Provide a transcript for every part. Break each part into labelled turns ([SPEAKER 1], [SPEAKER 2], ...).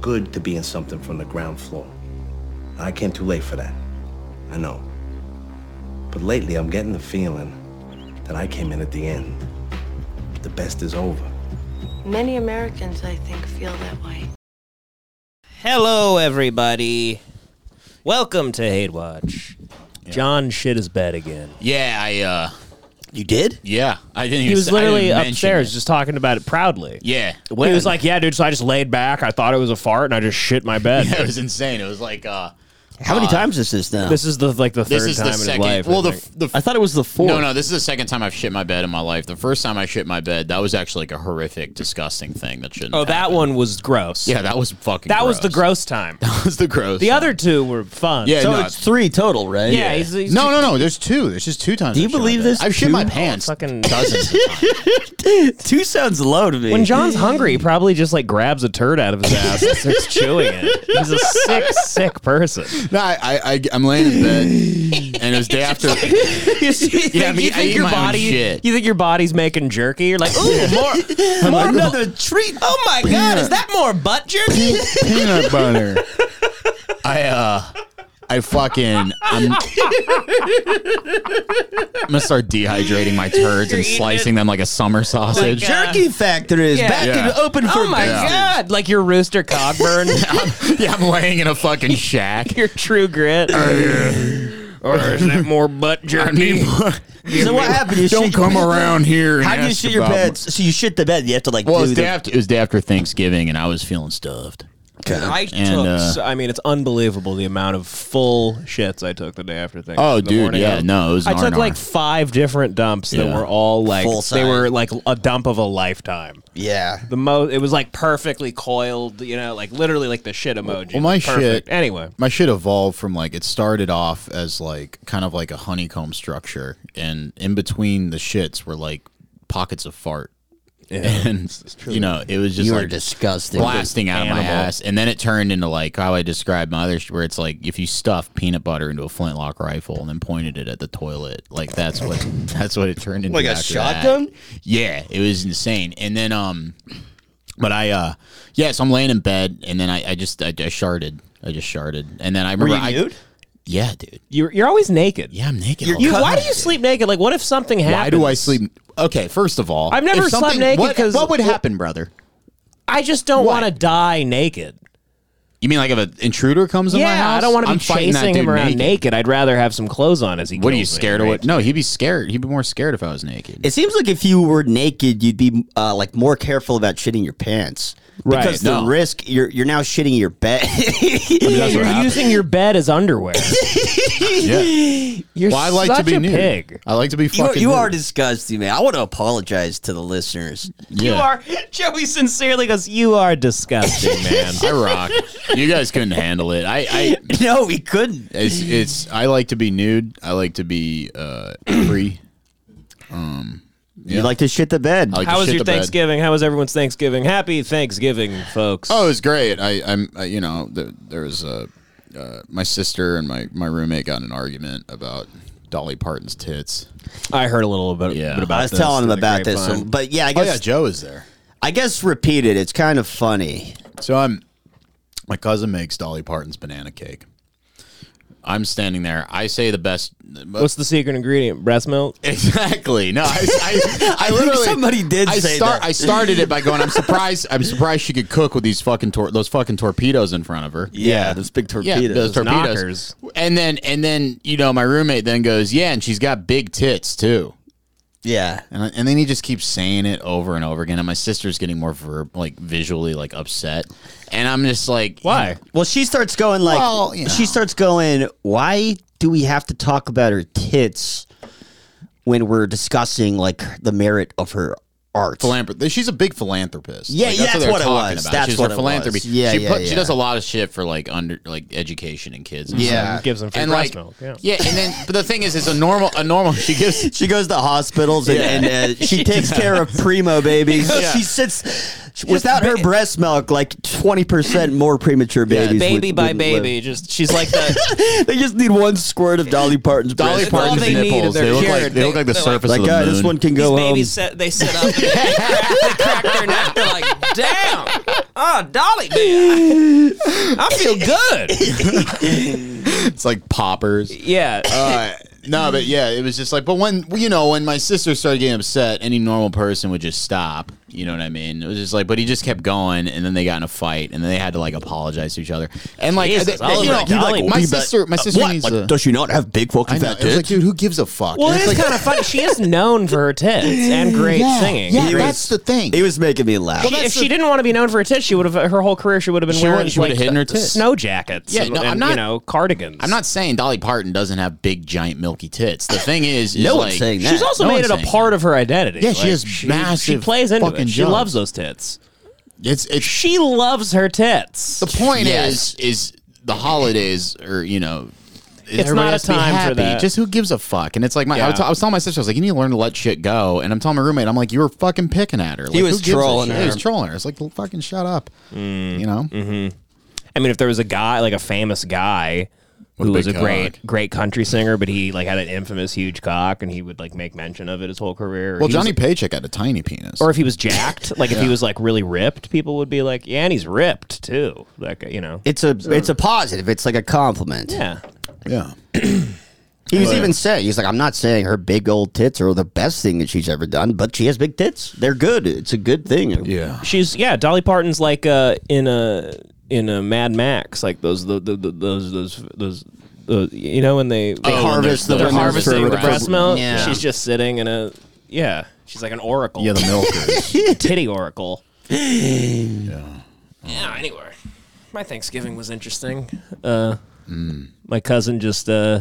[SPEAKER 1] good to be in something from the ground floor. I came too late for that. I know. But lately, I'm getting the feeling that I came in at the end. The best is over.
[SPEAKER 2] Many Americans, I think, feel that way.
[SPEAKER 3] Hello, everybody. Welcome to Hate Watch. John shit is bad again.
[SPEAKER 4] Yeah, I uh
[SPEAKER 5] You did?
[SPEAKER 4] yeah, I didn't even
[SPEAKER 3] He was
[SPEAKER 4] s- I didn't
[SPEAKER 3] literally
[SPEAKER 4] even mention
[SPEAKER 3] upstairs
[SPEAKER 4] it.
[SPEAKER 3] just talking about it proudly.
[SPEAKER 4] Yeah.
[SPEAKER 3] He was like, "Yeah, dude. So I just laid back. I thought it was a fart, and I just shit my bed.
[SPEAKER 4] Yeah, it was insane. It was like uh
[SPEAKER 5] How many times is this now?
[SPEAKER 3] This is the like the third
[SPEAKER 4] this is
[SPEAKER 3] time
[SPEAKER 4] the
[SPEAKER 3] in
[SPEAKER 4] second
[SPEAKER 3] his life.
[SPEAKER 4] well
[SPEAKER 3] I
[SPEAKER 4] the
[SPEAKER 3] think.
[SPEAKER 4] f- the
[SPEAKER 5] I
[SPEAKER 4] f-
[SPEAKER 5] thought it was the fourth.
[SPEAKER 4] No, no, this is the second time I've shit my bed in my life. The first time I shit my bed, that was actually like a horrific disgusting thing that shouldn't
[SPEAKER 3] oh, that
[SPEAKER 4] happen.
[SPEAKER 3] one was gross.
[SPEAKER 4] Yeah, that was fucking
[SPEAKER 3] that was the gross time.
[SPEAKER 4] That was the gross.
[SPEAKER 3] The other two were fun.
[SPEAKER 4] Yeah,
[SPEAKER 5] so
[SPEAKER 4] no,
[SPEAKER 5] it's three total, right?
[SPEAKER 3] yeah. He's, he's
[SPEAKER 4] No, no, no. There's two. There's just two times.
[SPEAKER 5] Do you
[SPEAKER 4] I've shit my
[SPEAKER 5] believe
[SPEAKER 4] bed.
[SPEAKER 5] this?
[SPEAKER 4] I've shit
[SPEAKER 5] Two?
[SPEAKER 4] my pants.
[SPEAKER 3] Oh, fucking
[SPEAKER 4] Dozens. of times.
[SPEAKER 5] Two sounds low to me.
[SPEAKER 3] When John's hungry, he probably just like grabs a turd out of his ass and starts chewing it. He's a sick, sick person.
[SPEAKER 4] no, I, I, I, I'm laying in bed, and it was day after.
[SPEAKER 3] you think,
[SPEAKER 4] Yeah, I mean,
[SPEAKER 3] you
[SPEAKER 4] I
[SPEAKER 3] think
[SPEAKER 4] eat
[SPEAKER 3] your
[SPEAKER 4] my own
[SPEAKER 3] body,
[SPEAKER 4] shit.
[SPEAKER 3] you think your body's making jerky? You're like, ooh, more, more
[SPEAKER 5] another treat.
[SPEAKER 3] Oh my god, is that more butt jerky?
[SPEAKER 4] peanut butter. I uh I fucking I'm, I'm gonna start dehydrating my turds and slicing them like a summer sausage.
[SPEAKER 3] Like, uh,
[SPEAKER 5] Oh Jerky Factory is
[SPEAKER 3] Yeah.
[SPEAKER 5] back
[SPEAKER 4] Yeah.
[SPEAKER 5] and open for
[SPEAKER 3] oh my
[SPEAKER 5] business.
[SPEAKER 3] god, like your rooster Cogburn,
[SPEAKER 4] yeah, I'm laying in a fucking shack.
[SPEAKER 3] your True Grit. or is that more butt
[SPEAKER 4] I
[SPEAKER 3] jerky?
[SPEAKER 4] need more-
[SPEAKER 5] So what happened? You shit
[SPEAKER 4] Don't
[SPEAKER 5] your
[SPEAKER 4] come
[SPEAKER 5] bed?
[SPEAKER 4] around here. And
[SPEAKER 5] How do you
[SPEAKER 4] ask
[SPEAKER 5] shit your
[SPEAKER 4] about-
[SPEAKER 5] bed? So you shit the bed. You have to like
[SPEAKER 4] Well, it
[SPEAKER 5] do
[SPEAKER 4] was, day
[SPEAKER 5] the
[SPEAKER 4] after, it was day after Thanksgiving, and I was feeling stuffed.
[SPEAKER 3] I
[SPEAKER 4] And,
[SPEAKER 3] took.
[SPEAKER 4] uh,
[SPEAKER 3] so- I mean, it's unbelievable the amount of full shits I took the day after things.
[SPEAKER 4] Oh,
[SPEAKER 3] the
[SPEAKER 4] dude,
[SPEAKER 3] morning
[SPEAKER 4] yeah,
[SPEAKER 3] of.
[SPEAKER 4] no, it was an
[SPEAKER 3] I took
[SPEAKER 4] R&R.
[SPEAKER 3] like five different dumps that
[SPEAKER 4] Yeah.
[SPEAKER 3] were all like
[SPEAKER 5] Full
[SPEAKER 3] they
[SPEAKER 5] size.
[SPEAKER 3] were like a dump of a lifetime.
[SPEAKER 5] Yeah.
[SPEAKER 3] The mo, it was like perfectly coiled, you know, like literally like the shit emoji.
[SPEAKER 4] Well, my
[SPEAKER 3] It was perfect.
[SPEAKER 4] shit-
[SPEAKER 3] Anyway,
[SPEAKER 4] my shit evolved from like it started off as like kind of like a honeycomb structure and in between the shits were like pockets of fart and you know it was just
[SPEAKER 5] You are
[SPEAKER 4] like
[SPEAKER 5] disgusting.
[SPEAKER 4] blasting out of my
[SPEAKER 3] Animal.
[SPEAKER 4] ass and then it turned into like how i described my other sh- where it's like if you stuff peanut butter into a flintlock rifle and then pointed it at the toilet like that's what that's what it turned into
[SPEAKER 5] Like a
[SPEAKER 4] after
[SPEAKER 5] shotgun?
[SPEAKER 4] that. yeah it was insane and then um but I, uh, yeah, so I'm laying in bed, and then I, I just, I, I sharded. I just sharded. And then I
[SPEAKER 5] Were
[SPEAKER 4] remember.
[SPEAKER 5] you
[SPEAKER 4] I,
[SPEAKER 5] nude?
[SPEAKER 4] Yeah, dude.
[SPEAKER 3] you're you're always naked.
[SPEAKER 4] Yeah, I'm naked. all
[SPEAKER 3] You,
[SPEAKER 4] the time.
[SPEAKER 3] why do you sleep naked? Like, what if something happens?
[SPEAKER 4] Why do I sleep? Okay, first of all,
[SPEAKER 3] I've never
[SPEAKER 4] if
[SPEAKER 3] slept
[SPEAKER 4] something-
[SPEAKER 3] naked
[SPEAKER 4] what-
[SPEAKER 3] 'cause-
[SPEAKER 4] What would happen, brother?
[SPEAKER 3] I just don't
[SPEAKER 4] What?
[SPEAKER 3] want to die naked.
[SPEAKER 4] You mean like if an intruder comes in my
[SPEAKER 3] Yeah,
[SPEAKER 4] house?
[SPEAKER 3] I don't want to be
[SPEAKER 4] I'm fighting that
[SPEAKER 3] chasing him
[SPEAKER 4] dude
[SPEAKER 3] around naked. I'd rather have some clothes on as he.
[SPEAKER 4] What are you
[SPEAKER 3] kills me,
[SPEAKER 4] scared of?
[SPEAKER 3] right?
[SPEAKER 4] What? No, he'd be scared. He'd be more scared if I was naked.
[SPEAKER 5] It seems like if you were naked, you'd be uh, like more careful about shitting your pants
[SPEAKER 3] Right,
[SPEAKER 5] because
[SPEAKER 4] no.
[SPEAKER 5] the risk you're you're now shitting your bed.
[SPEAKER 3] Yeah,
[SPEAKER 4] That's what
[SPEAKER 3] you're
[SPEAKER 4] happens.
[SPEAKER 3] using your bed as underwear.
[SPEAKER 4] yeah.
[SPEAKER 3] You're
[SPEAKER 4] Well, I like
[SPEAKER 3] such
[SPEAKER 4] to be
[SPEAKER 3] a
[SPEAKER 4] nude.
[SPEAKER 3] pig.
[SPEAKER 4] I like to be
[SPEAKER 5] you,
[SPEAKER 4] fucking.
[SPEAKER 5] you
[SPEAKER 4] nude.
[SPEAKER 5] are disgusting, man. I want to apologize to the listeners.
[SPEAKER 4] Yeah.
[SPEAKER 3] You are. Joey sincerely goes. You are disgusting, man.
[SPEAKER 4] I rock. You guys couldn't handle it. I. I
[SPEAKER 5] No, we couldn't.
[SPEAKER 4] it's, it's. I like to be nude. I like to be uh, free. Um,
[SPEAKER 5] You like to shit the bed.
[SPEAKER 4] I like to
[SPEAKER 3] How was
[SPEAKER 4] shit
[SPEAKER 3] your
[SPEAKER 4] the bed.
[SPEAKER 3] Thanksgiving? How was everyone's Thanksgiving? Happy Thanksgiving, folks.
[SPEAKER 4] Oh, it was great. I, I'm, I, you know, the, there was uh, uh, my sister and my, my roommate got in an argument about Dolly Parton's tits.
[SPEAKER 3] I heard a little bit,
[SPEAKER 4] Yeah.
[SPEAKER 3] bit about
[SPEAKER 5] I was
[SPEAKER 3] this
[SPEAKER 5] telling him
[SPEAKER 3] through the
[SPEAKER 5] about this,
[SPEAKER 3] grapevine.
[SPEAKER 5] so- but yeah, I
[SPEAKER 4] Oh
[SPEAKER 5] guess
[SPEAKER 4] yeah, Joe is there.
[SPEAKER 5] I guess repeat it. It's kind of funny.
[SPEAKER 4] So I'm, my cousin makes Dolly Parton's banana cake. I'm standing there. I say the best. uh,
[SPEAKER 3] What's the secret ingredient? Breast milk.
[SPEAKER 4] Exactly. No, I, I, I
[SPEAKER 5] think
[SPEAKER 4] literally
[SPEAKER 5] somebody did
[SPEAKER 4] I
[SPEAKER 5] say
[SPEAKER 4] start.
[SPEAKER 5] that.
[SPEAKER 4] I started it by going. I'm surprised. I'm surprised she could cook with these fucking tor- those fucking torpedoes in front of her.
[SPEAKER 5] those big
[SPEAKER 4] Yeah,
[SPEAKER 5] torpedoes.
[SPEAKER 4] those torpedoes.
[SPEAKER 3] knockers.
[SPEAKER 4] And then and then you know my roommate then goes, yeah, and she's got big tits too.
[SPEAKER 5] yeah.
[SPEAKER 4] And, I- and then he just keeps saying it over and over again. And my sister's getting more verb, like visually, like upset. And I'm just like,
[SPEAKER 3] Why?
[SPEAKER 5] Well, she starts going like
[SPEAKER 4] Well, you know.
[SPEAKER 5] she starts going. Why do we have to talk about her tits when we're discussing like the merit of her art?
[SPEAKER 4] Philanthrop- she's a big philanthropist.
[SPEAKER 5] Yeah,
[SPEAKER 4] Like,
[SPEAKER 5] yeah, that's
[SPEAKER 4] they're
[SPEAKER 5] what it
[SPEAKER 4] talking
[SPEAKER 5] was.
[SPEAKER 4] about.
[SPEAKER 5] That's
[SPEAKER 4] she's
[SPEAKER 5] what
[SPEAKER 4] a
[SPEAKER 5] it
[SPEAKER 4] philanthropy.
[SPEAKER 5] was. Yeah,
[SPEAKER 4] she,
[SPEAKER 5] yeah,
[SPEAKER 4] she
[SPEAKER 5] yeah.
[SPEAKER 4] does a lot of shit for like under like education and kids. And
[SPEAKER 5] Yeah.
[SPEAKER 4] stuff.
[SPEAKER 3] Gives them free
[SPEAKER 4] and
[SPEAKER 3] breast
[SPEAKER 4] like
[SPEAKER 3] milk. Yeah.
[SPEAKER 4] yeah, and then but the thing is, it's a normal a normal. She gives
[SPEAKER 5] She goes to hospitals and, and uh, she takes care of primo babies. She sits without her breast milk, like twenty percent more premature babies.
[SPEAKER 3] Baby
[SPEAKER 5] would-
[SPEAKER 3] by
[SPEAKER 5] would live.
[SPEAKER 3] baby, just she's like the
[SPEAKER 5] They just need one squirt of Dolly Parton's
[SPEAKER 4] Dolly
[SPEAKER 5] breast milk.
[SPEAKER 4] Parton's
[SPEAKER 3] all they need
[SPEAKER 4] nipples.
[SPEAKER 3] is their
[SPEAKER 4] They look
[SPEAKER 3] hair.
[SPEAKER 4] like they look like the
[SPEAKER 3] They're like-
[SPEAKER 4] surface
[SPEAKER 5] Like,
[SPEAKER 4] of the
[SPEAKER 5] guy,
[SPEAKER 4] moon.
[SPEAKER 5] this one can
[SPEAKER 3] these
[SPEAKER 5] go home.
[SPEAKER 3] babies set, they sit up, and they crack, they crack their neck, they're like damn. Oh, Dolly man. I feel good.
[SPEAKER 4] It's like poppers.
[SPEAKER 3] Yeah.
[SPEAKER 4] Uh, no, but yeah, it was just like, but when you know, when my sister started getting upset, any normal person would just stop. You know what I mean? It was just like, but he just kept going, and then they got in a fight, and then they had to like apologize to each other, and like,
[SPEAKER 3] Jesus,
[SPEAKER 4] they- they-
[SPEAKER 3] Oliver
[SPEAKER 4] you know,
[SPEAKER 3] Dolly,
[SPEAKER 4] like, my sister,
[SPEAKER 3] Uh,
[SPEAKER 4] my sister needs a.
[SPEAKER 5] does she not have big fucking
[SPEAKER 4] I know.
[SPEAKER 5] fat
[SPEAKER 4] It was like,
[SPEAKER 5] tits?
[SPEAKER 4] dude, who gives a fuck?
[SPEAKER 3] Well,
[SPEAKER 4] And
[SPEAKER 3] it
[SPEAKER 4] it's
[SPEAKER 3] is
[SPEAKER 4] like,
[SPEAKER 3] kind of funny. She is known for her tits and great
[SPEAKER 4] yeah,
[SPEAKER 3] singing.
[SPEAKER 4] Yeah,
[SPEAKER 5] He was-
[SPEAKER 4] that's the thing.
[SPEAKER 5] He was making me laugh.
[SPEAKER 3] She- if she didn't want to be known for her tits, she would have her whole career. She would have been
[SPEAKER 4] She
[SPEAKER 3] wearing
[SPEAKER 4] would've- she would've
[SPEAKER 3] like,
[SPEAKER 4] hidden her
[SPEAKER 3] the- the
[SPEAKER 4] tits.
[SPEAKER 3] snow jackets.
[SPEAKER 4] Yeah,
[SPEAKER 3] and,
[SPEAKER 4] no, I'm
[SPEAKER 3] and, you
[SPEAKER 4] not-
[SPEAKER 3] know cardigans.
[SPEAKER 4] I'm not saying Dolly Parton doesn't have big, giant, milky tits. The thing is, is
[SPEAKER 5] No
[SPEAKER 4] like,
[SPEAKER 5] one's saying that.
[SPEAKER 3] She's also
[SPEAKER 4] No
[SPEAKER 3] made
[SPEAKER 4] one's
[SPEAKER 3] it a
[SPEAKER 4] saying
[SPEAKER 3] part of her identity.
[SPEAKER 4] Yeah, she has massive
[SPEAKER 3] She plays into
[SPEAKER 4] fucking
[SPEAKER 3] it. She
[SPEAKER 4] jugs.
[SPEAKER 3] loves those tits.
[SPEAKER 4] It's it's
[SPEAKER 3] She loves her tits.
[SPEAKER 4] the point
[SPEAKER 5] Yes.
[SPEAKER 4] is is the holidays or you know it's
[SPEAKER 3] not a time for that.
[SPEAKER 4] Just who gives a fuck? And it's like my I, was,
[SPEAKER 3] Yeah.
[SPEAKER 4] I was telling my sister, I was like, you need to learn to let shit go. And I'm telling my roommate, I'm like, you were fucking picking at her. Like,
[SPEAKER 5] was
[SPEAKER 4] who gives a
[SPEAKER 5] trolling
[SPEAKER 4] shit? He was
[SPEAKER 5] her.
[SPEAKER 4] trolling her. It's like, fucking shut up. You know,
[SPEAKER 3] Mm. Mm-hmm. I mean, if there was a guy, like a famous guy,
[SPEAKER 4] With
[SPEAKER 3] who
[SPEAKER 4] a
[SPEAKER 3] was a
[SPEAKER 4] big cock.
[SPEAKER 3] great, great country singer, but he like had an infamous huge cock, and he would like make mention of it his whole career. or
[SPEAKER 4] well,
[SPEAKER 3] he was-
[SPEAKER 4] Johnny Paycheck had a tiny penis.
[SPEAKER 3] or if he was jacked, like if he was like really ripped, people would be like, "Yeah, and he's ripped too." Like you know,
[SPEAKER 5] It's a it's a positive. It's like a compliment.
[SPEAKER 3] yeah.
[SPEAKER 4] yeah,
[SPEAKER 5] He was even saying he's like I'm not saying her big old tits are the best thing that she's ever done, but she has big tits. They're good. It's a good thing.
[SPEAKER 4] yeah.
[SPEAKER 3] She's yeah. Dolly Parton's like uh, in a in a Mad Max, like those the, the, the, those those those. Uh, you know when they, they
[SPEAKER 4] Oh, when
[SPEAKER 5] harvest
[SPEAKER 4] they're-
[SPEAKER 5] the
[SPEAKER 3] they're
[SPEAKER 5] winners
[SPEAKER 3] harvesting
[SPEAKER 5] for-
[SPEAKER 3] the breast milk.
[SPEAKER 4] Yeah.
[SPEAKER 3] She's just sitting in a yeah. She's like an oracle.
[SPEAKER 4] Yeah, the milkers.
[SPEAKER 3] titty oracle.
[SPEAKER 4] yeah.
[SPEAKER 3] Yeah, anyway. My Thanksgiving was interesting. Uh, My cousin just, uh,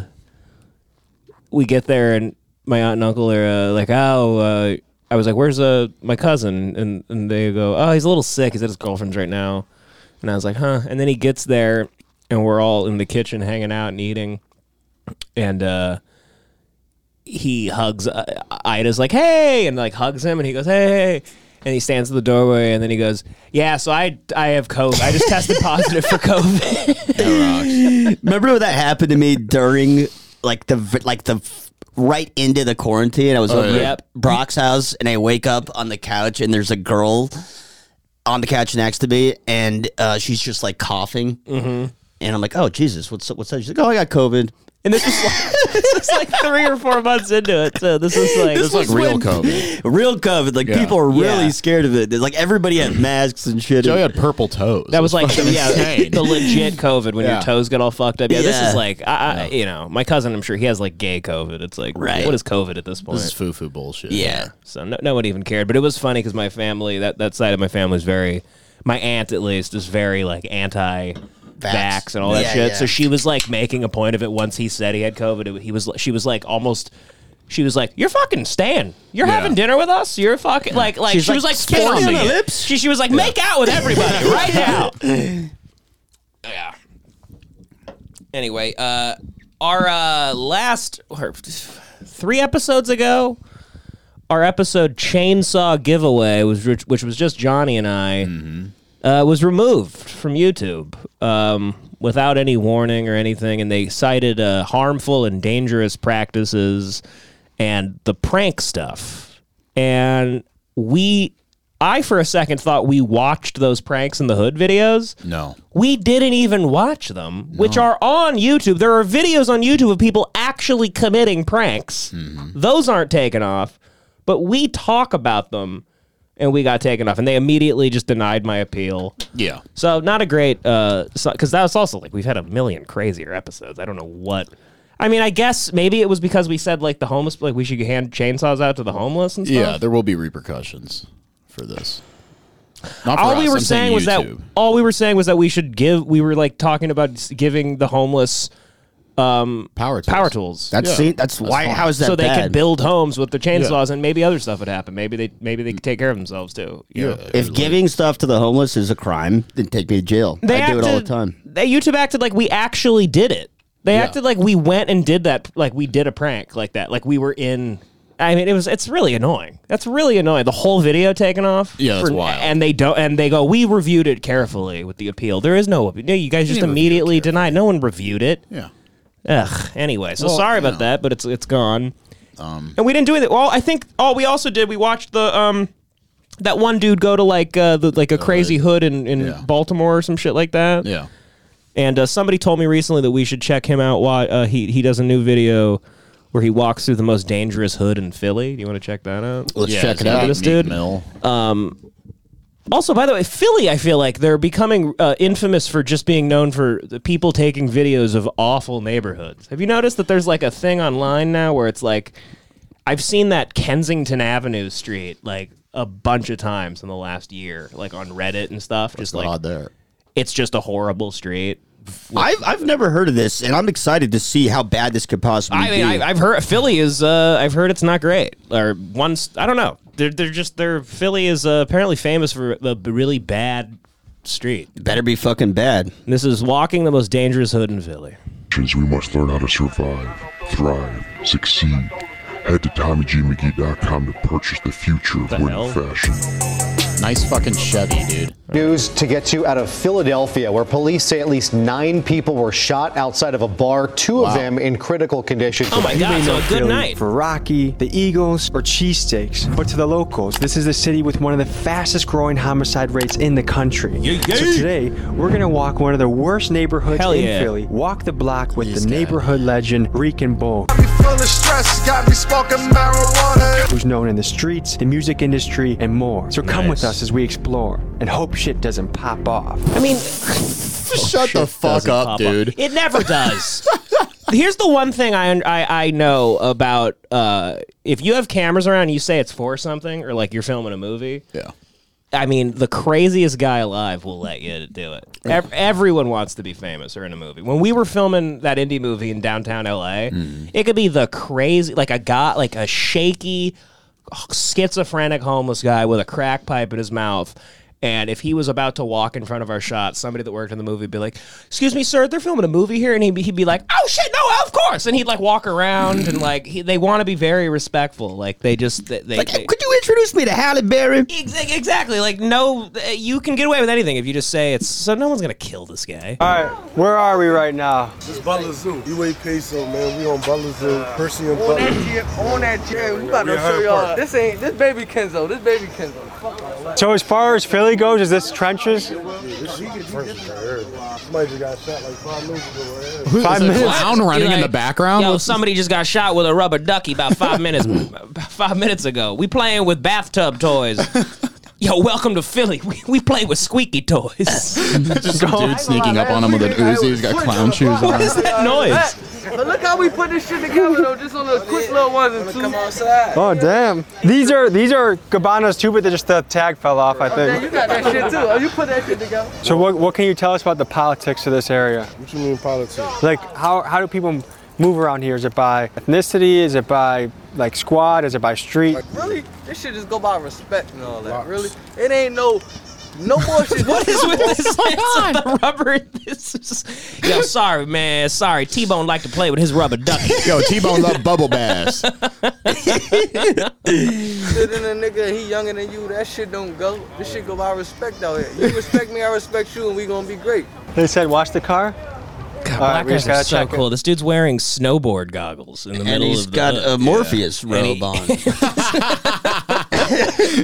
[SPEAKER 3] we get there and my aunt and uncle are uh, like, oh, uh, I was like, where's uh, my cousin? And, and they go, oh, he's a little sick. He's at his girlfriend's right now. And I was like, huh. And then he gets there and we're all in the kitchen hanging out and eating. And, uh, he hugs uh, Ida's like, "Hey," and like hugs him, and he goes, "Hey." And he stands in the doorway, and then he goes, "Yeah, so I I have COVID. I just tested positive for COVID."
[SPEAKER 5] Remember when that happened to me during like the v- like the f- right into the quarantine? I was over
[SPEAKER 3] Oh, yeah.
[SPEAKER 5] at Brock's house and I wake up on the couch and there's a girl on the couch next to me and uh, she's just like coughing. Mm-hmm. And I'm like, oh Jesus, what's what's that? She's like, oh, I got COVID.
[SPEAKER 3] and this was like, this was like three or four months into it, so this is like
[SPEAKER 5] This
[SPEAKER 4] It's like
[SPEAKER 5] was
[SPEAKER 4] real
[SPEAKER 5] when-
[SPEAKER 4] COVID.
[SPEAKER 5] Real COVID. Like
[SPEAKER 4] Yeah.
[SPEAKER 5] people are really
[SPEAKER 3] Yeah.
[SPEAKER 5] scared of it. There's, Like everybody had masks and shit.
[SPEAKER 4] Joey had purple toes.
[SPEAKER 3] that was like
[SPEAKER 4] fucking
[SPEAKER 3] the, yeah,
[SPEAKER 4] insane.
[SPEAKER 3] the legit COVID when
[SPEAKER 4] Yeah.
[SPEAKER 3] your toes get all fucked up. Yeah, this
[SPEAKER 5] Yeah.
[SPEAKER 3] is like I, I you know my cousin. I'm sure he has like gay COVID. It's like
[SPEAKER 5] Right.
[SPEAKER 3] what is COVID at this point?
[SPEAKER 4] this is foo foo bullshit.
[SPEAKER 5] yeah.
[SPEAKER 3] So no, no one even cared. But it was funny because my family, that, that side of my family is very, my aunt at least, is very like anti vax and all that
[SPEAKER 5] Yeah,
[SPEAKER 3] shit.
[SPEAKER 5] yeah.
[SPEAKER 3] So she was like making a point of it once he said he had COVID. It- he was, she was like almost. She was like, "You're fucking staying. You're
[SPEAKER 4] Yeah.
[SPEAKER 3] having dinner with us. You're fucking like, like
[SPEAKER 5] She's
[SPEAKER 3] she was
[SPEAKER 5] like,
[SPEAKER 3] like
[SPEAKER 5] "Spit on
[SPEAKER 3] forcing
[SPEAKER 5] my
[SPEAKER 3] it.
[SPEAKER 5] lips."
[SPEAKER 3] She, she was like, make out with everybody right now. yeah. Anyway, uh, our uh, last or, three episodes ago, our episode chainsaw giveaway was which, which was just Johnny and I uh, was removed from YouTube um, without any warning or anything, and they cited uh, harmful and dangerous practices and the prank stuff. And we, I for a second thought we watched those pranks in the hood videos.
[SPEAKER 4] No.
[SPEAKER 3] We didn't even watch them, which are on YouTube. There are videos on YouTube of people actually committing pranks. Those aren't taken off, but we talk about them and we got taken off and they immediately just denied my appeal.
[SPEAKER 4] Yeah.
[SPEAKER 3] So not a great uh so, cuz that was also like we've had a million crazier episodes. I don't know what I mean, I guess maybe it was because we said like the homeless like we should hand chainsaws out to the homeless and stuff.
[SPEAKER 4] Yeah, there will be repercussions for this. Not for
[SPEAKER 3] all
[SPEAKER 4] us,
[SPEAKER 3] we were
[SPEAKER 4] I'm
[SPEAKER 3] saying was that
[SPEAKER 4] YouTube.
[SPEAKER 3] all we were saying was that we should give we were like talking about s- giving the homeless um,
[SPEAKER 4] power tools.
[SPEAKER 3] power tools
[SPEAKER 5] That's
[SPEAKER 4] Yeah.
[SPEAKER 5] see, that's, why.
[SPEAKER 4] fine.
[SPEAKER 5] How is that
[SPEAKER 3] so they
[SPEAKER 5] bad?
[SPEAKER 3] could build homes with the chainsaws and maybe other stuff would happen maybe they maybe they could take care of themselves too you know?
[SPEAKER 4] Yeah.
[SPEAKER 5] If giving stuff to the homeless is a crime, then take me to jail.
[SPEAKER 3] they
[SPEAKER 5] I do it all the
[SPEAKER 3] acted-
[SPEAKER 5] time.
[SPEAKER 3] they youtube acted like we actually did it they acted like we went and did that like we did a prank like that like we were in I mean, it was. It's really annoying. That's really annoying. The whole video taken off.
[SPEAKER 4] Yeah, that's wild.
[SPEAKER 3] And they don't. And they go. We reviewed it carefully with the appeal. There is no. No, you guys just
[SPEAKER 4] didn't review it
[SPEAKER 3] immediately denied. No one reviewed it.
[SPEAKER 4] Yeah.
[SPEAKER 3] Ugh. Anyway, so
[SPEAKER 4] Well,
[SPEAKER 3] sorry
[SPEAKER 4] you
[SPEAKER 3] about
[SPEAKER 4] know.
[SPEAKER 3] that, but oh, it's it's gone. and we didn't do anything. Well, I think all we also did we watched the um that one dude go to like uh, the, like a crazy hood in, in
[SPEAKER 4] Yeah.
[SPEAKER 3] Baltimore or some shit like that.
[SPEAKER 4] Yeah.
[SPEAKER 3] And uh, somebody told me recently that we should check him out. Why uh, he he does a new video where he walks through the most dangerous hood in Philly. Do you want to check that out?
[SPEAKER 5] Let's
[SPEAKER 4] Yeah,
[SPEAKER 5] check it
[SPEAKER 4] it's
[SPEAKER 5] out.
[SPEAKER 4] like
[SPEAKER 3] This
[SPEAKER 4] Meat
[SPEAKER 3] dude.
[SPEAKER 4] Mill.
[SPEAKER 3] Um, Also, by the way, Philly, I feel like they're becoming uh, infamous for just being known for the people taking videos of awful neighborhoods. Have you noticed that there's like a thing online now where it's like, I've seen that Kensington Avenue street like a bunch of times in the last year, like on Reddit and stuff. Just like,
[SPEAKER 4] God, there.
[SPEAKER 3] it's just a horrible street.
[SPEAKER 5] I've, I've never heard of this, and I'm excited to see how bad this could possibly
[SPEAKER 3] I mean,
[SPEAKER 5] be.
[SPEAKER 3] I, I've heard Philly is. Uh, I've heard it's not great. Or once I don't know. They're they're just they're Philly is uh, apparently famous for a b- really bad street.
[SPEAKER 5] Better be fucking bad.
[SPEAKER 3] And this is walking the most dangerous hood in Philly.
[SPEAKER 6] Nations, we must learn how to survive, thrive, succeed. Head to TommyGMcGee.com to purchase the future of
[SPEAKER 3] The hell?
[SPEAKER 6] winning fashion.
[SPEAKER 4] Nice fucking Chevy, dude.
[SPEAKER 7] News to get you out of Philadelphia, where police say at least nine people were shot outside of a bar, two of them in critical condition.
[SPEAKER 3] Oh my
[SPEAKER 8] You may
[SPEAKER 3] god! So
[SPEAKER 8] know
[SPEAKER 3] a good
[SPEAKER 8] Philly
[SPEAKER 3] night.
[SPEAKER 8] for Rocky, the Eagles, or cheesesteaks. But to the locals, this is the city with one of the fastest growing homicide rates in the country. So today, we're going to walk one of the worst neighborhoods
[SPEAKER 3] Hell
[SPEAKER 8] in
[SPEAKER 3] yeah.
[SPEAKER 8] Philly. Walk the block with the neighborhood legend, Reekin Bull, who's known in the streets, the music industry, and more. So come with us as we explore and hope shit doesn't pop off.
[SPEAKER 3] I mean,
[SPEAKER 4] Shut the fuck
[SPEAKER 3] Oh, doesn't
[SPEAKER 4] up,
[SPEAKER 3] pop
[SPEAKER 4] dude.
[SPEAKER 3] It never does. Here's the one thing I, I I know about uh, if you have cameras around, and you say it's for something, or like you're filming a movie.
[SPEAKER 4] Yeah.
[SPEAKER 3] I mean, the craziest guy alive will let you do it. Ev- everyone wants to be famous or in a movie. When we were filming that indie movie in downtown LA, it could be the crazy, like a guy, like a shaky, schizophrenic homeless guy with a crack pipe in his mouth. And if he was about to walk in front of our shot, somebody that worked in the movie would be like, "Excuse me, sir, they're filming a movie here," and he'd be, he'd be like, "Oh shit, no, of course!" And he'd like walk around and like he, they want to be very respectful, like they just they, they,
[SPEAKER 5] Like,
[SPEAKER 3] they-
[SPEAKER 5] could you introduce me to Halle Berry?
[SPEAKER 3] Ex- Exactly. Like, no, uh, you can get away with anything if you just say it's. So no one's gonna kill this guy.
[SPEAKER 8] All right, where are we right now?
[SPEAKER 9] This Butler Zoo. You ain't peso, man. We on Butler Zoo. Percy and Butler.
[SPEAKER 10] on that chair. We about to show y'all. This ain't this baby Kenzo. This baby Kenzo.
[SPEAKER 8] So as far as Philly goes, is this trenches?
[SPEAKER 9] This shit is perfect for everybody. Somebody just got shot like five minutes ago. right here.
[SPEAKER 4] Who's
[SPEAKER 8] Five
[SPEAKER 4] a
[SPEAKER 8] minutes.
[SPEAKER 4] clown running
[SPEAKER 3] Be
[SPEAKER 4] in
[SPEAKER 3] like,
[SPEAKER 4] the background?
[SPEAKER 3] Yo, somebody just got shot with a rubber ducky about five minutes about five minutes ago. We playing with bathtub toys. Yo, welcome to Philly. We, we play with squeaky toys.
[SPEAKER 4] Just some dude sneaking up on him with an Uzi. He's got clown shoes
[SPEAKER 3] what
[SPEAKER 4] on.
[SPEAKER 3] is that noise?
[SPEAKER 10] But look how we put this shit together though. Just on those quick little ones and two. Come outside.
[SPEAKER 8] Oh damn! These are these are Gabanos too, but they just the tag fell off, I
[SPEAKER 10] Oh, Man,
[SPEAKER 8] think.
[SPEAKER 10] you got that shit too. Oh, you put that shit together.
[SPEAKER 8] So what, what can you tell us about the politics of this area?
[SPEAKER 9] What you mean politics?
[SPEAKER 8] Like how how do people move around here? Is it by ethnicity? Is it by like squad? Is it by street?
[SPEAKER 10] Really, this shit just go by respect and all that. Really, it ain't no. No more shit.
[SPEAKER 3] What is with this sense of the rubber? This is, yo, sorry, man. Sorry. T Bone like to play with his rubber ducky.
[SPEAKER 4] Yo, T-Bone love bubble bass.
[SPEAKER 10] shit in a nigga? He younger than you. That shit don't go. This shit go by respect out here. You respect me, I respect you, and we gonna be great.
[SPEAKER 8] They said wash the car.
[SPEAKER 3] God,
[SPEAKER 8] All right,
[SPEAKER 3] black
[SPEAKER 8] we just
[SPEAKER 3] guys are
[SPEAKER 8] gotta
[SPEAKER 3] so
[SPEAKER 8] check it.
[SPEAKER 3] cool. This dude's wearing snowboard goggles in the
[SPEAKER 5] And
[SPEAKER 3] middle
[SPEAKER 5] he's
[SPEAKER 3] of
[SPEAKER 5] got
[SPEAKER 3] the
[SPEAKER 5] a Morpheus robe
[SPEAKER 3] he-
[SPEAKER 5] on.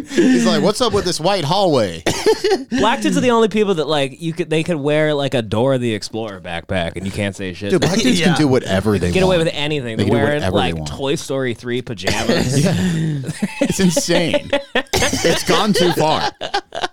[SPEAKER 4] He's like, what's up with this white hallway?
[SPEAKER 3] black dudes are the only people that like you could they could wear like a Dora the Explorer backpack and you can't say shit.
[SPEAKER 4] Dude, black dudes
[SPEAKER 5] Yeah.
[SPEAKER 4] can do whatever they
[SPEAKER 3] Get away
[SPEAKER 4] want.
[SPEAKER 3] with anything.
[SPEAKER 4] They
[SPEAKER 3] They
[SPEAKER 4] can do
[SPEAKER 3] are wearing
[SPEAKER 4] whatever they
[SPEAKER 3] like
[SPEAKER 4] want.
[SPEAKER 3] Toy Story three pajamas.
[SPEAKER 4] It's insane. it's gone too far.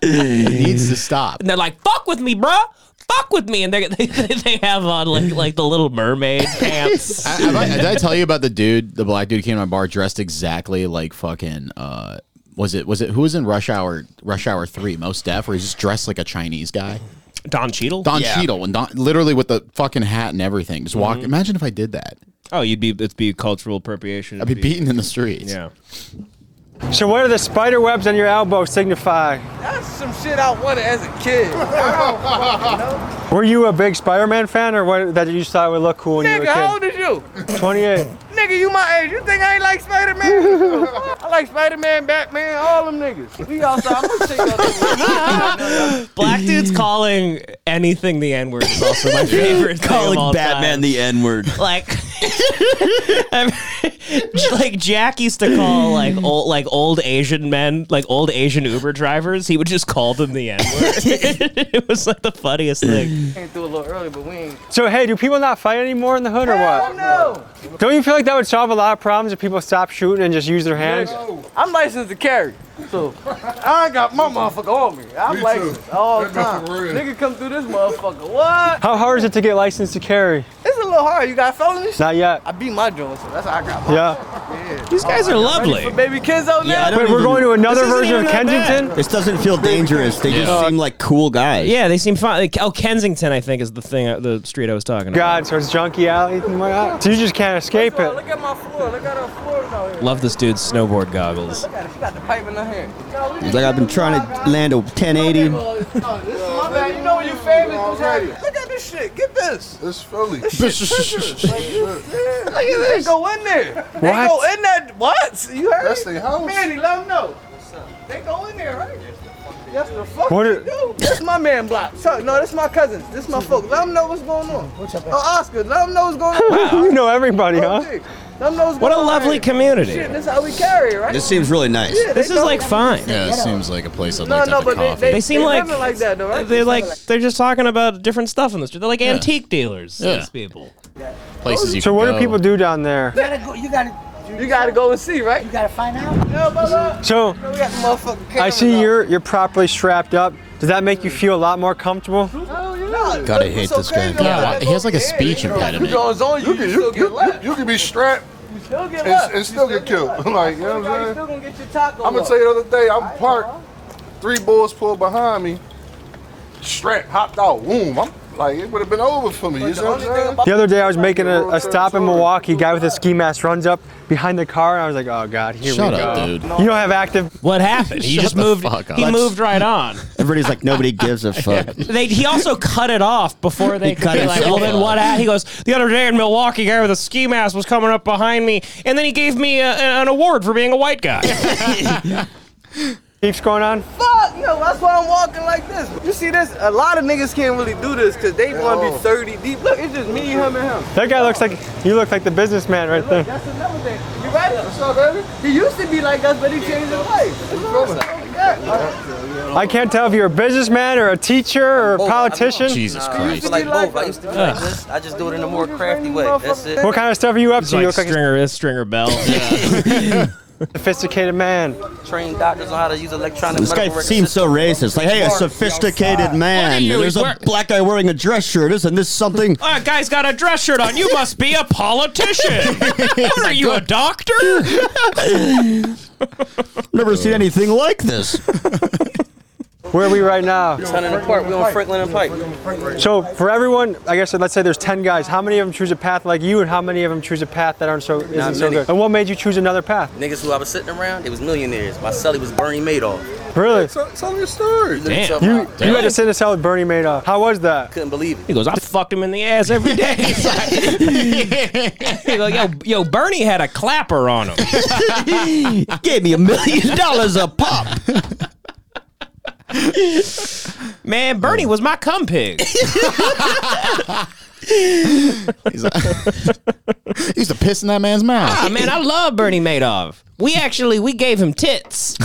[SPEAKER 4] It needs to stop.
[SPEAKER 3] And they're like, "Fuck with me, bruh. Fuck with me." And they're, they they have on like like the Little Mermaid pants.
[SPEAKER 4] I, have I- did I tell you about the dude? The black dude came to my bar dressed exactly like fucking. Uh, was it was it who was in Rush Hour Rush Hour Three? Most Def, where he's just dressed like a Chinese guy.
[SPEAKER 3] Don Cheadle.
[SPEAKER 4] Don Cheadle and Don, literally with the fucking hat and everything. Just
[SPEAKER 3] Mm-hmm.
[SPEAKER 4] walk. Imagine if I did that.
[SPEAKER 3] Oh, you'd be it'd be cultural appropriation.
[SPEAKER 4] I'd be beaten in the streets.
[SPEAKER 3] Yeah.
[SPEAKER 8] So what do the spider webs on your elbow signify?
[SPEAKER 10] That's some shit I wanted as a kid.
[SPEAKER 8] Were you a big Spider-Man fan, or what that you just thought would look cool when you
[SPEAKER 10] Nigga, how
[SPEAKER 8] were
[SPEAKER 10] old is you?
[SPEAKER 8] a kid? 28.
[SPEAKER 10] Nigga, you my age. You think I ain't like Spider Man? I like Spider Man, Batman, all them niggas. We outside. I'm gonna take y'all to
[SPEAKER 3] Black dudes calling anything the N word is also my favorite. thing of all
[SPEAKER 5] Calling Batman
[SPEAKER 3] time.
[SPEAKER 5] the N word.
[SPEAKER 3] like like Jack used to call like old like old Asian men, like old Asian Uber drivers. He would just call them the N word. it was like the funniest thing.
[SPEAKER 10] Came through a little early, but we ain't.
[SPEAKER 8] So hey, do people not fight anymore in the hood or
[SPEAKER 10] Hell
[SPEAKER 8] what?
[SPEAKER 10] no!
[SPEAKER 8] Don't you feel like that would solve a lot of problems if people stopped shooting and just use their hands?
[SPEAKER 10] I'm licensed to carry. So I got my motherfucker on me. I'm
[SPEAKER 9] Me too.
[SPEAKER 10] licensed all the
[SPEAKER 9] That motherfucker
[SPEAKER 10] time.
[SPEAKER 9] real.
[SPEAKER 10] Nigga come through this motherfucker. What?
[SPEAKER 8] How hard is it to get licensed to carry?
[SPEAKER 10] It's a little hard. You got felonies?
[SPEAKER 8] Not yet.
[SPEAKER 10] I beat my joint, so that's how I got mine.
[SPEAKER 8] Yeah.
[SPEAKER 3] These guys are lovely.
[SPEAKER 10] For baby Kenzo now?
[SPEAKER 5] Yeah, I don't
[SPEAKER 8] Wait, we're
[SPEAKER 5] even-
[SPEAKER 8] going to another
[SPEAKER 3] isn't
[SPEAKER 8] version
[SPEAKER 3] even
[SPEAKER 8] of
[SPEAKER 3] that bad.
[SPEAKER 8] Kensington?
[SPEAKER 5] This doesn't feel dangerous. They just
[SPEAKER 3] Yeah.
[SPEAKER 5] seem like cool guys.
[SPEAKER 3] Yeah, they seem fine. Like, oh, Kensington, I think, is the thing, uh, the street I was talking about.
[SPEAKER 8] God, so it's Junkie Alley and whatnot. So you just can't escape
[SPEAKER 10] Look,
[SPEAKER 8] it.
[SPEAKER 10] at my floor. Look at her floors out here.
[SPEAKER 3] Love this dude's snowboard goggles.
[SPEAKER 10] Look at her. She got the pipe in her hand. Yo, we
[SPEAKER 5] It's
[SPEAKER 10] just-
[SPEAKER 5] like I've been trying to land a 1080.
[SPEAKER 10] Oh, this is my bad. You know when your favorite dudes have Look at this shit. Get this.
[SPEAKER 9] It's Philly.
[SPEAKER 10] Look at this. They go in there. They
[SPEAKER 8] What?
[SPEAKER 10] go in there. What? You heard?
[SPEAKER 9] That's their house.
[SPEAKER 10] Manny, let them know. They go in there, right? That's the fuck
[SPEAKER 8] What
[SPEAKER 10] what
[SPEAKER 8] it-
[SPEAKER 10] they do. That's my man block. So, no, that's my cousins. This my folks. Let them know what's going on. Oh, Oscar, let them know what's going on.
[SPEAKER 8] You know everybody, huh?
[SPEAKER 10] OG, Let them know what's
[SPEAKER 3] What
[SPEAKER 10] going
[SPEAKER 3] a
[SPEAKER 10] on.
[SPEAKER 3] lovely
[SPEAKER 10] community.
[SPEAKER 3] community.
[SPEAKER 10] Shit, this how we carry, it, right?
[SPEAKER 5] This seems really nice.
[SPEAKER 10] Yeah, they
[SPEAKER 3] This is
[SPEAKER 10] go-
[SPEAKER 3] like fine.
[SPEAKER 4] Yeah, it seems like a place I'd
[SPEAKER 10] No,
[SPEAKER 4] like to
[SPEAKER 10] no,
[SPEAKER 4] have a
[SPEAKER 10] but they,
[SPEAKER 4] coffee.
[SPEAKER 10] they,
[SPEAKER 3] They seem
[SPEAKER 10] they
[SPEAKER 3] like-
[SPEAKER 10] living like that though, right?
[SPEAKER 3] They're like they're just talking about different stuff in the street. They're like antique dealers.
[SPEAKER 4] Yeah.
[SPEAKER 3] These people.
[SPEAKER 4] Places you
[SPEAKER 8] So
[SPEAKER 4] can
[SPEAKER 8] what do
[SPEAKER 4] go.
[SPEAKER 8] people do down there?
[SPEAKER 10] you gotta go and see, right? You gotta find out. Yeah, brother.
[SPEAKER 8] So
[SPEAKER 10] We got the motherfucking camera.
[SPEAKER 8] I see
[SPEAKER 10] though.
[SPEAKER 8] you're you're properly strapped up. Does that make you feel a lot more comfortable?
[SPEAKER 10] Oh, yeah.
[SPEAKER 5] God, I
[SPEAKER 10] What's
[SPEAKER 5] hate
[SPEAKER 10] so
[SPEAKER 5] this guy.
[SPEAKER 10] crazy
[SPEAKER 4] Yeah,
[SPEAKER 10] about
[SPEAKER 4] why-
[SPEAKER 10] that?
[SPEAKER 4] he has like a
[SPEAKER 10] Yeah,
[SPEAKER 4] speech
[SPEAKER 10] you know,
[SPEAKER 4] impediment.
[SPEAKER 10] You goes on, you,
[SPEAKER 9] You can,
[SPEAKER 10] can
[SPEAKER 9] you,
[SPEAKER 10] still get
[SPEAKER 9] you,
[SPEAKER 10] left.
[SPEAKER 9] you can be strapped
[SPEAKER 10] You still get
[SPEAKER 9] and,
[SPEAKER 10] left.
[SPEAKER 9] and still get killed. like, you know what
[SPEAKER 10] You
[SPEAKER 9] I'm
[SPEAKER 10] still
[SPEAKER 9] saying?
[SPEAKER 10] gonna get your taco.
[SPEAKER 9] I'm gonna
[SPEAKER 10] up.
[SPEAKER 9] tell you the other day, I'm parked, three bulls pulled behind me, strapped, hopped out, boom. I'm like, it would have been over for me. You
[SPEAKER 10] The
[SPEAKER 9] know what
[SPEAKER 10] only thing
[SPEAKER 9] I'm saying?
[SPEAKER 10] about
[SPEAKER 8] The other day I was making a, a stop in Milwaukee. Guy with a ski mask runs up behind the car, and I was like, "Oh God, here
[SPEAKER 4] Shut
[SPEAKER 8] we go."
[SPEAKER 4] up, dude.
[SPEAKER 8] You don't have active.
[SPEAKER 3] What happened? He
[SPEAKER 4] Shut
[SPEAKER 3] just
[SPEAKER 4] the
[SPEAKER 3] moved.
[SPEAKER 4] fuck up.
[SPEAKER 3] He moved right on.
[SPEAKER 5] Everybody's like, nobody gives a fuck.
[SPEAKER 3] They, he also cut it off before they
[SPEAKER 5] He
[SPEAKER 3] could
[SPEAKER 5] cut
[SPEAKER 3] be like,
[SPEAKER 5] himself
[SPEAKER 3] well, then
[SPEAKER 5] off.
[SPEAKER 3] what? ha-" He goes, the other day in Milwaukee, a guy with a ski mask was coming up behind me, and then he gave me a, an award for being a white guy.
[SPEAKER 8] Keeps going on.
[SPEAKER 10] fuck, no, that's why I'm walking like this. You see this? A lot of niggas can't really do this because they wanna
[SPEAKER 9] Oh.
[SPEAKER 10] be 30 deep. Look, it's just me, him, and him.
[SPEAKER 8] That guy looks like you look like the businessman right
[SPEAKER 10] Look,
[SPEAKER 8] there.
[SPEAKER 10] that's another thing. You ready? What's up, baby? He used to be like us, but he changed his life. It's awesome. Yeah.
[SPEAKER 8] I can't tell if you're a businessman or a teacher or
[SPEAKER 10] Oh,
[SPEAKER 8] a politician.
[SPEAKER 4] Jesus
[SPEAKER 10] I used
[SPEAKER 4] Christ.
[SPEAKER 10] to be like both. I used to be like this. I just do it in a more crafty way. That's it.
[SPEAKER 8] What kind of stuff are you up
[SPEAKER 3] It's
[SPEAKER 8] to? You look
[SPEAKER 3] like
[SPEAKER 8] like a
[SPEAKER 3] Stringer, it's Stringer Bell.
[SPEAKER 8] sophisticated man.
[SPEAKER 10] Train doctors on how to use electronic.
[SPEAKER 5] This guy
[SPEAKER 10] medical record
[SPEAKER 5] seems so
[SPEAKER 10] systems.
[SPEAKER 5] racist. Like, hey, a
[SPEAKER 10] Smart.
[SPEAKER 5] sophisticated man.
[SPEAKER 3] you,
[SPEAKER 5] and There's
[SPEAKER 3] he's
[SPEAKER 5] a
[SPEAKER 3] wear-
[SPEAKER 5] black guy wearing a dress shirt. Isn't this something?
[SPEAKER 3] Oh, that guy's got a dress shirt on. You must be a politician. what are you, a doctor?
[SPEAKER 5] Never seen anything like this.
[SPEAKER 8] Where are we right now?
[SPEAKER 10] Hunting and Park. We on Franklin and Pike.
[SPEAKER 8] So for everyone, I guess let's say there's 10 guys. How many of them choose a path like you, and how many of them choose a path that aren't so isn't so
[SPEAKER 11] many.
[SPEAKER 8] good? And what made you choose another path?
[SPEAKER 11] Niggas who I was sitting around, it was millionaires. My celly was Bernie Madoff.
[SPEAKER 8] Really?
[SPEAKER 9] Tell, tell me a story.
[SPEAKER 3] Damn.
[SPEAKER 8] You you had to sit in a cell with Bernie Madoff. How was that?
[SPEAKER 11] Couldn't believe it.
[SPEAKER 3] He goes, I fucked him in the ass every day. He's like- he goes, yo, yo, Bernie had a clapper on him.
[SPEAKER 5] Gave me a million dollars a pop.
[SPEAKER 3] Man, Bernie was my cum pig.
[SPEAKER 4] He's like, he used to piss in that man's
[SPEAKER 3] Ah,
[SPEAKER 4] mouth.
[SPEAKER 3] man, I love Bernie Madoff. We actually we gave him tits.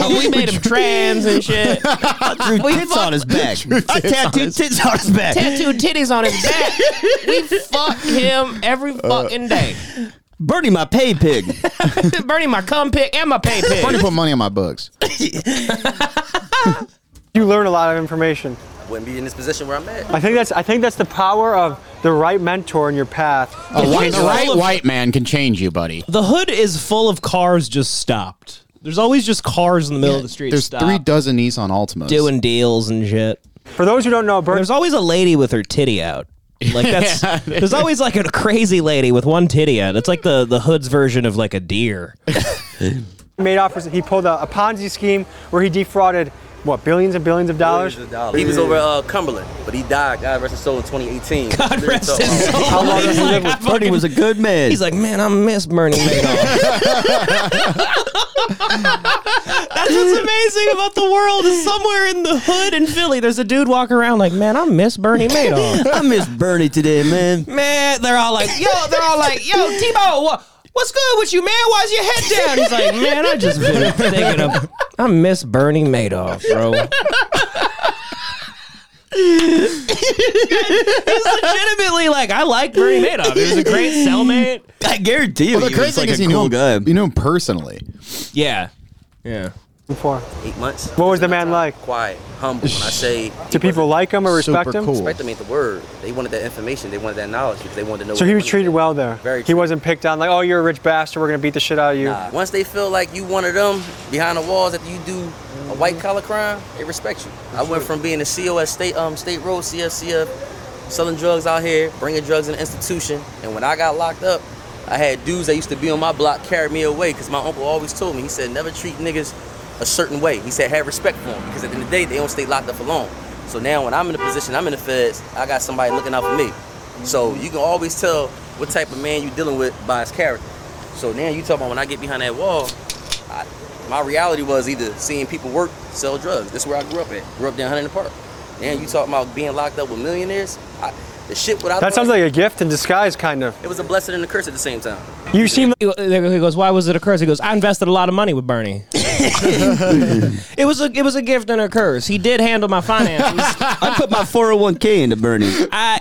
[SPEAKER 3] we made him trans and shit.
[SPEAKER 5] Drew tits on his back. I tattooed tits on his back.
[SPEAKER 3] Tattooed titties on his back. We fuck him every
[SPEAKER 5] Uh.
[SPEAKER 3] fucking day.
[SPEAKER 5] Bernie, my pay pig.
[SPEAKER 3] Bernie, my cum pig and my pay
[SPEAKER 4] Bernie
[SPEAKER 3] pig.
[SPEAKER 4] put money on my books.
[SPEAKER 8] You learn a lot of information.
[SPEAKER 11] Wouldn't be in this position where I'm at.
[SPEAKER 8] I think that's I think that's the power of the right mentor in your path.
[SPEAKER 4] A white,
[SPEAKER 3] full
[SPEAKER 4] right
[SPEAKER 3] of-
[SPEAKER 4] white man can change you, buddy.
[SPEAKER 3] The hood is full of cars just stopped. There's always just cars in the middle of the street.
[SPEAKER 4] There's
[SPEAKER 3] stopped,
[SPEAKER 4] three dozen Nissan Altimas.
[SPEAKER 3] doing deals and shit.
[SPEAKER 8] For those who don't know, Bernie,
[SPEAKER 3] There's always a lady with her titty out. Like that's there's always like a crazy lady with one titty out. It's like the the hood's version of like a deer.
[SPEAKER 8] Madoff was he pulled a, a Ponzi scheme where he defrauded what billions and billions of dollars.
[SPEAKER 11] He was over uh, Cumberland, but he died, God rest his soul, in 2018. God
[SPEAKER 3] rest his
[SPEAKER 11] um,
[SPEAKER 3] soul.
[SPEAKER 8] How long does he live with?
[SPEAKER 5] Bernie was a good man.
[SPEAKER 3] He's like, man, I miss Bernie Madoff. That's what's amazing about the world is somewhere in the hood in Philly, there's a dude walking around like, man, I miss Bernie Madoff.
[SPEAKER 5] I miss Bernie today, man.
[SPEAKER 3] Man, they're all like, yo, they're all like, yo, Tebow, wha- what's good with you, man? Why's your head down? He's like, man, I just been thinking of, I miss Bernie Madoff, bro. He's legitimately like, I like Bernie Madoff. He was a great cellmate.
[SPEAKER 5] I guarantee you,
[SPEAKER 4] Well, the
[SPEAKER 5] he
[SPEAKER 4] crazy
[SPEAKER 5] was
[SPEAKER 4] thing
[SPEAKER 5] like
[SPEAKER 4] is
[SPEAKER 5] a
[SPEAKER 4] you
[SPEAKER 5] cool
[SPEAKER 4] knew
[SPEAKER 5] guy.
[SPEAKER 4] him, you knew him personally.
[SPEAKER 3] Yeah. Yeah.
[SPEAKER 8] Before.
[SPEAKER 11] Eight months.
[SPEAKER 8] What was the man like?
[SPEAKER 11] Quiet, humble. When I say
[SPEAKER 8] Do people like him or respect him?
[SPEAKER 11] Respect them ain't the word. They wanted that information. They wanted that knowledge because they wanted to know.
[SPEAKER 8] So he was treated well there.
[SPEAKER 11] Very
[SPEAKER 8] He wasn't picked on like, oh, you're a rich bastard. We're gonna beat the shit out of you.
[SPEAKER 11] Nah, Once they feel like you one of them behind the walls after you do a white collar crime, they respect you. I went from being a CO at state um state road CFCF, selling drugs out here, bringing drugs in the institution, and when I got locked up, I had dudes that used to be on my block carry me away because my uncle always told me he said never treat niggas a certain way. He said have respect for them because at the end of the day they don't stay locked up alone. So now when I'm in the position I'm in the feds, I got somebody looking out for me. So you can always tell what type of man you dealing with by his character. So now you talk about when I get behind that wall, I, my reality was either seeing people work, sell drugs. That's where I grew up at. Grew up down Huntington Park. Now you talking about being locked up with millionaires. I, the shit what I
[SPEAKER 8] That sounds like a gift in disguise, kind of.
[SPEAKER 11] it was a blessing and a curse at the same time.
[SPEAKER 3] You seem. He goes, why was it a curse? He goes, I invested a lot of money with Bernie. it was a it was a gift and a curse. He did handle my finances.
[SPEAKER 5] I put my 401k into Bernie.
[SPEAKER 3] I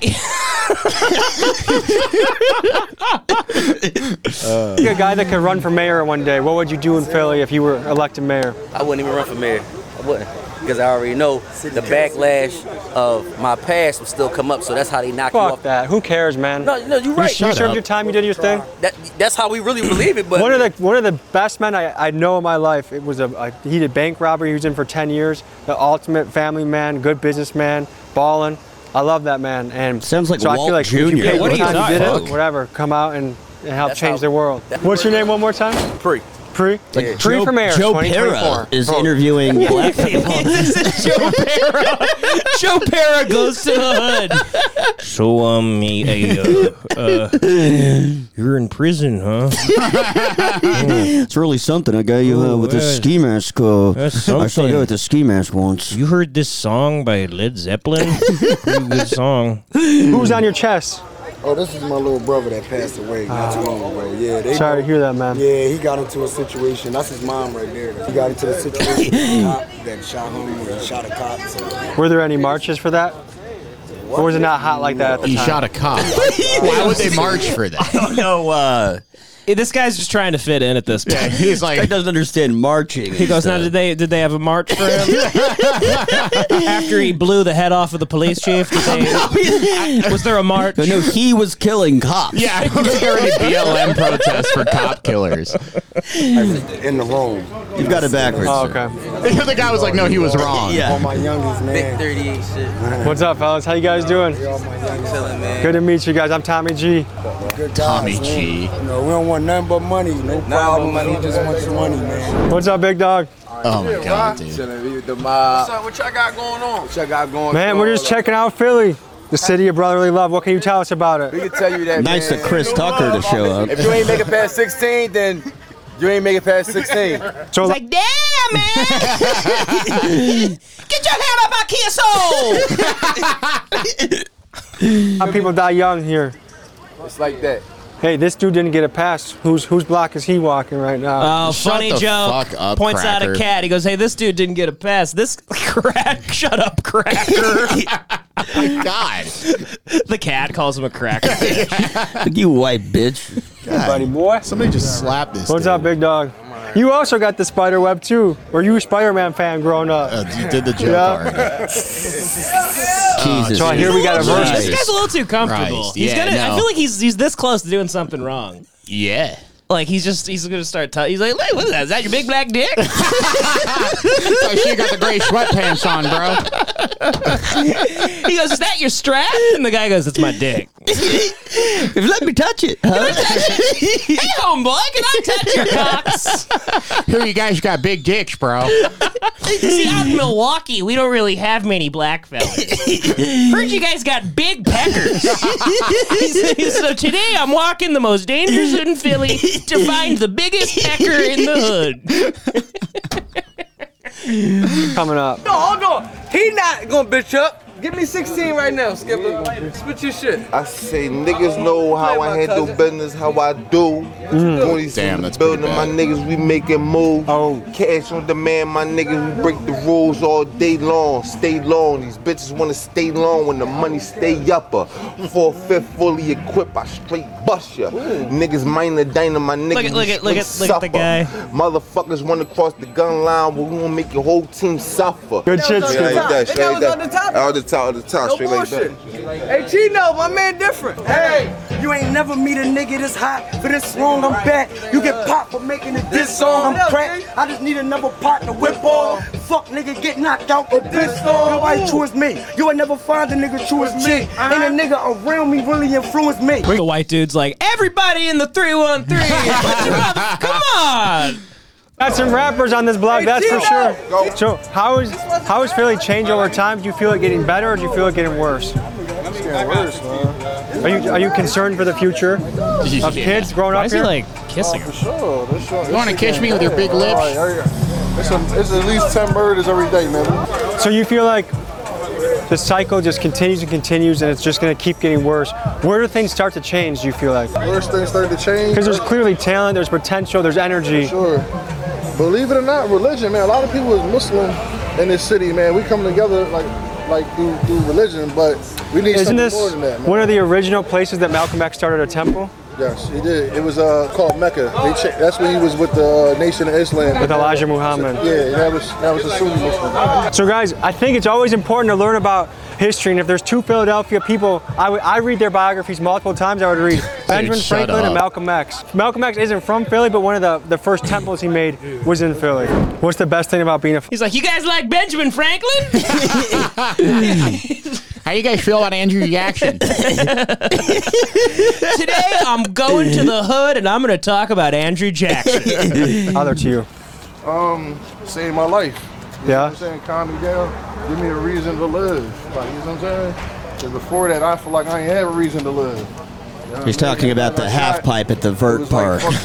[SPEAKER 8] You're a guy that could run for mayor one day. What would you do in Philly if you were elected mayor?
[SPEAKER 11] I wouldn't even run for mayor. I wouldn't. Because I already know the backlash of my past would still come up, so that's how they knock you
[SPEAKER 8] Fuck
[SPEAKER 11] off.
[SPEAKER 8] that. Who cares, man?
[SPEAKER 11] No, no, you're right.
[SPEAKER 8] You served your time. You did your thing.
[SPEAKER 11] That, that's how we really believe it. But
[SPEAKER 8] One of the one of the best men I, I know in my life. It was a, a he did bank robbery. He was in for ten years. The ultimate family man, good businessman, ballin'. I love that man. And
[SPEAKER 5] Sounds like
[SPEAKER 8] so I
[SPEAKER 5] Walt
[SPEAKER 8] feel like if
[SPEAKER 5] Jr..
[SPEAKER 8] you paid
[SPEAKER 5] What
[SPEAKER 8] what
[SPEAKER 5] are you
[SPEAKER 8] time, you did
[SPEAKER 5] talking
[SPEAKER 8] it,
[SPEAKER 5] about?
[SPEAKER 8] whatever. Come out and, and help
[SPEAKER 11] That's
[SPEAKER 8] change
[SPEAKER 11] how-
[SPEAKER 8] the world.
[SPEAKER 11] that's
[SPEAKER 8] What's your name one more time?
[SPEAKER 11] pre.
[SPEAKER 8] Pre.
[SPEAKER 5] Like
[SPEAKER 8] Pre
[SPEAKER 5] Joe,
[SPEAKER 8] for mayor.
[SPEAKER 5] Joe
[SPEAKER 8] 2024.
[SPEAKER 5] Pera is
[SPEAKER 8] Oh.
[SPEAKER 5] interviewing black people.
[SPEAKER 3] Joe Para. Joe Para goes to the hood. So um, me a, uh, uh, you're in prison, huh?
[SPEAKER 5] Mm. It's really something. I got you uh, with the
[SPEAKER 3] Ooh,
[SPEAKER 5] ski mask. Uh, I
[SPEAKER 3] That's
[SPEAKER 5] saw
[SPEAKER 3] something.
[SPEAKER 5] you with the ski mask once.
[SPEAKER 3] You heard this song by Led Zeppelin? Pretty good song.
[SPEAKER 8] Who's on your chest?
[SPEAKER 12] Oh, this is my little brother that passed away not too long ago. Yeah, they
[SPEAKER 8] Sorry to hear that, man.
[SPEAKER 12] Yeah, he got into a situation. That's his mom right there. He got into a situation with a cop that shot him and he shot a cop. So
[SPEAKER 8] Were there any marches for that? Or was it not hot like that at the
[SPEAKER 4] He
[SPEAKER 8] time?
[SPEAKER 4] shot a cop. Why would they march for that?
[SPEAKER 5] don't know. Uh,
[SPEAKER 3] Yeah, This guy's just trying to fit in at this point.
[SPEAKER 4] He's
[SPEAKER 5] guy
[SPEAKER 4] like,
[SPEAKER 5] doesn't understand marching.
[SPEAKER 3] He goes, now did they did they have a march for him? After he blew the head off of the police chief, did they, was there a march?
[SPEAKER 5] No, no, he was killing cops.
[SPEAKER 4] yeah, I was there any BLM protest for cop killers.
[SPEAKER 12] in the room.
[SPEAKER 5] You've got it backwards.
[SPEAKER 8] Oh,
[SPEAKER 5] sir.
[SPEAKER 8] okay.
[SPEAKER 4] the guy was like, no, he was wrong. Oh
[SPEAKER 5] Yeah.
[SPEAKER 12] All my youngest
[SPEAKER 11] Big
[SPEAKER 12] man.
[SPEAKER 11] 38 shit.
[SPEAKER 8] What's up, fellas? How you guys doing?
[SPEAKER 12] All my youngest
[SPEAKER 11] Chilling, man.
[SPEAKER 8] Good to meet you guys. I'm Tommy G.
[SPEAKER 12] good guys,
[SPEAKER 4] Tommy
[SPEAKER 12] man.
[SPEAKER 4] G.
[SPEAKER 12] You know, we don't want nothing but money. No problems. Money. We just want your money, man.
[SPEAKER 8] What's up, big dog?
[SPEAKER 4] Oh my god, dude.
[SPEAKER 12] Chilling with the mob.
[SPEAKER 9] What y'all got going on?
[SPEAKER 12] What y'all got going
[SPEAKER 8] Man,
[SPEAKER 12] on?
[SPEAKER 8] we're just checking out Philly, the city of brotherly love. What can you tell us about
[SPEAKER 12] We
[SPEAKER 8] it?
[SPEAKER 12] can tell you that.
[SPEAKER 5] Nice
[SPEAKER 12] man.
[SPEAKER 5] of Chris Tucker to show up.
[SPEAKER 12] If you ain't make it past 16, then you ain't make it past 16.
[SPEAKER 8] So,
[SPEAKER 3] It's like, damn, man! Get your hand off my kid's soul!
[SPEAKER 8] a lot of people die young here.
[SPEAKER 12] It's like that.
[SPEAKER 8] Hey, this dude didn't get a pass. Whose whose block is he walking right now?
[SPEAKER 3] Oh,
[SPEAKER 4] Uh, Shut
[SPEAKER 3] funny
[SPEAKER 4] the
[SPEAKER 3] joke.
[SPEAKER 4] fuck up,
[SPEAKER 3] Points out a
[SPEAKER 4] cracker.
[SPEAKER 3] cat. He goes, hey, this dude didn't get a pass. This crack, shut up, cracker.
[SPEAKER 4] Oh God.
[SPEAKER 3] the cat calls him a cracker.
[SPEAKER 5] you white bitch.
[SPEAKER 12] Buddy boy.
[SPEAKER 4] Somebody just slapped this.
[SPEAKER 8] What's
[SPEAKER 4] dude.
[SPEAKER 8] up, big dog? You also got the spider web too. Were you a Spider-Man fan growing up?
[SPEAKER 4] Uh, you did the joke
[SPEAKER 8] Yeah.
[SPEAKER 4] already.
[SPEAKER 5] Jesus.
[SPEAKER 8] So I hear we got a verse.
[SPEAKER 3] this guy's a little too comfortable.
[SPEAKER 4] Christ.
[SPEAKER 3] He's
[SPEAKER 4] Yeah,
[SPEAKER 3] gonna. I
[SPEAKER 4] no.
[SPEAKER 3] feel like he's he's this close to doing something wrong.
[SPEAKER 4] Yeah.
[SPEAKER 3] Eh. Like he's just he's gonna start. T- he's like, wait, what is that? Is that your big black dick?
[SPEAKER 4] So she got the gray sweatpants on, bro.
[SPEAKER 3] he goes, is that your strap? And the guy goes, it's my dick.
[SPEAKER 5] Let me touch it. huh?
[SPEAKER 3] hey, homeboy, can I touch your cocks?
[SPEAKER 4] Here, you guys got big dicks, bro.
[SPEAKER 3] See, out in Milwaukee, we don't really have many black fellas. Heard you guys got big peckers. so today I'm walking the most dangerous hood in Philly to find the biggest pecker in the hood.
[SPEAKER 8] Coming up.
[SPEAKER 10] No, hold on. He not gonna bitch up. Give me 16 right now, Skipper. Spit your shit.
[SPEAKER 9] I say niggas know how
[SPEAKER 10] Play
[SPEAKER 9] I
[SPEAKER 10] my
[SPEAKER 9] handle
[SPEAKER 10] cousin.
[SPEAKER 9] business, how I do. Goonies in
[SPEAKER 4] Damn,
[SPEAKER 9] the
[SPEAKER 4] that's
[SPEAKER 9] building,
[SPEAKER 4] pretty
[SPEAKER 9] my
[SPEAKER 4] bad.
[SPEAKER 9] niggas, we making moves. Cash on demand, my niggas, we break the rules all day long. Stay long, these bitches wanna stay long when the money stay upper. Four fifth fully equipped, I straight bust ya. Niggas minor diner, my niggas.
[SPEAKER 3] Look at- look
[SPEAKER 9] we
[SPEAKER 3] at- look at-
[SPEAKER 9] straight
[SPEAKER 3] look at the
[SPEAKER 9] suffer.
[SPEAKER 3] guy.
[SPEAKER 9] Motherfuckers wanna cross the gun line, but we gonna make your whole team suffer.
[SPEAKER 10] Good shit,
[SPEAKER 9] Straight
[SPEAKER 10] Skip.
[SPEAKER 9] like that,
[SPEAKER 10] That
[SPEAKER 9] straight
[SPEAKER 10] was
[SPEAKER 9] like that.
[SPEAKER 10] on the top.
[SPEAKER 9] Out the top, out the top,
[SPEAKER 10] No
[SPEAKER 9] straight like that.
[SPEAKER 10] bullshit. Hey, Chino, my man different. Hey, you ain't never meet a nigga this hot for this long. I'm back. You get popped for making a diss song. I'm crack. I just need another pot to whip on. Fuck nigga, get knocked out with this song. Nobody true as me. You would never find a nigga true as me. Uh-huh. Ain't a nigga around me really influenced me.
[SPEAKER 3] The white dude's like, everybody in the 313. put your up- Come on.
[SPEAKER 8] Got some rappers on this blog, that's for sure. So, how is how is Philly change over time? Do you feel it getting better, or do you feel it getting worse?
[SPEAKER 9] It's getting worse, man.
[SPEAKER 8] Are you are you concerned for the future of
[SPEAKER 9] Yeah.
[SPEAKER 8] kids growing
[SPEAKER 9] Why
[SPEAKER 8] up
[SPEAKER 9] is he,
[SPEAKER 8] here?
[SPEAKER 9] like,
[SPEAKER 3] kissing
[SPEAKER 9] Oh, For sure, for sure.
[SPEAKER 8] You wanna
[SPEAKER 9] It's
[SPEAKER 8] kiss me with your big
[SPEAKER 9] getting-
[SPEAKER 8] lips?
[SPEAKER 9] Oh, yeah, yeah. It's, a, it's at least 10 murders every day, man.
[SPEAKER 8] So you feel like the cycle just continues and continues, and it's just going to keep getting worse. Where do things start to change? Do you feel like?
[SPEAKER 9] Worst things starting to change.
[SPEAKER 8] Because there's clearly talent, there's potential, there's energy.
[SPEAKER 9] Sure. Believe it or not, religion, man. A lot of people is Muslim in this city, man. We come together like, like through, through religion, but we need
[SPEAKER 8] Isn't
[SPEAKER 9] something
[SPEAKER 8] this
[SPEAKER 9] more than that, man.
[SPEAKER 8] one of the original places that Malcolm X started a temple?
[SPEAKER 9] Yes, he did. It was uh, called Mecca. They cha- that's when he was with the uh, Nation of Islam.
[SPEAKER 8] With Elijah Muhammad.
[SPEAKER 9] Yeah, that was that was a Sunni Muslim.
[SPEAKER 8] So, guys, I think it's always important to learn about history. And if there's two Philadelphia people, I would- I read their biographies multiple times. I would read Benjamin
[SPEAKER 4] shut
[SPEAKER 8] Franklin and
[SPEAKER 4] up.
[SPEAKER 8] Malcolm X. Malcolm X isn't from Philly, but one of the, the first temples he made was in Philly. What's the best thing about being a
[SPEAKER 3] He's like, you guys like Benjamin Franklin?
[SPEAKER 4] How you guys feel about Andrew Jackson?
[SPEAKER 3] Today I'm going to the hood and I'm going to talk about Andrew Jackson.
[SPEAKER 8] Other to you.
[SPEAKER 9] Um, saved my life. You
[SPEAKER 8] Yeah.
[SPEAKER 9] Know what I'm saying, calm me down. Give me a reason to live. Like you know what I'm saying? 'Cause before that, I feel like I ain't have a reason to live. You know what
[SPEAKER 5] He's
[SPEAKER 9] I mean?
[SPEAKER 5] talking about the half pipe at the Vert Park.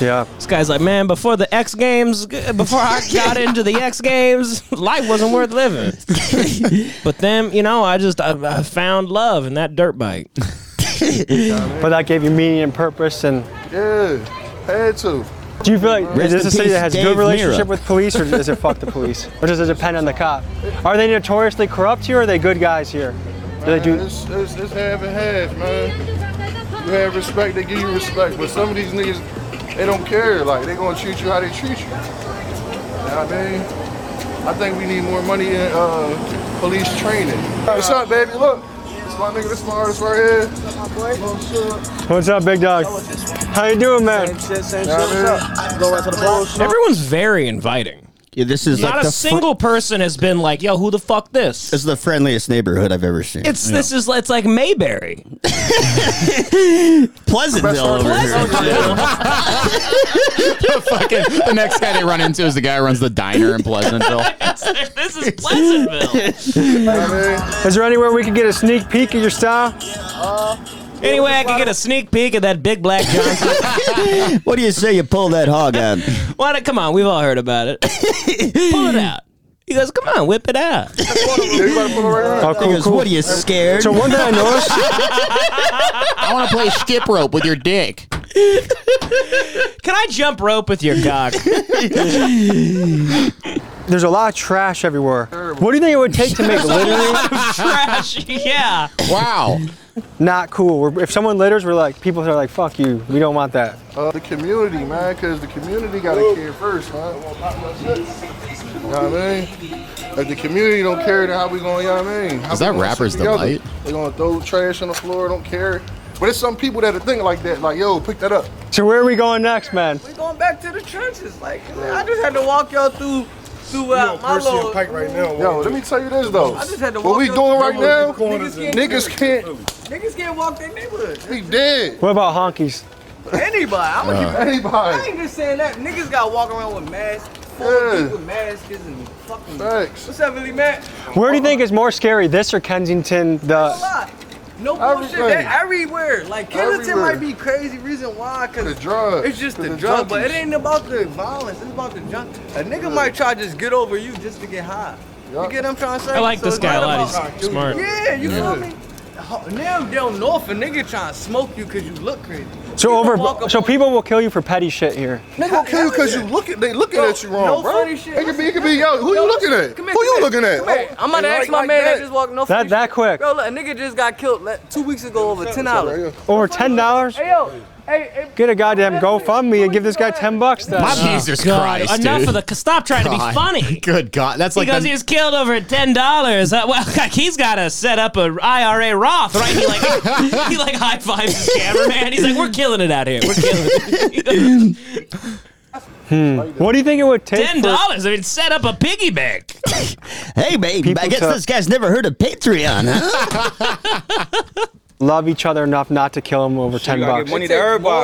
[SPEAKER 8] yeah.
[SPEAKER 3] This guy's like, man, before the X Games, before I got into the X Games, life wasn't worth living. but then, you know, I just I, I found love in that dirt bike.
[SPEAKER 8] but that gave you meaning and purpose. And
[SPEAKER 9] Yeah, had to.
[SPEAKER 8] do you feel like
[SPEAKER 9] Rest
[SPEAKER 8] is this
[SPEAKER 9] in
[SPEAKER 8] a city
[SPEAKER 9] peace,
[SPEAKER 8] that has
[SPEAKER 9] Dave
[SPEAKER 8] good relationship
[SPEAKER 9] Mirra.
[SPEAKER 8] with police, or is it fuck the police, or does it depend on the cop? Are they notoriously corrupt here, or are they good guys here? Do they do?
[SPEAKER 9] It's, it's, it's half and half, man. You have respect, they give you respect. But some of these niggas, they don't care. Like they gonna treat you how they treat you. You know what I mean? I think we need more money in uh, police training. What's up, baby? Look, this my nigga. This my artist right here. That's my boy.
[SPEAKER 8] What's up, big dog? How you doing, man?
[SPEAKER 3] Everyone's very inviting.
[SPEAKER 5] Yeah, this is
[SPEAKER 3] Not
[SPEAKER 5] like
[SPEAKER 3] a
[SPEAKER 5] the fr-
[SPEAKER 3] single person has been like, yo, who the fuck this? This
[SPEAKER 5] is the friendliest neighborhood I've ever seen.
[SPEAKER 3] It's this is it's like Mayberry.
[SPEAKER 5] Pleasantville over here.
[SPEAKER 13] Oh,
[SPEAKER 4] the fucking the next guy they run into is the guy who runs the diner in Pleasantville.
[SPEAKER 3] this is Pleasantville.
[SPEAKER 8] Is there anywhere we can get a sneak peek of your style?
[SPEAKER 4] Uh,
[SPEAKER 3] Anyway, I can get a sneak peek of that big black Johnson.
[SPEAKER 5] What do you say you pull that hog out?
[SPEAKER 3] Why not? Come on, we've all heard about it. Pull it out. He goes, come on, whip it out.
[SPEAKER 8] Oh, cool,
[SPEAKER 5] Because
[SPEAKER 8] cool.
[SPEAKER 5] what are you scared?
[SPEAKER 8] So one thing I noticed,
[SPEAKER 4] I want to play skip rope with your dick.
[SPEAKER 3] Can I jump rope with your cock?
[SPEAKER 8] there's a lot of trash everywhere. What do you think it would take to make
[SPEAKER 3] There's a
[SPEAKER 8] littering
[SPEAKER 3] lot of trash. Yeah.
[SPEAKER 4] Wow.
[SPEAKER 8] not cool? We're, if someone litters, we're like people are like, "Fuck you, we don't want that."
[SPEAKER 9] Uh, the community, man, because the community gotta care first, man. You know what I mean? If the community don't care, then how we going? You know what I mean? How
[SPEAKER 4] Is
[SPEAKER 9] we
[SPEAKER 4] that
[SPEAKER 9] gonna
[SPEAKER 4] Rapper's
[SPEAKER 9] stick together?
[SPEAKER 4] Delight?
[SPEAKER 9] They gonna throw trash on the floor. Don't care. But it's some people that are thinking like that. Like, yo, pick that up.
[SPEAKER 8] So where are we going next, man?
[SPEAKER 10] We going back to the trenches. Like I just had to walk y'all through throughout my
[SPEAKER 9] Percy and
[SPEAKER 10] little.
[SPEAKER 9] Pike right now. Yo, let me tell you this though.
[SPEAKER 10] I just had to
[SPEAKER 9] what
[SPEAKER 10] walk
[SPEAKER 9] we
[SPEAKER 10] up-
[SPEAKER 9] doing right now?
[SPEAKER 10] Niggas can't-
[SPEAKER 9] Niggas can't.
[SPEAKER 10] Niggas can't walk their neighborhood.
[SPEAKER 9] We dead.
[SPEAKER 8] What about honkies?
[SPEAKER 10] Anybody. I'm gonna
[SPEAKER 9] Uh.
[SPEAKER 10] keep
[SPEAKER 9] Anybody.
[SPEAKER 10] I ain't just saying that. Niggas got walking around with masks.
[SPEAKER 9] Yeah.
[SPEAKER 10] Yeah. With masks and fucking. Thanks. What's up, Billy Mac?
[SPEAKER 9] Uh,
[SPEAKER 8] Where do you think is more scary, this or Kensington? The
[SPEAKER 10] Lot. No bullshit.
[SPEAKER 9] Everything.
[SPEAKER 10] That everywhere. Like Killington
[SPEAKER 9] Everywhere.
[SPEAKER 10] might be crazy reason why, cause
[SPEAKER 9] The drugs,
[SPEAKER 10] It's just
[SPEAKER 9] to
[SPEAKER 10] the,
[SPEAKER 9] the
[SPEAKER 10] drug, but it
[SPEAKER 9] junkies.
[SPEAKER 10] ain't about the violence. It's about the junk. A nigga might try to just get over you just to get high. You get what I'm trying to say?
[SPEAKER 3] I like this
[SPEAKER 10] it's
[SPEAKER 3] guy a
[SPEAKER 10] not
[SPEAKER 3] lot.
[SPEAKER 10] about-
[SPEAKER 3] He's smart.
[SPEAKER 10] Yeah, you
[SPEAKER 3] Yeah.
[SPEAKER 10] feel me? Ho- Now they don't know if a nigga trying to smoke you cause you look crazy.
[SPEAKER 8] So over, so people will kill you for petty shit here.
[SPEAKER 9] Nigga will kill you because you look at they looking at you wrong,
[SPEAKER 10] no
[SPEAKER 9] bro.
[SPEAKER 10] funny shit.
[SPEAKER 9] It could be, it could be yo. Who you looking at?
[SPEAKER 10] Come here,
[SPEAKER 9] who you
[SPEAKER 10] come
[SPEAKER 9] looking
[SPEAKER 10] here,
[SPEAKER 9] at?
[SPEAKER 10] come here. I'm gonna ask my man that just walked no
[SPEAKER 8] That that quick.
[SPEAKER 10] Bro, look, a nigga just got killed like, two weeks ago over ten dollars.
[SPEAKER 8] Over ten dollars.
[SPEAKER 10] Hey yo, hey, hey,
[SPEAKER 8] Get a goddamn GoFundMe and give this guy ten bucks. Then.
[SPEAKER 4] My Jesus Christ,
[SPEAKER 3] enough
[SPEAKER 4] dude.
[SPEAKER 3] of the. Stop trying to be
[SPEAKER 4] God.
[SPEAKER 3] funny.
[SPEAKER 4] Good God, that's like
[SPEAKER 3] because
[SPEAKER 4] the-
[SPEAKER 3] he was killed over ten dollars. Uh, well, like, he's got to set up a IRA Roth, right? He like he like high fives his cameraman. He's like, "We're killing it out here. We're killing it."
[SPEAKER 8] Hmm. What do you think it would take?
[SPEAKER 3] ten dollars. I mean, set up a piggy bank.
[SPEAKER 5] Hey, babe, I guess
[SPEAKER 8] to-
[SPEAKER 5] this guy's never heard of Patreon, huh?
[SPEAKER 8] Love each other enough not to kill him over ten
[SPEAKER 12] gotta get
[SPEAKER 8] bucks.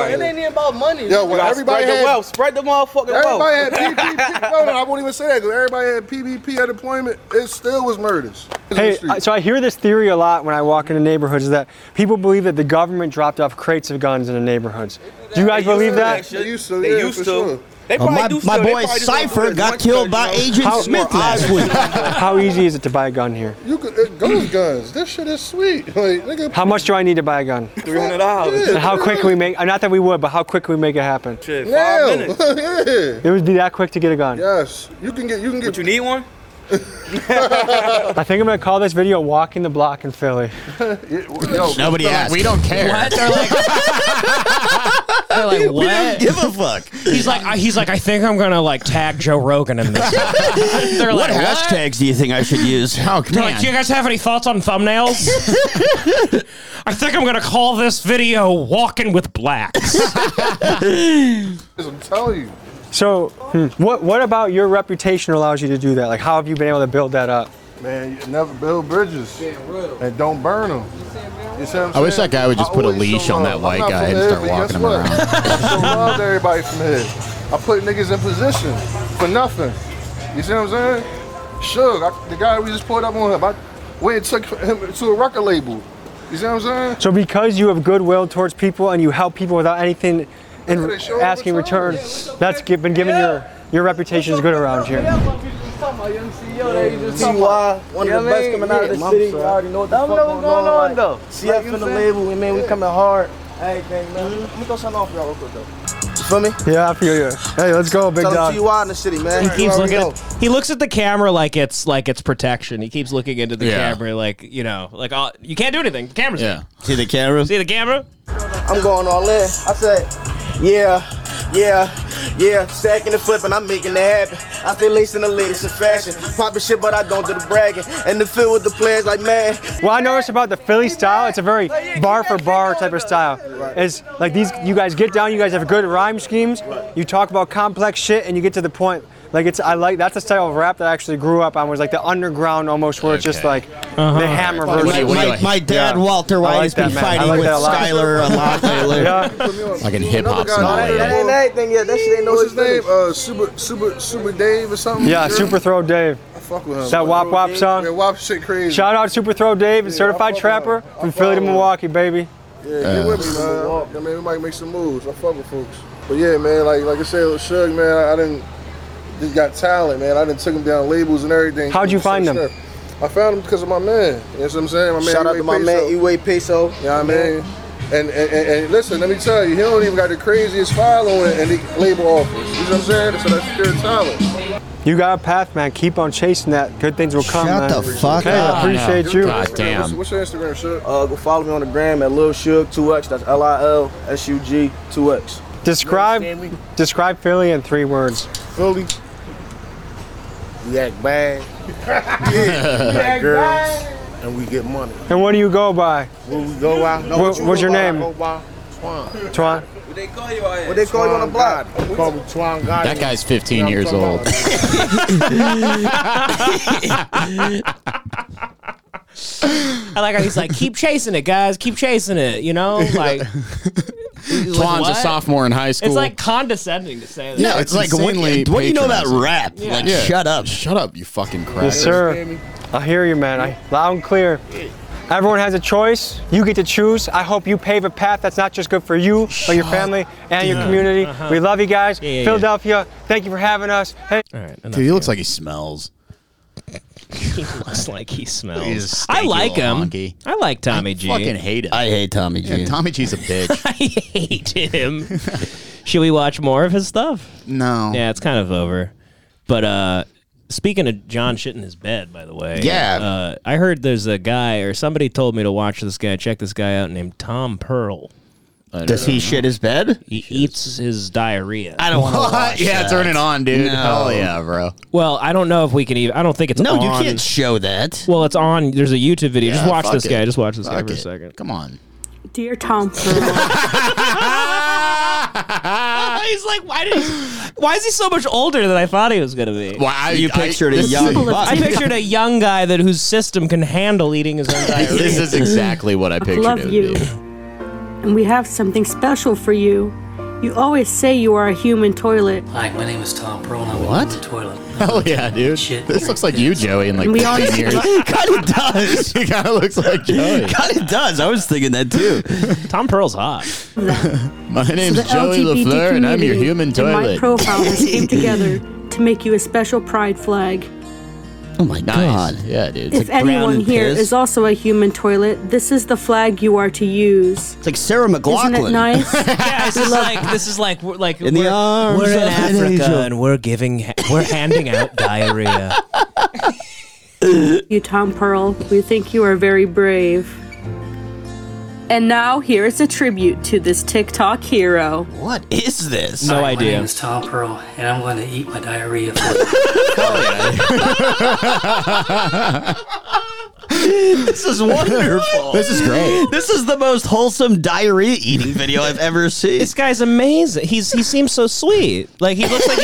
[SPEAKER 12] money
[SPEAKER 10] It ain't even about money.
[SPEAKER 9] Yo, when
[SPEAKER 10] You gotta
[SPEAKER 9] everybody
[SPEAKER 10] spread the
[SPEAKER 9] had-
[SPEAKER 10] wealth, spread the motherfucking
[SPEAKER 9] Everybody
[SPEAKER 10] wealth.
[SPEAKER 9] had PPP. no, no, I won't even say that because everybody had PVP at employment. It still was murders.
[SPEAKER 8] Hey, I- so I hear this theory a lot when I walk into neighborhoods is that people believe that the government dropped off crates of guns in the neighborhoods. Do you guys believe that?
[SPEAKER 9] They used to.
[SPEAKER 10] They
[SPEAKER 9] yeah,
[SPEAKER 10] used
[SPEAKER 9] for
[SPEAKER 10] to.
[SPEAKER 9] Sure.
[SPEAKER 10] They
[SPEAKER 8] Well,
[SPEAKER 10] probably
[SPEAKER 8] Uh, Oh, my-
[SPEAKER 10] do
[SPEAKER 8] my
[SPEAKER 10] still. They
[SPEAKER 8] boy
[SPEAKER 10] probably just
[SPEAKER 8] Cypher
[SPEAKER 10] don't do
[SPEAKER 8] got
[SPEAKER 10] as much
[SPEAKER 8] killed
[SPEAKER 10] drugs,
[SPEAKER 8] by
[SPEAKER 10] you know?
[SPEAKER 8] Agent How- Smith well, last I week. How easy is it to buy a gun here?
[SPEAKER 9] You could it goes guns. This shit is sweet. Like nigga,
[SPEAKER 8] How much do I need to buy a gun?
[SPEAKER 10] Three hundred dollars.
[SPEAKER 8] And how quick can we make? uh, Not that we would, but how quick can we make it happen?
[SPEAKER 10] Shit,
[SPEAKER 9] Hell,
[SPEAKER 10] five minutes.
[SPEAKER 9] yeah.
[SPEAKER 8] It would be that quick to get a gun.
[SPEAKER 9] Yes, you can get. You can get.
[SPEAKER 10] But you need one.
[SPEAKER 8] I think I'm gonna call this video "Walking the Block in Philly."
[SPEAKER 9] Yo,
[SPEAKER 4] Nobody
[SPEAKER 9] they're like,
[SPEAKER 4] asked. We don't care.
[SPEAKER 3] What? They're like, they're like,
[SPEAKER 5] We don't
[SPEAKER 3] what?
[SPEAKER 5] give a fuck.
[SPEAKER 3] He's like, I- he's like, I think I'm gonna like tag Joe Rogan in this. they're
[SPEAKER 5] what
[SPEAKER 3] like, what?
[SPEAKER 5] hashtags do you think I should use?
[SPEAKER 4] Oh
[SPEAKER 3] They're like, do you
[SPEAKER 4] man,
[SPEAKER 3] guys have any thoughts on thumbnails? I think I'm gonna call this video "Walking with Blacks."
[SPEAKER 9] I'm telling you.
[SPEAKER 8] So, hmm, what what about your reputation allows you to do that? Like, how have you been able to build that up?
[SPEAKER 9] Man, you never build bridges and don't burn them. You see what I'm
[SPEAKER 4] I wish
[SPEAKER 9] saying?
[SPEAKER 4] that guy would just
[SPEAKER 9] I
[SPEAKER 4] put a
[SPEAKER 9] always
[SPEAKER 4] leash
[SPEAKER 9] show
[SPEAKER 4] on that
[SPEAKER 9] love.
[SPEAKER 4] white
[SPEAKER 9] I'm not
[SPEAKER 4] guy
[SPEAKER 9] from
[SPEAKER 4] and
[SPEAKER 9] the hood,
[SPEAKER 4] start
[SPEAKER 9] but
[SPEAKER 4] walking
[SPEAKER 9] guess
[SPEAKER 4] him
[SPEAKER 9] what?
[SPEAKER 4] around.
[SPEAKER 9] I show love to everybody from here. I put niggas in position for nothing. You see what I'm saying? Suge, I, the guy we just pulled up on him, I went and took him to a record label. You see what I'm saying?
[SPEAKER 8] So, because you have goodwill towards people and you help people without anything and
[SPEAKER 9] Yeah, they show
[SPEAKER 8] asking
[SPEAKER 9] what's
[SPEAKER 8] return,
[SPEAKER 9] up. Yeah, what's up,
[SPEAKER 8] that's gi- been given your your reputation is good around here.
[SPEAKER 10] T.Y.
[SPEAKER 12] One of the best coming out of the city. I already know what the
[SPEAKER 10] Let
[SPEAKER 12] fuck
[SPEAKER 10] 'em know what's going on, though. Like
[SPEAKER 12] CF
[SPEAKER 10] you
[SPEAKER 12] in the
[SPEAKER 10] said.
[SPEAKER 12] label, we man, we coming hard. Mm-hmm. Everything, man. Let me throw something off for y'all real quick, though. You feel me?
[SPEAKER 8] Yeah, I feel you. Hey, let's go, big
[SPEAKER 12] Tell them
[SPEAKER 8] dog.
[SPEAKER 12] T.Y. in the city, man.
[SPEAKER 3] he
[SPEAKER 12] You
[SPEAKER 3] keeps
[SPEAKER 12] already
[SPEAKER 3] looking.
[SPEAKER 12] know.
[SPEAKER 3] At, he looks at the camera like it's like it's protection. He keeps looking into the
[SPEAKER 4] Yeah.
[SPEAKER 3] camera like you know, like uh, all, you can't do anything. The camera's
[SPEAKER 4] Yeah.
[SPEAKER 5] See the camera?
[SPEAKER 3] there. See the camera?
[SPEAKER 12] I'm going all in. I said, yeah, yeah, yeah. Stacking and flipping, I'm making it happen. I stay lacing the latest in fashion. Popping shit, but I don't do the bragging. And the field with the players like, man,
[SPEAKER 8] Well, I noticed about the Philly style, it's a very bar for bar type of style. It's like these, you guys get down, you guys have good rhyme schemes, you talk about complex shit, and you get to the point. Like it's, I like that's the style of rap that I actually grew up on. Was like the underground almost, where it's just
[SPEAKER 4] Okay.
[SPEAKER 8] like the hammer
[SPEAKER 4] Uh-huh. What do you-
[SPEAKER 8] version.
[SPEAKER 4] what do you
[SPEAKER 5] My,
[SPEAKER 4] like?
[SPEAKER 5] my dad,
[SPEAKER 8] Yeah. I
[SPEAKER 5] Walter White,
[SPEAKER 8] like
[SPEAKER 5] has been
[SPEAKER 8] that, man. I
[SPEAKER 5] fighting
[SPEAKER 8] like
[SPEAKER 5] with
[SPEAKER 8] that a lot.
[SPEAKER 5] Skyler a lot lately.
[SPEAKER 8] Yeah.
[SPEAKER 4] Fucking hip hop's not
[SPEAKER 9] Another
[SPEAKER 4] lit.
[SPEAKER 9] guy-
[SPEAKER 12] ain't anything yet. That shit ain't no
[SPEAKER 9] What's his name? Uh, Super Super Super Dave or something?
[SPEAKER 8] yeah, Super Throw Dave.
[SPEAKER 9] I fuck with him.
[SPEAKER 8] That wop wop
[SPEAKER 9] Yeah,
[SPEAKER 8] song.
[SPEAKER 9] wop shit crazy.
[SPEAKER 8] Shout out Super Throw Dave, and certified trapper from Philly to Milwaukee, baby.
[SPEAKER 9] Yeah, get with me, man. I mean, we might make some moves. I fuck with folks. But yeah, man, like like I said, with Suge, man, I, I didn't just got talent, man. I didn't took him down labels and everything.
[SPEAKER 8] How'd you find them?
[SPEAKER 9] Stuff. I found him because of my man. You know what I'm saying? My man.
[SPEAKER 12] Shout out to my man,
[SPEAKER 9] You
[SPEAKER 12] Eway
[SPEAKER 9] know
[SPEAKER 12] Peso.
[SPEAKER 9] what I mean? And, and, and, and listen, let me tell you, he don't even got the craziest following in the label office. You know what I'm saying? So that's pure talent.
[SPEAKER 8] You got a path, man. Keep on chasing that. Good things will come.
[SPEAKER 5] Shut
[SPEAKER 8] man.
[SPEAKER 5] the fuck
[SPEAKER 8] Hey,
[SPEAKER 5] up.
[SPEAKER 8] I appreciate you.
[SPEAKER 4] God
[SPEAKER 9] What's,
[SPEAKER 4] damn.
[SPEAKER 9] what's your Instagram, Suge?
[SPEAKER 12] Uh, go follow me on the gram at Lil Shug 2X. That's L I L S U G 2X.
[SPEAKER 8] Describe describe Philly in three words.
[SPEAKER 12] Philly. We act bad. yeah. We act girls. And we get money.
[SPEAKER 8] And what do you go by?
[SPEAKER 12] When we go out.
[SPEAKER 8] What-
[SPEAKER 12] you
[SPEAKER 8] what's
[SPEAKER 12] go
[SPEAKER 8] your
[SPEAKER 12] by, I
[SPEAKER 8] name?
[SPEAKER 12] Go by Twan.
[SPEAKER 8] Twan.
[SPEAKER 10] What they call you out here?
[SPEAKER 12] What they call you on the block? They call me Twan God.
[SPEAKER 4] That guy's 15 years old.
[SPEAKER 3] I like how he's like, keep chasing it, guys, keep chasing it. You know, like He's like,
[SPEAKER 4] Twan's a
[SPEAKER 3] "What?"
[SPEAKER 4] sophomore in high school.
[SPEAKER 3] It's like condescending to say that.
[SPEAKER 4] No, it's like, what,
[SPEAKER 5] what do you know about rap? Like,
[SPEAKER 4] Yeah.
[SPEAKER 5] shut up.
[SPEAKER 4] Shut up, you fucking crack.
[SPEAKER 8] Yes, sir. I hear you, man. I, loud and clear. Everyone has a choice. You get to choose. I hope you pave a path that's not just good for you, but your family and your
[SPEAKER 4] up.
[SPEAKER 8] community.
[SPEAKER 4] Uh-huh.
[SPEAKER 8] We love you guys.
[SPEAKER 4] Yeah, yeah, yeah.
[SPEAKER 8] Philadelphia, thank you for having us. Hey.
[SPEAKER 4] Dude, he looks like he smells.
[SPEAKER 3] he looks like he smells.
[SPEAKER 4] He's a
[SPEAKER 3] I
[SPEAKER 4] stanky
[SPEAKER 3] like
[SPEAKER 4] little
[SPEAKER 3] him.
[SPEAKER 4] monkey.
[SPEAKER 3] I like Tommy
[SPEAKER 4] I
[SPEAKER 3] G.
[SPEAKER 4] fucking hate him.
[SPEAKER 5] I hate Tommy G.
[SPEAKER 4] Yeah, Tommy G's a bitch.
[SPEAKER 3] I hate him. Should we watch more of his stuff?
[SPEAKER 4] No.
[SPEAKER 3] Yeah, it's kind of over. But uh speaking of John shit in his bed, by the way.
[SPEAKER 4] Yeah.
[SPEAKER 3] Uh, I heard there's a guy or somebody told me to watch this guy, check this guy out named Tom Pearl.
[SPEAKER 5] Does he shit his bed?
[SPEAKER 3] He eats his diarrhea.
[SPEAKER 5] I don't wanna watch
[SPEAKER 4] yeah,
[SPEAKER 5] that.
[SPEAKER 4] turn it on, dude.
[SPEAKER 5] No.
[SPEAKER 4] Hell yeah, bro.
[SPEAKER 3] Well, I don't know if we can even. I don't think it's
[SPEAKER 5] No, you
[SPEAKER 3] on-
[SPEAKER 5] can't show that.
[SPEAKER 3] Well, it's on. There's a YouTube video.
[SPEAKER 5] Yeah,
[SPEAKER 3] just watch
[SPEAKER 5] fuck
[SPEAKER 3] this
[SPEAKER 5] it.
[SPEAKER 3] guy. Just watch this guy
[SPEAKER 5] Fuck
[SPEAKER 3] for a
[SPEAKER 5] it.
[SPEAKER 3] second.
[SPEAKER 4] Come on.
[SPEAKER 14] Dear Tom Pearl.
[SPEAKER 3] He's like, why did? Why is he so much older than I thought he was gonna be?
[SPEAKER 4] Why I- You I- pictured a this is- young buck.
[SPEAKER 3] I pictured a young guy that whose system can handle eating his own diarrhea.
[SPEAKER 4] This is exactly what I pictured
[SPEAKER 14] love
[SPEAKER 4] it would
[SPEAKER 14] you.
[SPEAKER 4] be.
[SPEAKER 14] and we have something special for you. You always say you are a human toilet.
[SPEAKER 15] Hi, my name is Tom Pearl. and I'm
[SPEAKER 4] What?
[SPEAKER 15] The toilet.
[SPEAKER 4] Hell yeah, dude. This looks like you, Joey, in like
[SPEAKER 14] We all-
[SPEAKER 4] 15 years.
[SPEAKER 5] kind of does.
[SPEAKER 4] he kind of looks like Joey.
[SPEAKER 5] kind of does. I was thinking that too.
[SPEAKER 3] Tom Pearl's hot.
[SPEAKER 4] My name's
[SPEAKER 14] the
[SPEAKER 4] Joey
[SPEAKER 14] LGBT
[SPEAKER 4] LaFleur, and I'm your
[SPEAKER 14] community
[SPEAKER 4] human
[SPEAKER 14] and my
[SPEAKER 4] toilet.
[SPEAKER 14] profile has came together to make you a special pride flag.
[SPEAKER 5] Oh my god.
[SPEAKER 4] Yeah, dude.
[SPEAKER 14] if anyone here is also a human toilet, this is the flag you are to use.
[SPEAKER 5] It's like Sarah
[SPEAKER 14] Isn't it
[SPEAKER 5] McLaughlin.
[SPEAKER 14] nice?
[SPEAKER 3] Yeah, this is like this is like we're like
[SPEAKER 5] In the
[SPEAKER 3] we're,
[SPEAKER 5] arms
[SPEAKER 3] we're in
[SPEAKER 5] of an
[SPEAKER 3] Africa
[SPEAKER 5] angel.
[SPEAKER 3] and we're giving we're handing out diarrhea.
[SPEAKER 14] you, Tom Pearl. We think you are very brave. And now here is a tribute to this TikTok hero.
[SPEAKER 5] What is this?
[SPEAKER 3] No
[SPEAKER 15] Hi,
[SPEAKER 3] idea.
[SPEAKER 15] My name is Tom Pearl, and I'm going to eat my diarrhea for you.
[SPEAKER 5] this is wonderful.
[SPEAKER 4] This is great.
[SPEAKER 5] This is the most wholesome diarrhea eating video I've ever seen.
[SPEAKER 3] This guy's amazing. He's he seems so sweet. Like he looks like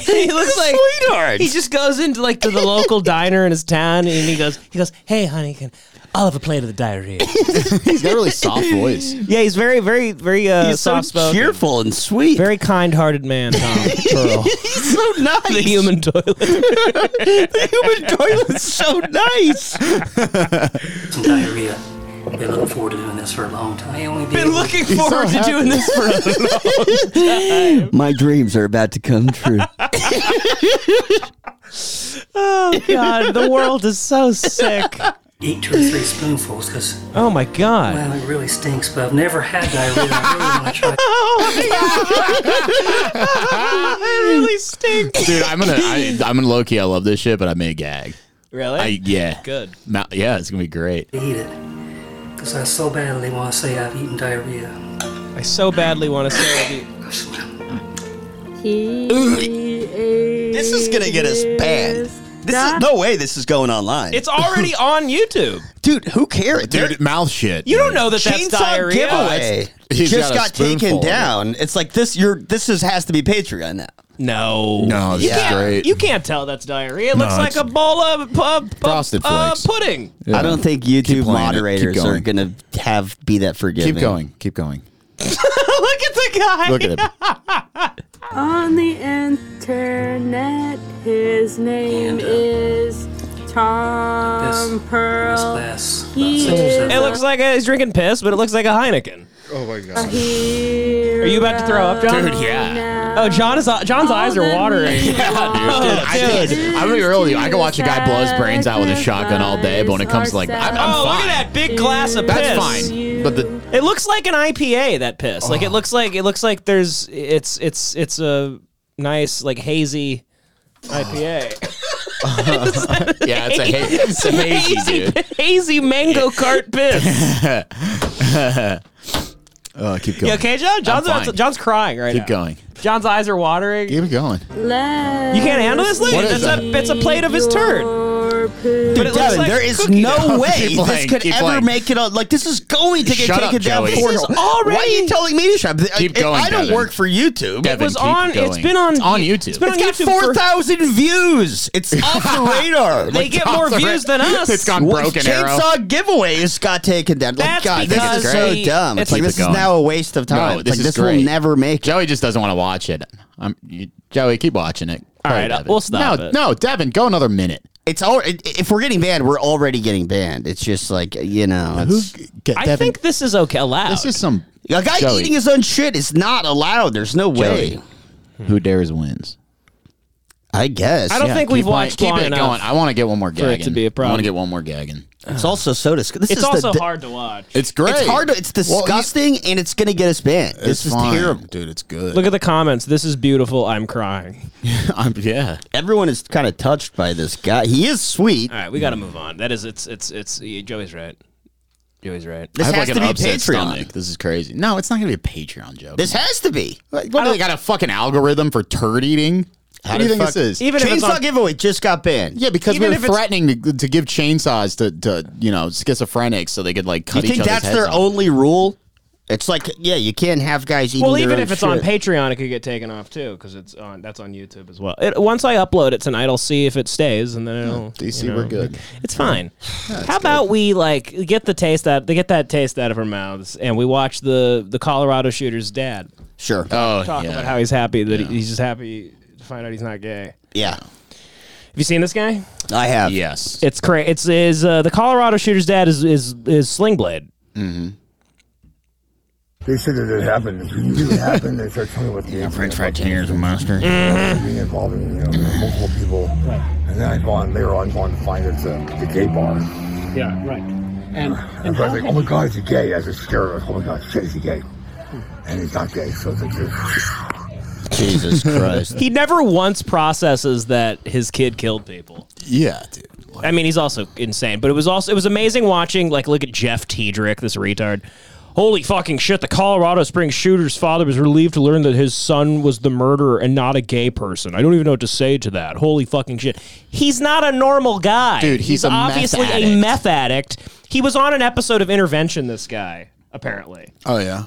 [SPEAKER 3] he, he looks like
[SPEAKER 5] Sweetheart.
[SPEAKER 3] He just goes into like to the local diner in his town and he goes he goes, "Hey honey, can I'll have a plate of the diarrhea."
[SPEAKER 4] He's got a really soft voice.
[SPEAKER 3] yeah, he's very very very uh
[SPEAKER 5] He's so
[SPEAKER 3] soft-spoken.
[SPEAKER 5] cheerful and sweet.
[SPEAKER 3] Very kind-hearted man, Tom Pearl.
[SPEAKER 5] He's so nice.
[SPEAKER 3] the human toilet.
[SPEAKER 5] the human toilet's so nice.
[SPEAKER 15] Some diarrhea. Been looking forward to doing this for a long time. I only
[SPEAKER 3] Been looking
[SPEAKER 5] He's so
[SPEAKER 3] forward to
[SPEAKER 5] happy.
[SPEAKER 3] doing this for a
[SPEAKER 5] My dreams are about to come true.
[SPEAKER 3] Oh god, the world is so sick.
[SPEAKER 15] eat two or three spoonfuls because
[SPEAKER 3] Oh my god.
[SPEAKER 15] well, it really stinks. But I've never had diarrhea. I really want to try.
[SPEAKER 3] Oh, it really stinks.
[SPEAKER 4] Dude, I'm gonna, I, I'm gonna low key. I love this shit, but I may gag.
[SPEAKER 3] Really?
[SPEAKER 4] I yeah.
[SPEAKER 3] Good.
[SPEAKER 4] Ma- yeah, it's gonna be great.
[SPEAKER 15] to eat it because I so badly want to say I've eaten diarrhea.
[SPEAKER 3] I so badly want to say
[SPEAKER 5] this is gonna get us banned. This is no way. This is going online,
[SPEAKER 3] it's already on YouTube.
[SPEAKER 5] dude. Who cares,
[SPEAKER 4] Dude, mouth shit.
[SPEAKER 3] You don't
[SPEAKER 4] dude.
[SPEAKER 3] know that that's
[SPEAKER 5] Chainsaw
[SPEAKER 3] diarrhea. Oh,
[SPEAKER 5] giveaway
[SPEAKER 4] He's
[SPEAKER 5] just
[SPEAKER 4] got
[SPEAKER 5] got,
[SPEAKER 4] a
[SPEAKER 5] taken
[SPEAKER 4] spoonful.
[SPEAKER 5] down. It's like this. You're this is has to be Patreon now.
[SPEAKER 3] No,
[SPEAKER 4] No, this
[SPEAKER 3] you
[SPEAKER 4] is
[SPEAKER 3] can't,
[SPEAKER 4] great.
[SPEAKER 3] You can't tell that's diarrhea. It
[SPEAKER 4] No,
[SPEAKER 3] looks like
[SPEAKER 4] it's-
[SPEAKER 3] a bowl of uh, pu-
[SPEAKER 4] Frosted
[SPEAKER 3] uh,
[SPEAKER 4] Flakes.
[SPEAKER 3] pudding.
[SPEAKER 5] I don't think
[SPEAKER 4] Keep
[SPEAKER 5] YouTube
[SPEAKER 4] playing it. Keep
[SPEAKER 5] moderators are
[SPEAKER 4] going.
[SPEAKER 5] gonna have be that forgiving.
[SPEAKER 4] Keep going. Keep going.
[SPEAKER 3] Look at the guy.
[SPEAKER 4] Look at him.
[SPEAKER 14] On the internet, his name
[SPEAKER 15] And, uh,
[SPEAKER 14] is Tom Pearl.
[SPEAKER 15] Last,
[SPEAKER 14] He
[SPEAKER 15] about six or
[SPEAKER 14] is
[SPEAKER 15] seven.
[SPEAKER 3] It looks like a, he's drinking piss, but it looks like a Heineken.
[SPEAKER 9] Oh my
[SPEAKER 14] a
[SPEAKER 9] god.
[SPEAKER 14] hero.
[SPEAKER 3] Are you about to throw up, John?
[SPEAKER 4] Dude, yeah.
[SPEAKER 3] Oh, John is John's eyes are watering.
[SPEAKER 4] Yeah, dude. I,
[SPEAKER 3] Oh, dude.
[SPEAKER 4] am gonna be real with you. I can watch a guy blow his brains out with a shotgun all day, but when it comes to like, I'm, I'm fine.
[SPEAKER 3] oh, look at that big glass of piss.
[SPEAKER 4] That's fine. Oh. But the
[SPEAKER 3] It looks like an IPA that piss. Like it looks like it looks like there's it's it's it's a nice like hazy IPA.
[SPEAKER 4] yeah, it's a ha- it's a hazy, dude.
[SPEAKER 3] hazy mango cart piss.
[SPEAKER 4] Oh, keep going.
[SPEAKER 3] You okay, John? John's
[SPEAKER 4] I'm fine.
[SPEAKER 3] John's crying right
[SPEAKER 4] Keep
[SPEAKER 3] now.
[SPEAKER 4] going.
[SPEAKER 3] John's eyes are watering.
[SPEAKER 4] Keep going.
[SPEAKER 3] You can't handle this, lady.
[SPEAKER 4] What
[SPEAKER 3] It's
[SPEAKER 4] is
[SPEAKER 3] a it's a plate of his turd.
[SPEAKER 14] turd.
[SPEAKER 3] But it looks
[SPEAKER 5] Devin,
[SPEAKER 3] like
[SPEAKER 5] there is
[SPEAKER 3] cookie dough.
[SPEAKER 5] no way
[SPEAKER 4] Keep
[SPEAKER 5] this
[SPEAKER 4] playing,
[SPEAKER 5] could
[SPEAKER 4] keep
[SPEAKER 5] ever
[SPEAKER 4] playing.
[SPEAKER 5] make it on. Like this is going to get
[SPEAKER 4] Shut up,
[SPEAKER 5] taken down
[SPEAKER 4] Joey.
[SPEAKER 5] before.
[SPEAKER 4] This is
[SPEAKER 5] Why are
[SPEAKER 3] already-
[SPEAKER 5] you telling me to shut? up?
[SPEAKER 4] Keep
[SPEAKER 5] I-
[SPEAKER 4] going,
[SPEAKER 5] I don't
[SPEAKER 4] Devin.
[SPEAKER 5] work for YouTube.
[SPEAKER 3] It was
[SPEAKER 4] keep
[SPEAKER 3] on. It's
[SPEAKER 4] going.
[SPEAKER 3] been on.
[SPEAKER 4] It's on
[SPEAKER 3] it-
[SPEAKER 4] YouTube.
[SPEAKER 3] It's been
[SPEAKER 5] It's got
[SPEAKER 3] on YouTube
[SPEAKER 5] four
[SPEAKER 3] for-
[SPEAKER 5] thousand views. It's off the radar.
[SPEAKER 3] They
[SPEAKER 5] Like,
[SPEAKER 3] get
[SPEAKER 5] off
[SPEAKER 3] more
[SPEAKER 5] the
[SPEAKER 3] views
[SPEAKER 5] ra-
[SPEAKER 3] than us.
[SPEAKER 4] It's gone broken arrow.
[SPEAKER 5] Chainsaw giveaways got taken down. Like,
[SPEAKER 3] That's
[SPEAKER 5] God, this
[SPEAKER 3] because
[SPEAKER 5] is so
[SPEAKER 3] they-
[SPEAKER 5] dumb.
[SPEAKER 3] it's-
[SPEAKER 5] It's like
[SPEAKER 4] Keep
[SPEAKER 5] this
[SPEAKER 4] it
[SPEAKER 5] is
[SPEAKER 4] going.
[SPEAKER 5] now a waste of time.
[SPEAKER 4] No,
[SPEAKER 5] It's like
[SPEAKER 4] this is
[SPEAKER 5] this will
[SPEAKER 4] great.
[SPEAKER 5] never make. it.
[SPEAKER 4] Joey just doesn't want to watch it. I'm you, Joey. Keep watching it. All
[SPEAKER 3] right, uh, we'll stop
[SPEAKER 4] No,
[SPEAKER 3] it.
[SPEAKER 4] no, Devin, go another minute.
[SPEAKER 5] It's all. If we're getting banned, we're already getting banned. It's just like uh, you know. It's,
[SPEAKER 3] I think this is okay. Allowed. This
[SPEAKER 4] is some
[SPEAKER 5] a guy
[SPEAKER 4] Joey.
[SPEAKER 5] eating his own shit is not allowed. There's no way.
[SPEAKER 4] Who dares wins?
[SPEAKER 5] I guess.
[SPEAKER 3] I don't think we've watched
[SPEAKER 4] Keep
[SPEAKER 3] long
[SPEAKER 4] it
[SPEAKER 3] enough
[SPEAKER 4] going. I want to get one more
[SPEAKER 3] for it
[SPEAKER 4] gagging.
[SPEAKER 3] to be a
[SPEAKER 4] I want
[SPEAKER 3] problem.
[SPEAKER 4] to get one more gagging.
[SPEAKER 5] It's also so disgusting.
[SPEAKER 3] it's also hard to watch.
[SPEAKER 4] It's great.
[SPEAKER 5] It's hard. To, it's
[SPEAKER 4] Well, he-
[SPEAKER 5] disgusting, and it's gonna get us banned. this is
[SPEAKER 4] fine,
[SPEAKER 5] terrible.
[SPEAKER 4] dude. It's good.
[SPEAKER 3] Look at the comments. This is beautiful. I'm crying.
[SPEAKER 4] I'm, yeah.
[SPEAKER 5] Everyone is kind of touched by this guy. He is sweet.
[SPEAKER 3] All right, we got to move on. That is, it's, it's, it's. yeah, Joey's right. Joey's right.
[SPEAKER 4] I have like an upset stomach. This is crazy. No, it's not going to be a Patreon joke.
[SPEAKER 5] This has to be.
[SPEAKER 4] Like, what do they got a fucking algorithm for turd eating? How
[SPEAKER 5] How
[SPEAKER 4] do you
[SPEAKER 5] the
[SPEAKER 4] think
[SPEAKER 5] fuck-
[SPEAKER 4] this is?
[SPEAKER 5] Even if it's Chainsaw on- giveaway just got banned.
[SPEAKER 4] Yeah, because
[SPEAKER 5] Even
[SPEAKER 4] we
[SPEAKER 5] if
[SPEAKER 4] were
[SPEAKER 5] it's-
[SPEAKER 4] threatening to, to give chainsaws to, to you know schizophrenics so they could like
[SPEAKER 5] You
[SPEAKER 4] cut each
[SPEAKER 5] think
[SPEAKER 4] other's
[SPEAKER 5] that's
[SPEAKER 4] heads
[SPEAKER 5] their
[SPEAKER 4] off.
[SPEAKER 5] only rule? It's like, yeah, you can't have guys eating.
[SPEAKER 3] Well,
[SPEAKER 5] their
[SPEAKER 3] even
[SPEAKER 5] own
[SPEAKER 3] if it's
[SPEAKER 5] shit.
[SPEAKER 3] on Patreon, it could get taken off too because it's on. That's on YouTube as well. It, once I upload it tonight, I'll see if it stays, and then it'll.
[SPEAKER 4] DC,
[SPEAKER 3] you know,
[SPEAKER 4] we're good.
[SPEAKER 3] It's fine. How about we like get the taste out? They get that taste out of our mouths, and we watch the the Colorado shooter's dad
[SPEAKER 5] Sure.
[SPEAKER 4] Oh,
[SPEAKER 3] talk
[SPEAKER 4] yeah.
[SPEAKER 3] about how he's happy that he- he's just happy to find out he's not gay.
[SPEAKER 5] Yeah.
[SPEAKER 3] Have you seen this guy?
[SPEAKER 5] I have.
[SPEAKER 4] Yes.
[SPEAKER 3] It's cra It's is uh, the Colorado shooter's dad is is is Slingblade. Mm-hmm.
[SPEAKER 16] They said that it happened. It really happened. They started telling me what the yeah, French fried chicken is a monster. Being involved in you know, multiple people, and then I gone later on gone to find it's a, it's a gay bar.
[SPEAKER 15] Yeah, right. And,
[SPEAKER 16] And I was like, oh my god, is he gay? I just scared. I was, oh my god, shit, is he gay? And he's not gay, so it's like this.
[SPEAKER 5] Jesus Christ.
[SPEAKER 3] He never once processes that his kid killed people.
[SPEAKER 4] Yeah, dude.
[SPEAKER 3] I mean, he's also insane, but it was also it was amazing watching. Like, look at Jeff Tiedrick, this retard. Holy fucking shit! The Colorado Springs shooter's father was relieved to learn that his son was the murderer and not a gay person. I don't even know what to say to that. Holy fucking shit! He's not a normal guy,
[SPEAKER 4] Dude, he's a meth
[SPEAKER 3] obviously a
[SPEAKER 4] addict.
[SPEAKER 3] meth addict. He was on an episode of Intervention. This guy apparently.
[SPEAKER 4] Oh yeah.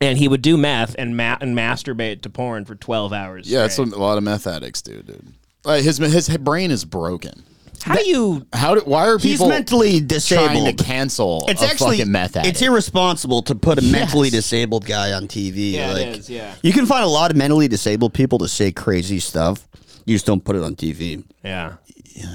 [SPEAKER 3] and he would do meth and ma- and masturbate to porn for 12 hours.
[SPEAKER 4] Yeah, that's
[SPEAKER 3] straight.
[SPEAKER 4] what a lot of meth addicts do, dude. Like his his brain is broken.
[SPEAKER 3] How do you?
[SPEAKER 4] How do? Why are people?
[SPEAKER 5] He's mentally
[SPEAKER 4] Trying
[SPEAKER 5] disabled.
[SPEAKER 4] to cancel.
[SPEAKER 5] It's
[SPEAKER 4] a
[SPEAKER 5] actually
[SPEAKER 4] fucking meth addict.
[SPEAKER 5] It's irresponsible to put a mentally disabled guy on TV.
[SPEAKER 3] Yeah,
[SPEAKER 5] like,
[SPEAKER 3] it is. Yeah.
[SPEAKER 5] You can find a lot of mentally disabled people to say crazy stuff. You just don't put it on TV.
[SPEAKER 3] Yeah.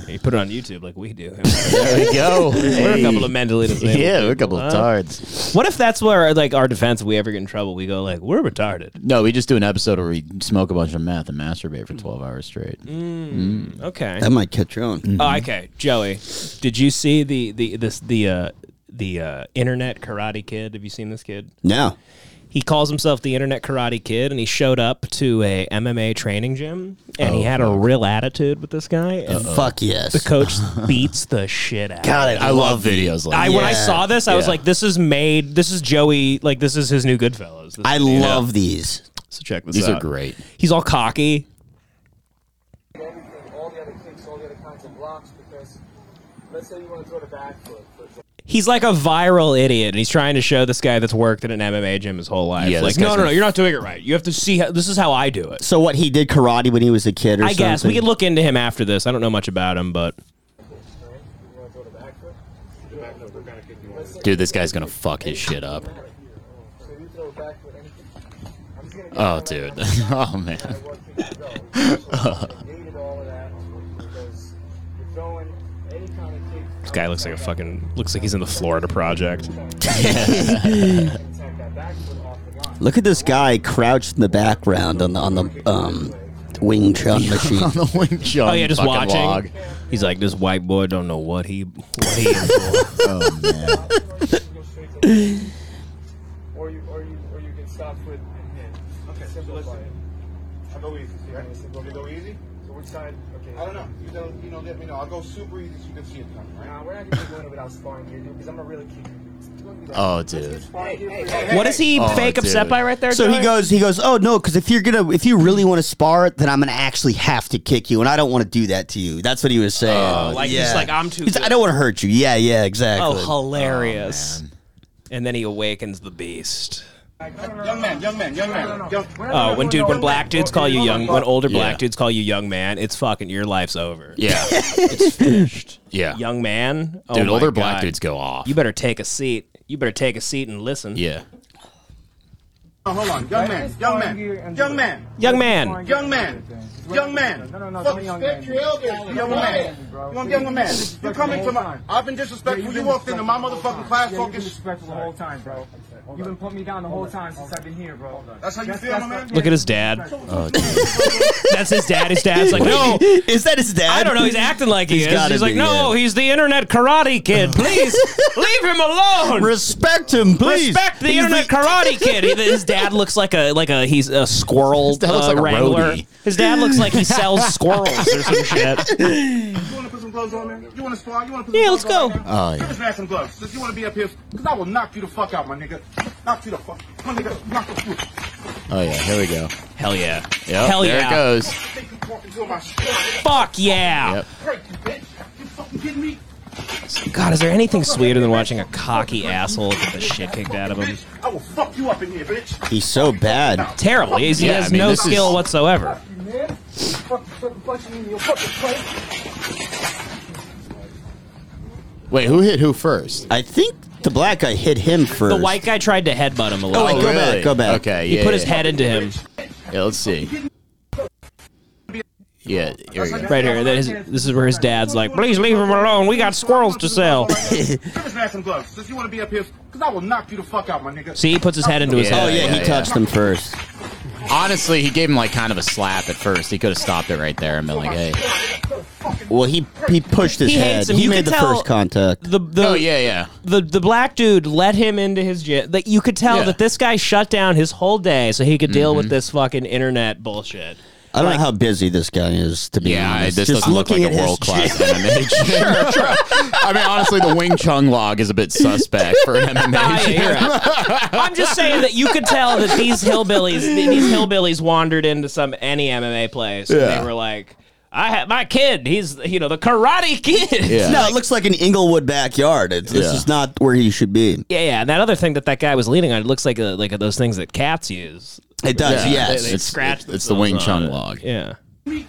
[SPEAKER 3] You put it on YouTube like we do.
[SPEAKER 5] There we go.
[SPEAKER 3] We're a couple of mentally disabled.
[SPEAKER 5] Yeah, we're a couple of
[SPEAKER 3] people, huh?
[SPEAKER 5] tards.
[SPEAKER 3] What if that's where like our defense? If we ever get in trouble, we go like we're retarded.
[SPEAKER 4] No, we just do an episode where we smoke a bunch of meth and masturbate for twelve hours straight.
[SPEAKER 3] Mm, Okay.
[SPEAKER 5] That might Mm-hmm. catch on.
[SPEAKER 3] Oh, okay, Joey, did you see the the this the uh, the uh, internet karate kid? Have you seen this kid?
[SPEAKER 5] No.
[SPEAKER 3] He calls himself the Internet Karate Kid, and he showed up to a MMA training gym, and he
[SPEAKER 5] Oh,
[SPEAKER 3] had a real attitude with this guy. and
[SPEAKER 5] Fuck yes.
[SPEAKER 3] The coach beats the shit out.
[SPEAKER 5] God, I,
[SPEAKER 4] I love videos like
[SPEAKER 3] I
[SPEAKER 4] that.
[SPEAKER 3] when I saw this, I was
[SPEAKER 4] Yeah.
[SPEAKER 3] like, "This is made. This is Joey. Like this is his new Goodfellas." This
[SPEAKER 5] I
[SPEAKER 3] is- you know?
[SPEAKER 5] love these.
[SPEAKER 3] So check this
[SPEAKER 4] These
[SPEAKER 3] out.
[SPEAKER 4] are great.
[SPEAKER 3] He's all cocky.
[SPEAKER 13] all the other kicks, all the other kinds of blocks, because let's say you want to throw the back foot, for example.
[SPEAKER 3] He's like a viral idiot, and he's trying to show this guy that's worked in an MMA gym his whole life.
[SPEAKER 5] Yeah,
[SPEAKER 3] like,
[SPEAKER 5] this guy's
[SPEAKER 3] no, no, no,
[SPEAKER 5] a-
[SPEAKER 3] you're not doing it right. You have to see. How, this is how I do it.
[SPEAKER 5] So what he did karate when he was a kid, or
[SPEAKER 3] I guess we
[SPEAKER 5] something?
[SPEAKER 3] could look into him after this. I don't know much about him, but
[SPEAKER 4] Dude, this guy's gonna fuck his shit up. Oh, dude. Oh man.
[SPEAKER 3] this guy looks like a fucking looks like he's in the Florida Project.
[SPEAKER 5] Look at this guy crouched in the background on the on the um, Wing Chun machine.
[SPEAKER 4] on the Wing Chun.
[SPEAKER 3] oh yeah, just
[SPEAKER 4] fucking
[SPEAKER 3] watching.
[SPEAKER 4] log.
[SPEAKER 3] He's like, this white boy don't know what he what he. in for."
[SPEAKER 4] Oh man.
[SPEAKER 13] Or you, or you, or you can stop with and hit. Okay, so listen. I go easy. Right? You want me to go easy? So which side? Okay. I don't know. You don't, you know, let me know. I'll go super easy so you can see it coming. Right? Nah, we're not gonna be going over without sparring here, dude, because I'm a really kicker.
[SPEAKER 4] Oh dude.
[SPEAKER 3] What is he
[SPEAKER 5] Oh,
[SPEAKER 3] fake
[SPEAKER 5] dude.
[SPEAKER 3] upset by right there?
[SPEAKER 5] So he
[SPEAKER 3] Joey?
[SPEAKER 5] goes, he goes, oh no, because if you're gonna, if you really want to spar, then I'm gonna actually have to kick you, and I don't want to do that to you. That's what he was saying.
[SPEAKER 3] Oh, like, he's like, "I'm too
[SPEAKER 5] He's like,
[SPEAKER 3] good."
[SPEAKER 5] I don't want to hurt you. Yeah, yeah, exactly.
[SPEAKER 3] Oh,
[SPEAKER 4] Oh,
[SPEAKER 3] hilarious! and then he awakens the beast.
[SPEAKER 13] Young man, young man, young man. Young,
[SPEAKER 3] Oh, when dude, when black dudes call you young, when older black
[SPEAKER 4] Yeah.
[SPEAKER 3] dudes call you young man, it's fucking your life's over.
[SPEAKER 4] Yeah.
[SPEAKER 3] it's finished.
[SPEAKER 4] Yeah.
[SPEAKER 3] young man, oh
[SPEAKER 4] Dude,
[SPEAKER 3] my
[SPEAKER 4] older black
[SPEAKER 3] God.
[SPEAKER 4] dudes go off.
[SPEAKER 3] You better take a seat. You better take a seat and listen.
[SPEAKER 4] Yeah.
[SPEAKER 13] Oh, Hold on, young man, young man, young man,
[SPEAKER 3] Young man.
[SPEAKER 13] young man, young man. No, no, no, respect your elders, young man. You want young man? You're coming to my. I've been disrespectful. You walked into my motherfucking class talking. Disrespectful the whole time, bro. You've been putting me down the whole time since I've been here, bro. That's how you feel, my man.
[SPEAKER 3] Look at his dad. Oh, That's his dad. His dad's like, no.
[SPEAKER 5] Oh, Is that his dad?
[SPEAKER 3] I don't know. He's acting like he
[SPEAKER 5] He's
[SPEAKER 3] is.
[SPEAKER 5] gotta
[SPEAKER 3] He's like,
[SPEAKER 5] be,
[SPEAKER 3] no, he's the internet karate kid. Please leave him alone.
[SPEAKER 5] Respect him, please.
[SPEAKER 3] Respect the
[SPEAKER 5] He's
[SPEAKER 3] internet
[SPEAKER 5] the-
[SPEAKER 3] karate kid. He- His dad looks like a like a he's a squirrel
[SPEAKER 5] dad looks
[SPEAKER 3] uh,
[SPEAKER 5] like a
[SPEAKER 3] wrangler.
[SPEAKER 5] roadie.
[SPEAKER 3] His dad looks like he sells squirrels or some shit.
[SPEAKER 13] You want to put some gloves on, man? You want to spar? You want to put
[SPEAKER 3] Yeah,
[SPEAKER 13] some
[SPEAKER 3] let's
[SPEAKER 13] gloves on
[SPEAKER 3] go.
[SPEAKER 13] right now?
[SPEAKER 3] Oh, yeah.
[SPEAKER 13] Give this man some gloves. Since you want to be up here, because I will knock you the fuck out, my nigga. Knock you the fuck. My nigga, knock the fuck.
[SPEAKER 4] Oh yeah, here we go.
[SPEAKER 3] Hell yeah.
[SPEAKER 4] Oh, Yep,
[SPEAKER 3] Hell
[SPEAKER 4] there
[SPEAKER 3] yeah.
[SPEAKER 4] it goes.
[SPEAKER 3] Fuck yeah.
[SPEAKER 13] Kidding me?
[SPEAKER 3] God, is there anything sweeter than watching a cocky asshole get the shit kicked out of him?
[SPEAKER 13] I will fuck you up in here, bitch.
[SPEAKER 5] He's so bad.
[SPEAKER 3] Terrible. He's- he has no skill whatsoever.
[SPEAKER 13] You man. Fuck you, fucking punching me in your fucking face.
[SPEAKER 5] Wait, who hit who first? I think the black guy hit him first.
[SPEAKER 3] The white guy tried to headbutt him a little.
[SPEAKER 5] Oh, wait, go back, go back.
[SPEAKER 4] Okay,
[SPEAKER 3] He
[SPEAKER 4] yeah,
[SPEAKER 3] put
[SPEAKER 4] yeah.
[SPEAKER 3] his head into him.
[SPEAKER 4] Yeah, let's see. Yeah, here we go.
[SPEAKER 3] Right here. that is- this is where his dad's like, please leave him alone. We got squirrels to sell.
[SPEAKER 13] Give this man some gloves. Since you want to be up here, because I will knock you the fuck out, my nigga.
[SPEAKER 3] See, he puts his head into his
[SPEAKER 4] Yeah,
[SPEAKER 3] head.
[SPEAKER 4] Oh, yeah, he yeah, yeah. touched him
[SPEAKER 5] first.
[SPEAKER 4] Honestly, he gave him like kind of a slap at first. He could have stopped it right there and been like, "Hey."
[SPEAKER 5] Well, he he pushed his
[SPEAKER 4] He hates
[SPEAKER 5] head.
[SPEAKER 4] him.
[SPEAKER 5] He
[SPEAKER 4] You
[SPEAKER 5] made
[SPEAKER 4] can
[SPEAKER 5] the
[SPEAKER 4] tell-
[SPEAKER 5] first contact.
[SPEAKER 3] The, the,
[SPEAKER 4] oh yeah, yeah.
[SPEAKER 3] the the black dude let him into his gym. That you could tell
[SPEAKER 4] Yeah. Mm-hmm.
[SPEAKER 3] that this guy shut down his whole day so he could deal with this fucking internet bullshit.
[SPEAKER 5] I don't know how busy this guy is. To be
[SPEAKER 4] Yeah,
[SPEAKER 5] honest,
[SPEAKER 4] this
[SPEAKER 5] Just
[SPEAKER 4] doesn't look
[SPEAKER 5] looking
[SPEAKER 4] like a
[SPEAKER 5] at his
[SPEAKER 4] world-class
[SPEAKER 5] gym-
[SPEAKER 4] MMA gym. Sure, sure. I mean, honestly, the Wing Chun log is a bit suspect for an MMA.
[SPEAKER 3] Yeah, you're right. I'm just saying that you could tell that these hillbillies th- these hillbillies wandered into some any MMA place and
[SPEAKER 5] Yeah.
[SPEAKER 3] they were like, "I have my kid. He's you know the karate kid."
[SPEAKER 5] No, it looks like an Inglewood backyard. It's, This
[SPEAKER 3] Yeah.
[SPEAKER 5] is not where he should be.
[SPEAKER 3] Yeah, yeah, and that other thing that that guy was leaning on it looks like a, like those things that cats use.
[SPEAKER 5] It does,
[SPEAKER 3] Yeah,
[SPEAKER 5] yes.
[SPEAKER 3] they- they
[SPEAKER 5] It's-
[SPEAKER 3] scratch
[SPEAKER 5] it's the Wing
[SPEAKER 3] themselves on
[SPEAKER 5] Chun
[SPEAKER 3] it.
[SPEAKER 5] log.
[SPEAKER 3] Yeah,
[SPEAKER 13] Fuck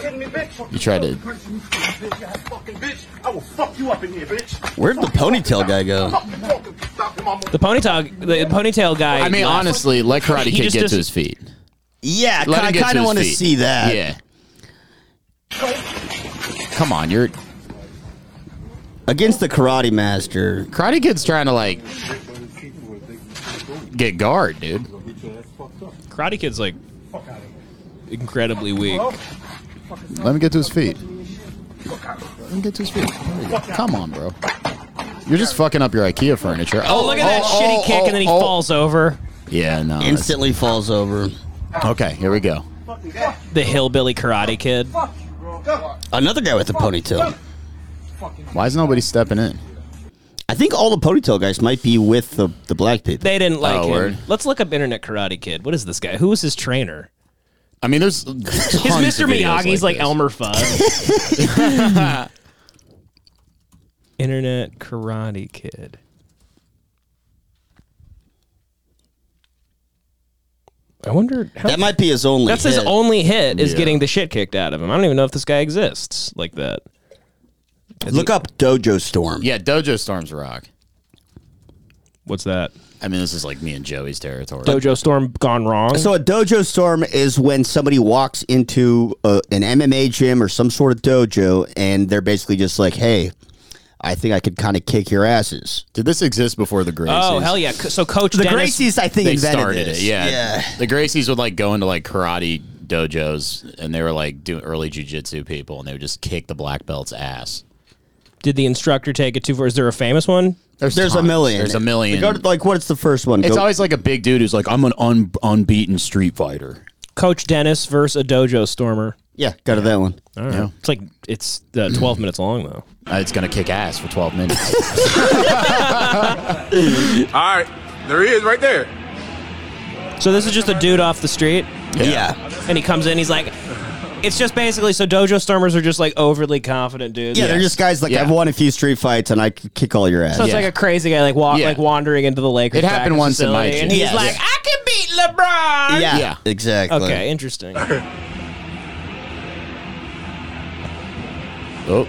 [SPEAKER 13] kidding me, bitch.
[SPEAKER 5] You tried to-
[SPEAKER 13] Punching me, bitch, you ass fucking bitch. I will fuck you up in here, bitch.
[SPEAKER 5] Where'd the ponytail guy go?
[SPEAKER 3] the ponytail the ponytail guy.
[SPEAKER 4] I mean,
[SPEAKER 3] left.
[SPEAKER 4] honestly, let Karate
[SPEAKER 3] He
[SPEAKER 4] Kid
[SPEAKER 3] just
[SPEAKER 4] get
[SPEAKER 3] dis-
[SPEAKER 4] to his feet.
[SPEAKER 5] Yeah,
[SPEAKER 4] Let him
[SPEAKER 5] I
[SPEAKER 4] get
[SPEAKER 5] kind
[SPEAKER 4] his
[SPEAKER 5] of want to
[SPEAKER 4] feet.
[SPEAKER 5] see that.
[SPEAKER 4] Yeah. Come on, you're
[SPEAKER 5] against the Karate Master.
[SPEAKER 4] Karate Kid's trying to like get guard, dude.
[SPEAKER 3] Karate Kid's like incredibly weak.
[SPEAKER 4] Let me get to his feet. Let me get to his feet. Come on, bro. You're just fucking up your IKEA furniture.
[SPEAKER 3] Oh, look at that shitty kick, and then he
[SPEAKER 5] oh,
[SPEAKER 3] falls over.
[SPEAKER 4] Yeah, no.
[SPEAKER 5] Instantly falls over.
[SPEAKER 4] Okay, here we go.
[SPEAKER 3] The hillbilly karate kid.
[SPEAKER 5] Another guy with a ponytail.
[SPEAKER 4] Why is nobody stepping in?
[SPEAKER 5] I think all the ponytail guys might be with the, the black people.
[SPEAKER 3] They didn't like
[SPEAKER 5] Oh,
[SPEAKER 3] him.
[SPEAKER 5] word.
[SPEAKER 3] Let's look up internet karate kid. What is this guy? Who was his trainer?
[SPEAKER 4] I mean, there's
[SPEAKER 3] is Mr. Miyagi's like, Elmer Fudd. internet karate kid. I wonder how
[SPEAKER 5] That might be his only.
[SPEAKER 3] That's his
[SPEAKER 5] hit.
[SPEAKER 3] only hit is
[SPEAKER 5] Yeah.
[SPEAKER 3] getting the shit kicked out of him. I don't even know if this guy exists like that.
[SPEAKER 5] Look up Dojo Storm.
[SPEAKER 4] Yeah, Dojo Storm's rock.
[SPEAKER 3] What's that?
[SPEAKER 4] I mean, this is like me and Joey's territory.
[SPEAKER 3] Dojo Storm gone wrong.
[SPEAKER 5] So a dojo storm is when somebody walks into a, an MMA gym or some sort of dojo, and they're basically just like, "Hey, I think I could kind of kick your asses."
[SPEAKER 4] Did this exist before the Gracies?
[SPEAKER 3] Oh hell yeah! Co- So Coach
[SPEAKER 5] The
[SPEAKER 3] Dennis,
[SPEAKER 5] Gracies, I think,
[SPEAKER 4] they
[SPEAKER 5] invented
[SPEAKER 4] started
[SPEAKER 5] this.
[SPEAKER 4] it. Yeah.
[SPEAKER 5] Yeah.
[SPEAKER 4] the Gracies would like go into like karate dojos, and they were like doing early jujitsu people, and they would just kick the black belt's ass.
[SPEAKER 3] Did the instructor take it too far? Is there a famous one?
[SPEAKER 4] There's,
[SPEAKER 5] a million.
[SPEAKER 4] There's a million.
[SPEAKER 5] Go to- like, what's the first one?
[SPEAKER 4] It's
[SPEAKER 5] Go-
[SPEAKER 4] always like a big dude who's like, I'm an un- unbeaten street fighter.
[SPEAKER 3] Coach Dennis versus a dojo stormer.
[SPEAKER 5] yeah, go to that one.
[SPEAKER 3] All right. It's like it's uh, twelve minutes long though.
[SPEAKER 4] Uh, it's gonna kick ass for twelve minutes.
[SPEAKER 13] All right, there he is right there.
[SPEAKER 3] So this is just a dude off the street.
[SPEAKER 5] Yeah.
[SPEAKER 3] And he comes in. He's like, it's just basically so dojo stormers are just like overly confident dudes.
[SPEAKER 5] Yeah, they're just guys like I've won a few street fights and I could kick all your ass.
[SPEAKER 3] So it's like a crazy guy like walk
[SPEAKER 5] Yeah.
[SPEAKER 3] like wandering into the Lakers.
[SPEAKER 5] It happened once
[SPEAKER 3] practice
[SPEAKER 5] in my
[SPEAKER 3] facility, and
[SPEAKER 5] gym.
[SPEAKER 3] he's
[SPEAKER 5] Yes.
[SPEAKER 3] like, I can beat LeBron.
[SPEAKER 5] yeah, exactly.
[SPEAKER 3] Okay, interesting.
[SPEAKER 4] oh,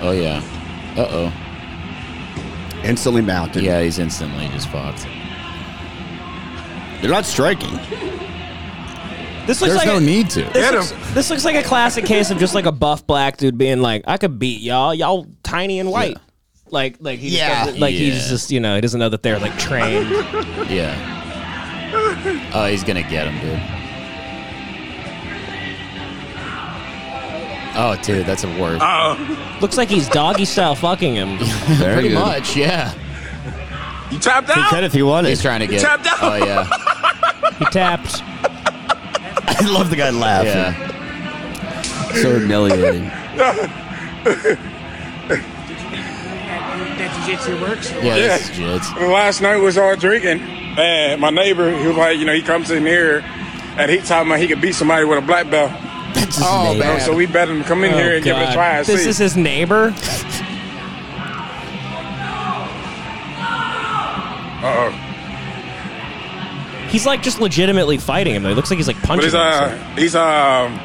[SPEAKER 4] oh yeah. Uh oh.
[SPEAKER 5] Instantly mounted.
[SPEAKER 4] Yeah, he's instantly just fucked. They're not striking.
[SPEAKER 3] This looks
[SPEAKER 4] There's
[SPEAKER 3] like
[SPEAKER 4] no
[SPEAKER 3] a-
[SPEAKER 4] need to.
[SPEAKER 3] This looks, this looks like a classic case of just like a buff black dude being like, "I could beat y'all, y'all tiny and white." Like, like he, just
[SPEAKER 4] Yeah.
[SPEAKER 3] doesn't- like he's
[SPEAKER 4] Yeah.
[SPEAKER 3] just you know he doesn't know that they're like trained.
[SPEAKER 4] Yeah. Oh, he's gonna get him, dude. Oh, dude, that's a word.
[SPEAKER 3] Uh, Looks like he's doggy style fucking him.
[SPEAKER 4] Very Pretty good. much, yeah.
[SPEAKER 3] You tapped
[SPEAKER 4] He could if he wanted. He's trying to get.
[SPEAKER 3] tapped out.
[SPEAKER 4] Oh yeah.
[SPEAKER 3] he tapped.
[SPEAKER 5] I love the guy laughing.
[SPEAKER 4] Yeah. So humiliating.
[SPEAKER 17] That jiu-jitsu works?
[SPEAKER 4] Yeah, this is jits.
[SPEAKER 17] Well, Last night was all drinking, and my neighbor, he was like, you know, he comes in here, and he talking about he could beat somebody with a black belt. That's
[SPEAKER 4] his
[SPEAKER 17] oh,
[SPEAKER 4] neighbor.
[SPEAKER 17] man. So we better than come in
[SPEAKER 3] Oh,
[SPEAKER 17] here and give it a
[SPEAKER 3] God.
[SPEAKER 17] try. and
[SPEAKER 3] This
[SPEAKER 17] see.
[SPEAKER 3] is his neighbor.
[SPEAKER 17] Uh-oh.
[SPEAKER 3] He's like just legitimately fighting him. though. It looks like he's like
[SPEAKER 17] But
[SPEAKER 3] punching.
[SPEAKER 17] he's
[SPEAKER 3] him.
[SPEAKER 17] uh he's um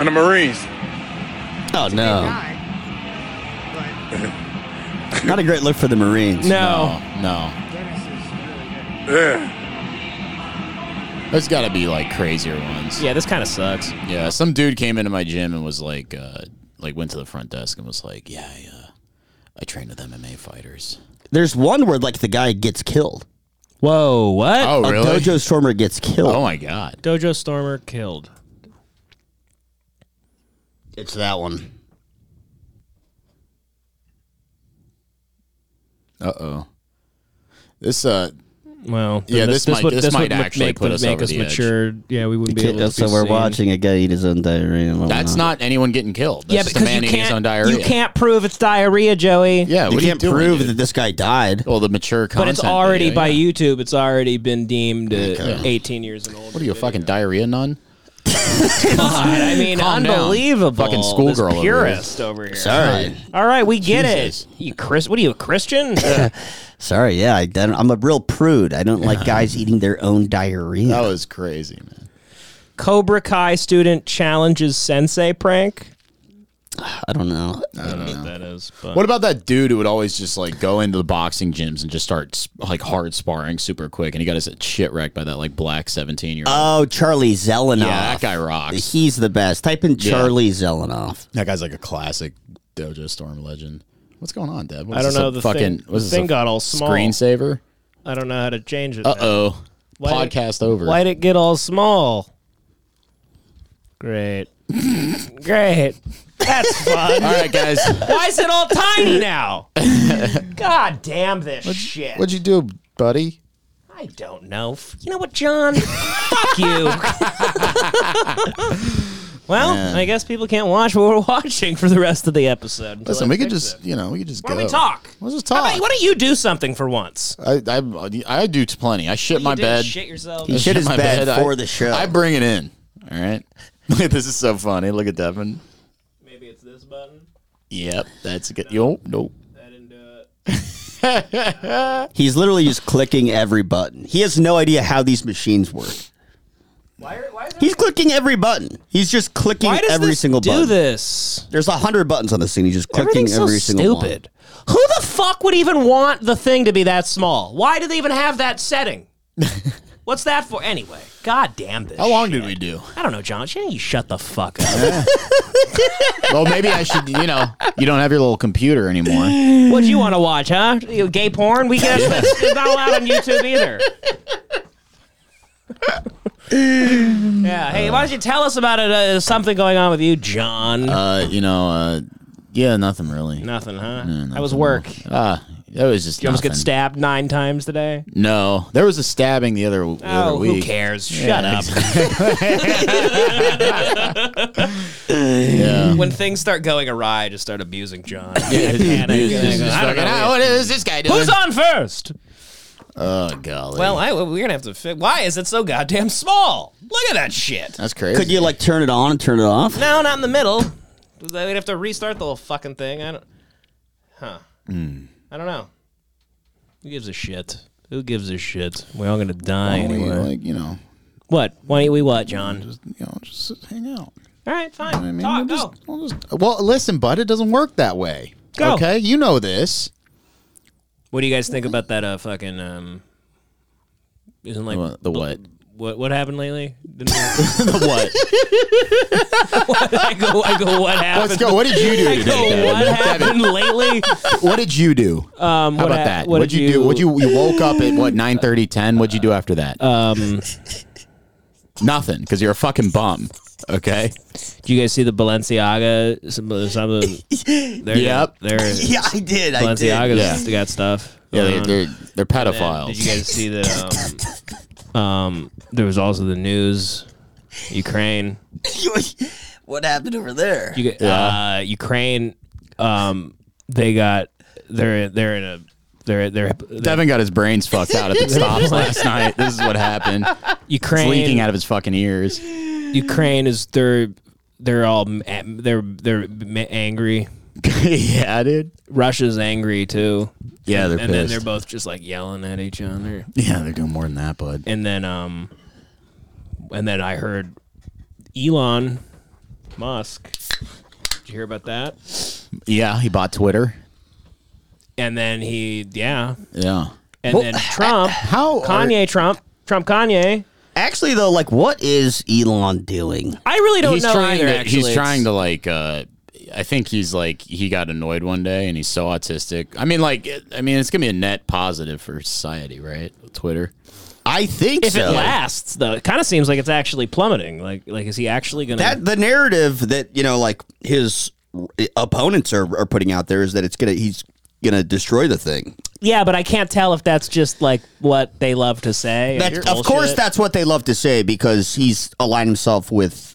[SPEAKER 17] in the Marines.
[SPEAKER 5] Oh no. Not a great look for the Marines.
[SPEAKER 4] No. No.
[SPEAKER 17] Yeah.
[SPEAKER 4] There's got to be like crazier ones.
[SPEAKER 3] Yeah, this kind of sucks.
[SPEAKER 4] Yeah, some dude came into my gym and was like, uh, like went to the front desk and was like, yeah, I, uh, I train with MMA fighters.
[SPEAKER 5] There's one where like the guy gets killed.
[SPEAKER 3] Whoa, what?
[SPEAKER 4] Oh, really?
[SPEAKER 5] A dojo stormer gets killed.
[SPEAKER 4] Oh my god.
[SPEAKER 3] Dojo Stormer killed.
[SPEAKER 5] It's that one.
[SPEAKER 4] Uh oh. This uh.
[SPEAKER 3] Well,
[SPEAKER 4] yeah.
[SPEAKER 3] then
[SPEAKER 4] This, might
[SPEAKER 3] would-
[SPEAKER 4] this, might
[SPEAKER 3] would ma-
[SPEAKER 4] actually
[SPEAKER 3] make,
[SPEAKER 4] put
[SPEAKER 3] the-
[SPEAKER 4] us
[SPEAKER 3] make
[SPEAKER 4] over
[SPEAKER 3] us
[SPEAKER 4] the edge.
[SPEAKER 3] mature. Yeah, we wouldn't be able to.
[SPEAKER 5] so
[SPEAKER 3] be
[SPEAKER 5] we're
[SPEAKER 3] seen.
[SPEAKER 5] watching a guy eat his own diarrhea. and whatnot.
[SPEAKER 4] That's not anyone getting killed. That's
[SPEAKER 3] Yeah,
[SPEAKER 4] just a
[SPEAKER 3] because
[SPEAKER 4] man
[SPEAKER 3] you
[SPEAKER 4] eating his
[SPEAKER 3] can't-
[SPEAKER 4] own diarrhea.
[SPEAKER 3] You can't prove it's diarrhea, Joey.
[SPEAKER 4] Yeah,
[SPEAKER 5] You
[SPEAKER 4] what are
[SPEAKER 5] can't
[SPEAKER 4] doing,
[SPEAKER 5] prove
[SPEAKER 4] dude?
[SPEAKER 5] that this guy died.
[SPEAKER 4] Well, the mature
[SPEAKER 3] But
[SPEAKER 4] content.
[SPEAKER 3] it's already
[SPEAKER 4] video,
[SPEAKER 3] by
[SPEAKER 4] yeah.
[SPEAKER 3] YouTube. It's already been deemed uh,
[SPEAKER 4] Okay.
[SPEAKER 3] 18 years and older.
[SPEAKER 4] What are you, a fucking diarrhea nun?
[SPEAKER 3] God, I mean,
[SPEAKER 4] Calm down.
[SPEAKER 3] unbelievable.
[SPEAKER 4] Fucking schoolgirl
[SPEAKER 3] This
[SPEAKER 4] over here.
[SPEAKER 3] purist over here.
[SPEAKER 5] Sorry.
[SPEAKER 3] All right, we get
[SPEAKER 5] Jesus.
[SPEAKER 3] it. You Chris, what are you, a Christian?
[SPEAKER 5] Sorry, yeah, I don't, I'm a real prude. I don't like guys eating their own diarrhea. That
[SPEAKER 4] was crazy, man.
[SPEAKER 3] Cobra Kai student challenges sensei prank.
[SPEAKER 5] I don't know.
[SPEAKER 4] I don't know what
[SPEAKER 3] that is.
[SPEAKER 4] What about that dude who would always just like go into the boxing gyms and just start sp- like hard sparring super quick, and he got his shit wrecked by that like black seventeen
[SPEAKER 3] Uh,
[SPEAKER 4] year old.
[SPEAKER 5] Oh, Charlie Zelenoff.
[SPEAKER 4] Yeah, that guy rocks.
[SPEAKER 5] He's the best. Type in
[SPEAKER 4] Yeah.
[SPEAKER 5] Charlie Zelenoff.
[SPEAKER 4] That guy's like a classic Dojo Storm legend. What's going on, Deb? What
[SPEAKER 3] I
[SPEAKER 4] is
[SPEAKER 3] don't
[SPEAKER 4] this, a
[SPEAKER 3] know. The
[SPEAKER 4] fucking
[SPEAKER 3] thing,
[SPEAKER 4] what is
[SPEAKER 3] the
[SPEAKER 4] this,
[SPEAKER 3] thing
[SPEAKER 4] a
[SPEAKER 3] got all small.
[SPEAKER 4] Screensaver.
[SPEAKER 3] I don't know how to change it. now.
[SPEAKER 4] Uh oh.
[SPEAKER 3] Why'd it-
[SPEAKER 4] Podcast over.
[SPEAKER 3] Why'd it get all small? Great. Great. That's fun.
[SPEAKER 4] All right, guys.
[SPEAKER 3] Why is it all tiny now? God damn this shit.
[SPEAKER 4] What'd you do, buddy?
[SPEAKER 3] I don't know. F- You know what, John? Fuck you. well,
[SPEAKER 4] Man.
[SPEAKER 3] I guess people can't watch what we're watching for the rest of the episode. until
[SPEAKER 4] Listen,
[SPEAKER 3] I
[SPEAKER 4] we could
[SPEAKER 3] fix
[SPEAKER 4] just
[SPEAKER 3] it.
[SPEAKER 4] you know we could just
[SPEAKER 3] Why
[SPEAKER 4] go.
[SPEAKER 3] don't we talk?
[SPEAKER 4] Let's just
[SPEAKER 3] talk. why don't you do something for once?
[SPEAKER 4] I I, I do plenty. I shit
[SPEAKER 3] You
[SPEAKER 4] my
[SPEAKER 3] did
[SPEAKER 4] bed.
[SPEAKER 3] shit yourself.
[SPEAKER 4] I
[SPEAKER 3] You shit his
[SPEAKER 4] my
[SPEAKER 3] bed
[SPEAKER 4] I-
[SPEAKER 3] for the show.
[SPEAKER 4] I bring it in. All right. this is so funny. Look at Devin.
[SPEAKER 3] Maybe it's this button.
[SPEAKER 4] Yep, that's good. Yo, nope.
[SPEAKER 5] He's literally just clicking every button. He has no idea how these machines work. Why, He's clicking every button. He's just clicking
[SPEAKER 3] Why does
[SPEAKER 5] every
[SPEAKER 3] this
[SPEAKER 5] single
[SPEAKER 3] do
[SPEAKER 5] button.
[SPEAKER 3] this?
[SPEAKER 5] There's a hundred buttons on this thing. He's just clicking
[SPEAKER 3] Everything's so
[SPEAKER 5] every single one.
[SPEAKER 3] stupid. Who the fuck would even want the thing to be that small? Why do they even have that setting? What's that for anyway? God damn this.
[SPEAKER 4] How long did we do?
[SPEAKER 3] I don't know, John. Shouldn't you shut the fuck up?
[SPEAKER 4] well, maybe I should. You know, you don't have your little computer anymore.
[SPEAKER 3] What you want to watch, huh? You- Gay porn? We get it's not allowed on YouTube either. yeah. Hey, why don't you tell us about it? Uh, something going on with you, John?
[SPEAKER 4] Uh, you know, uh, yeah, nothing really.
[SPEAKER 3] nothing, huh?
[SPEAKER 4] Yeah,
[SPEAKER 3] that was
[SPEAKER 4] nothing.
[SPEAKER 3] work.
[SPEAKER 4] Ah, that was just.
[SPEAKER 3] Did you almost get
[SPEAKER 4] nothing.
[SPEAKER 3] stabbed nine times today?
[SPEAKER 4] No, there was a stabbing the other, the other
[SPEAKER 3] Oh, who
[SPEAKER 4] week.
[SPEAKER 3] cares?
[SPEAKER 4] Yeah,
[SPEAKER 3] Shut up.
[SPEAKER 4] yeah.
[SPEAKER 3] When things start going awry, just start abusing John.
[SPEAKER 4] Yeah,
[SPEAKER 3] I
[SPEAKER 4] just
[SPEAKER 3] panic.
[SPEAKER 4] abuse- just-
[SPEAKER 3] I go,
[SPEAKER 4] just
[SPEAKER 3] I don't
[SPEAKER 4] fucking,
[SPEAKER 3] know.
[SPEAKER 4] "Ah, what is this guy doing?"
[SPEAKER 3] Who's on first?
[SPEAKER 4] Oh golly.
[SPEAKER 3] Well, I, we're gonna have to. Fi- Why is it so goddamn small? Look at that shit.
[SPEAKER 4] that's crazy.
[SPEAKER 5] Could you like turn it on and turn it off?
[SPEAKER 3] No, not in the middle. We'd have to restart the whole fucking thing. I don't. Huh.
[SPEAKER 4] Hmm.
[SPEAKER 3] I don't know. Who gives a shit? Who gives a shit? We're all gonna die
[SPEAKER 4] Well, we,
[SPEAKER 3] anyway.
[SPEAKER 4] like, you know.
[SPEAKER 3] What? Why don't we what, John?
[SPEAKER 4] Just, you know, just hang out.
[SPEAKER 3] All right, fine.
[SPEAKER 4] I mean,
[SPEAKER 3] Talk.
[SPEAKER 4] we'll
[SPEAKER 3] Go.
[SPEAKER 4] just- we'll just- well, listen, bud, it doesn't work that way.
[SPEAKER 3] Go.
[SPEAKER 4] Okay, you know this.
[SPEAKER 3] What do you guys think about that uh, fucking um, Isn't like
[SPEAKER 4] The what?
[SPEAKER 3] what what happened lately? Didn't
[SPEAKER 4] the what?
[SPEAKER 3] I go I go what happened?
[SPEAKER 4] Let's go. What did you do
[SPEAKER 3] I
[SPEAKER 4] today,
[SPEAKER 3] go,
[SPEAKER 4] Devin?
[SPEAKER 3] what happened lately?
[SPEAKER 4] What did you do?
[SPEAKER 3] Um,
[SPEAKER 4] How
[SPEAKER 3] what
[SPEAKER 4] about
[SPEAKER 3] ha-
[SPEAKER 4] that?
[SPEAKER 3] what
[SPEAKER 4] What
[SPEAKER 3] did
[SPEAKER 4] would you,
[SPEAKER 3] you-
[SPEAKER 4] do? What you you woke up at what 9 10? What'd you do after that?
[SPEAKER 3] Um,
[SPEAKER 4] nothing because you're a fucking bum. Okay.
[SPEAKER 3] Do you guys see the Balenciaga? Some of some of they're,
[SPEAKER 4] Yep.
[SPEAKER 3] They're,
[SPEAKER 4] Yeah, I did, I did.
[SPEAKER 3] Balenciaga's
[SPEAKER 4] Yeah.
[SPEAKER 3] they got stuff.
[SPEAKER 4] Yeah, they-
[SPEAKER 3] going on.
[SPEAKER 4] they're- they're
[SPEAKER 3] And then
[SPEAKER 4] pedophiles.
[SPEAKER 3] Did you guys see the? Um, um, there was also the news, Ukraine.
[SPEAKER 5] What happened over there?
[SPEAKER 3] You get, uh, Ukraine. Um, they got they're they're in a they're they're, they're
[SPEAKER 4] Devin got his brains fucked out at the stops last night. This is what happened.
[SPEAKER 3] Ukraine
[SPEAKER 4] It's leaking out of his fucking ears.
[SPEAKER 3] Ukraine is they're they're all m- am- they're they're m- angry.
[SPEAKER 4] yeah, dude.
[SPEAKER 3] Russia's angry too.
[SPEAKER 4] Yeah, they're
[SPEAKER 3] and then
[SPEAKER 4] pissed.
[SPEAKER 3] they're both just like yelling at each other.
[SPEAKER 4] Yeah, they're doing more than that, bud.
[SPEAKER 3] And then um, and then I heard Elon Musk. Did you hear about that?
[SPEAKER 4] Yeah, he bought Twitter.
[SPEAKER 3] And then he yeah,
[SPEAKER 4] Yeah.
[SPEAKER 3] and then Trump.
[SPEAKER 4] How
[SPEAKER 3] Kanye Trump Trump Kanye.
[SPEAKER 5] Actually, though, like, what is Elon doing?
[SPEAKER 3] I really don't
[SPEAKER 4] he's
[SPEAKER 3] know
[SPEAKER 4] trying
[SPEAKER 3] either.
[SPEAKER 4] to,
[SPEAKER 3] actually,
[SPEAKER 4] he's
[SPEAKER 3] It's-
[SPEAKER 4] trying to like. uh I think he's like he got annoyed one day and he's so autistic. I mean, like, I mean, it's gonna be a net positive for society, right? Twitter. I think
[SPEAKER 3] if it
[SPEAKER 4] so.
[SPEAKER 3] lasts though, it kind of seems like it's actually plummeting. Like like is he actually gonna?
[SPEAKER 5] That the narrative that you know, like his opponents are, are putting out there is that it's gonna he's gonna destroy the thing.
[SPEAKER 3] yeah, but I can't tell if that's just like what they love to say.
[SPEAKER 5] That's, of course, that's what they love to say because he's aligned himself with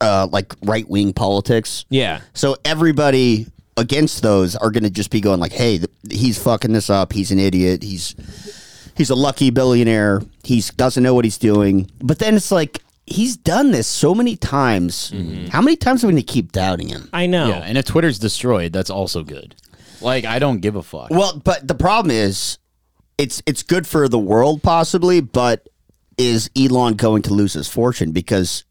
[SPEAKER 5] uh, like right wing politics.
[SPEAKER 3] Yeah.
[SPEAKER 5] So everybody against those are going to just be going like, "Hey, th- he's fucking this up. He's an idiot. He's he's a lucky billionaire. He doesn't know what he's doing." But then it's like he's done this so many times. How many times are we going to keep doubting him?
[SPEAKER 3] Mm-hmm. I know.
[SPEAKER 4] Yeah, and if Twitter's destroyed, that's also good. Like, I don't give a fuck.
[SPEAKER 5] Well, but the problem is, it's it's good for the world possibly, but is Elon going to lose his fortune because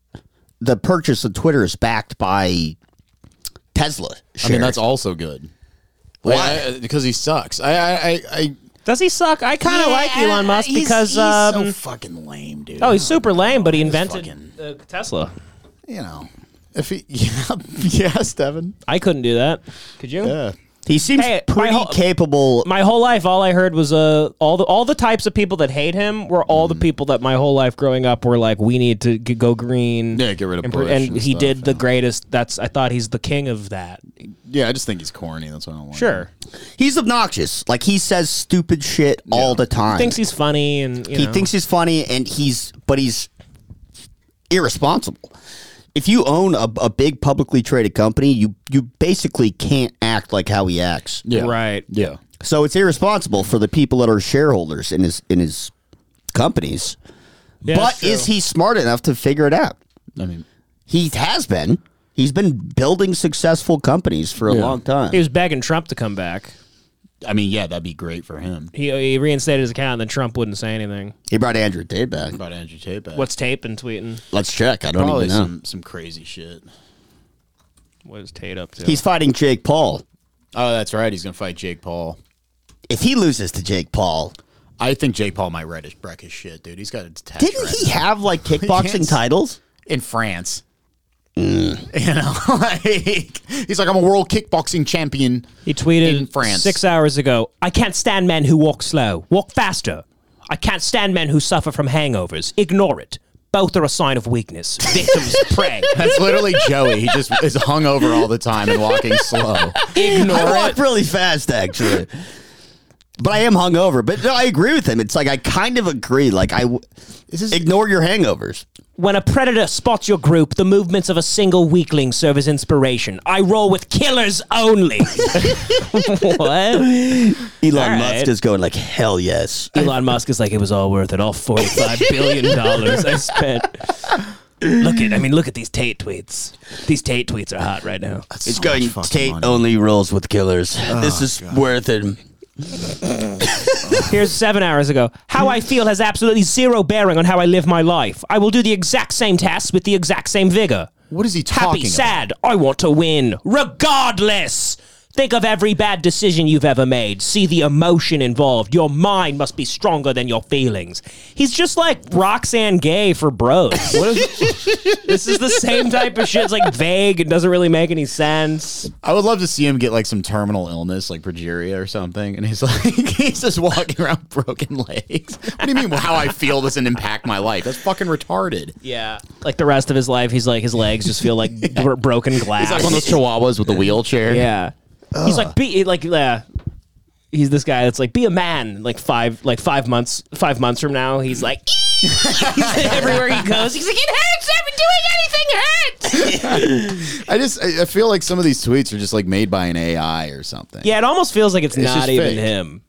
[SPEAKER 5] the purchase of Twitter is backed by Tesla?
[SPEAKER 4] I mean,
[SPEAKER 5] shares.
[SPEAKER 4] that's also good. Like, I- I- because he sucks. I, I, I, I
[SPEAKER 3] Does he suck? I kind of
[SPEAKER 4] Yeah,
[SPEAKER 3] like Elon Musk
[SPEAKER 4] he's-
[SPEAKER 3] because
[SPEAKER 4] he's
[SPEAKER 3] um,
[SPEAKER 4] so fucking lame, dude.
[SPEAKER 3] Oh, he's super lame, but he invented uh, Tesla.
[SPEAKER 4] You know, if he, yeah, yes, Devin.
[SPEAKER 3] I couldn't do that. Could you?
[SPEAKER 4] Yeah.
[SPEAKER 5] He seems pretty capable.
[SPEAKER 3] My whole life, all I heard was uh, all the all the types of people that hate him were all
[SPEAKER 5] Mm-hmm.
[SPEAKER 3] the people that my whole life growing up were like, we need to g- go green.
[SPEAKER 4] Yeah, get rid of
[SPEAKER 3] And, pr-
[SPEAKER 4] Bush
[SPEAKER 3] and
[SPEAKER 4] and
[SPEAKER 3] he
[SPEAKER 4] stuff,
[SPEAKER 3] did the greatest. That's I thought he's the king of that.
[SPEAKER 4] Yeah, I just think he's corny. That's what I don't want.
[SPEAKER 3] Sure,
[SPEAKER 5] he's obnoxious. Like he says stupid shit all the time.
[SPEAKER 3] thinks he's funny and you
[SPEAKER 5] he
[SPEAKER 3] know.
[SPEAKER 5] thinks he's funny and he's but he's irresponsible if you own a, a big publicly traded company you you basically can't act like how he acts
[SPEAKER 4] Yeah.
[SPEAKER 3] Right.
[SPEAKER 4] Yeah.
[SPEAKER 5] so it's irresponsible for the people that are shareholders in his in his companies
[SPEAKER 4] Yeah, that's
[SPEAKER 5] but
[SPEAKER 4] true.
[SPEAKER 5] is he smart enough to figure it out
[SPEAKER 4] I mean,
[SPEAKER 5] he has been he's been building successful companies for a
[SPEAKER 3] Yeah.
[SPEAKER 5] long time
[SPEAKER 3] He was begging Trump to come back.
[SPEAKER 4] I mean, yeah, that'd be great for him.
[SPEAKER 3] He, he reinstated his account, and then Trump wouldn't say anything.
[SPEAKER 5] he brought andrew tate back
[SPEAKER 4] About Andrew Tate. back.
[SPEAKER 3] What's Tate been tweeting?
[SPEAKER 5] let's check i don't
[SPEAKER 4] Probably
[SPEAKER 5] even know
[SPEAKER 4] some some crazy shit.
[SPEAKER 3] What is Tate up to?
[SPEAKER 5] he's fighting jake paul
[SPEAKER 4] Oh, that's right. He's gonna fight Jake Paul.
[SPEAKER 5] if he loses to jake paul
[SPEAKER 4] I think Jake Paul might wreck his, wreck his shit, dude. He's got a detached
[SPEAKER 5] Didn't
[SPEAKER 4] right
[SPEAKER 5] he
[SPEAKER 4] now.
[SPEAKER 5] have like kickboxing
[SPEAKER 4] Yes.
[SPEAKER 5] titles? Mm.
[SPEAKER 4] in France? You know, like he's like I'm a world kickboxing champion.
[SPEAKER 3] He tweeted
[SPEAKER 4] in France.
[SPEAKER 3] six hours ago. I can't stand men who walk slow. Walk faster. I can't stand men who suffer from hangovers. Ignore it. Both are a sign of weakness. Victims prey.
[SPEAKER 4] That's literally Joey. He just is hungover all the time and walking slow.
[SPEAKER 5] Ignore I walk really fast, actually. But I am hungover. But no, I agree with him. It's like I kind of agree. Like I, w- ignore your hangovers.
[SPEAKER 3] When a predator spots your group, the movements of a single weakling serve as inspiration. I roll with killers only. what?
[SPEAKER 5] Elon
[SPEAKER 3] right.
[SPEAKER 5] Musk is going like hell yes.
[SPEAKER 3] Elon Musk is like, it was all worth it. All forty-five billion dollars I spent. Look at, I mean, look at these Tate tweets. These Tate tweets are hot right now.
[SPEAKER 5] it's going Tate only rolls with killers. this is worth it.
[SPEAKER 3] Here's seven hours ago. How I feel has absolutely zero bearing on how I live my life. I will do the exact same tasks with the exact same vigor.
[SPEAKER 4] What is he
[SPEAKER 3] Happy,
[SPEAKER 4] talking about?
[SPEAKER 3] sad. I want to win, regardless. Think of every bad decision you've ever made. See the emotion involved. Your mind must be stronger than your feelings. He's just like Roxanne Gay for bros. What is- this is the same type of shit. It's like vague. It doesn't really make any sense.
[SPEAKER 4] I would love to see him get like some terminal illness, like progeria or something, and he's like he's just walking around broken legs. What do you mean? How I feel doesn't impact my life? That's fucking retarded.
[SPEAKER 3] Yeah. Like the rest of his life, he's like his legs just feel like bro- broken glass.
[SPEAKER 4] He's like one of those chihuahuas with a wheelchair.
[SPEAKER 3] Yeah. He's like be like uh, he's this guy that's like be a man like five like five months five months from now he's like everywhere he goes he's like it hurts I've been doing anything hurts
[SPEAKER 4] I just I I feel like some of these tweets are just like made by an AI or something.
[SPEAKER 3] yeah it almost feels like it's,
[SPEAKER 4] It's
[SPEAKER 3] not
[SPEAKER 4] just
[SPEAKER 3] even
[SPEAKER 4] fake.
[SPEAKER 3] him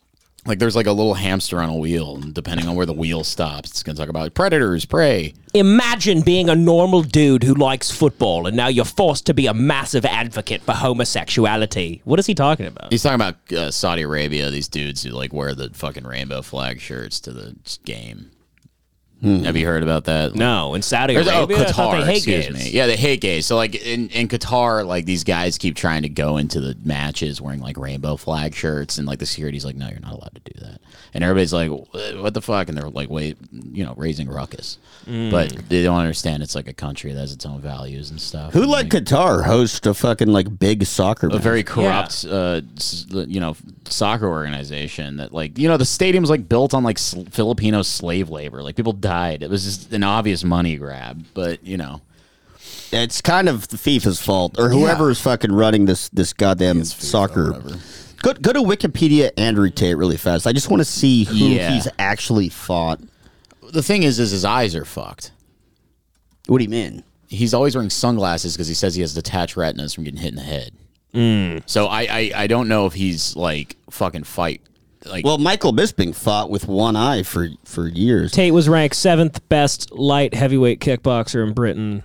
[SPEAKER 4] Like there's like a little hamster on a wheel, and depending on where the wheel stops, it's gonna talk about predators, prey.
[SPEAKER 3] imagine being a normal dude who likes football and now you're forced to be a massive advocate for homosexuality what is he talking about
[SPEAKER 4] He's talking about uh, Saudi Arabia. These dudes who like wear the fucking rainbow flag shirts to the game. Have you heard about that?
[SPEAKER 3] No, in Saudi
[SPEAKER 4] There's- oh,
[SPEAKER 3] Arabia, I thought they hate
[SPEAKER 4] excuse
[SPEAKER 3] gays.
[SPEAKER 4] me. Yeah, they hate gays. So like in, in Qatar, like these guys keep trying to go into the matches wearing like rainbow flag shirts, and like the security's like, no, you're not allowed to do that. And everybody's like, "Wh- what the fuck? And they're like, wait, you know, raising ruckus.
[SPEAKER 3] Hmm.
[SPEAKER 5] Mm.
[SPEAKER 4] But they don't understand it's like a country that has its own values and stuff.
[SPEAKER 5] Who
[SPEAKER 4] And,
[SPEAKER 5] let Qatar host a fucking like big soccer?
[SPEAKER 4] a
[SPEAKER 5] match?
[SPEAKER 4] very corrupt, uh, s- you know, soccer organization that like you know the stadium was like built on like sl- Filipino slave labor. Like people died. It was just an obvious money grab. But you know,
[SPEAKER 5] It's kind of the FIFA's fault or whoever's fucking running this this goddamn soccer. Go, go to Wikipedia Andrew Tate really fast. I just want to see who
[SPEAKER 4] Yeah.
[SPEAKER 5] he's actually fought.
[SPEAKER 4] The thing is, is his eyes are fucked.
[SPEAKER 5] What do you mean?
[SPEAKER 4] He's always wearing sunglasses because he says he has detached retinas from getting hit in the head.
[SPEAKER 5] Mm.
[SPEAKER 4] So I, I I don't know if he's like fucking fight. Like
[SPEAKER 5] well, Michael Bisping fought with one eye for for years
[SPEAKER 3] Tate was ranked seventh best light heavyweight kickboxer in Britain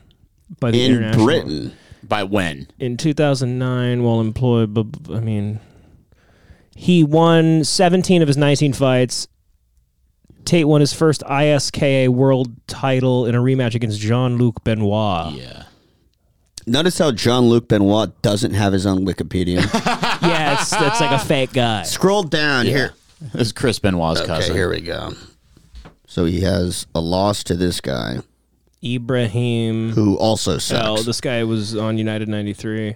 [SPEAKER 3] by the
[SPEAKER 5] in
[SPEAKER 3] International-
[SPEAKER 5] Britain.
[SPEAKER 4] By when?
[SPEAKER 3] in 2009 while employed but but- i mean he won 17 of his 19 fights tate won his first iska world title in a rematch against jean-luc benoit
[SPEAKER 4] yeah
[SPEAKER 5] Notice how Jean Luc Benoit doesn't have his own Wikipedia.
[SPEAKER 3] yeah it's, it's like a fake guy
[SPEAKER 5] Scroll down here.
[SPEAKER 4] It was Chris Benoit's
[SPEAKER 5] okay,
[SPEAKER 4] cousin.
[SPEAKER 5] Here we go. So he has a loss to this guy,
[SPEAKER 3] ibrahim
[SPEAKER 5] who also sucks.
[SPEAKER 3] oh this guy was on united 93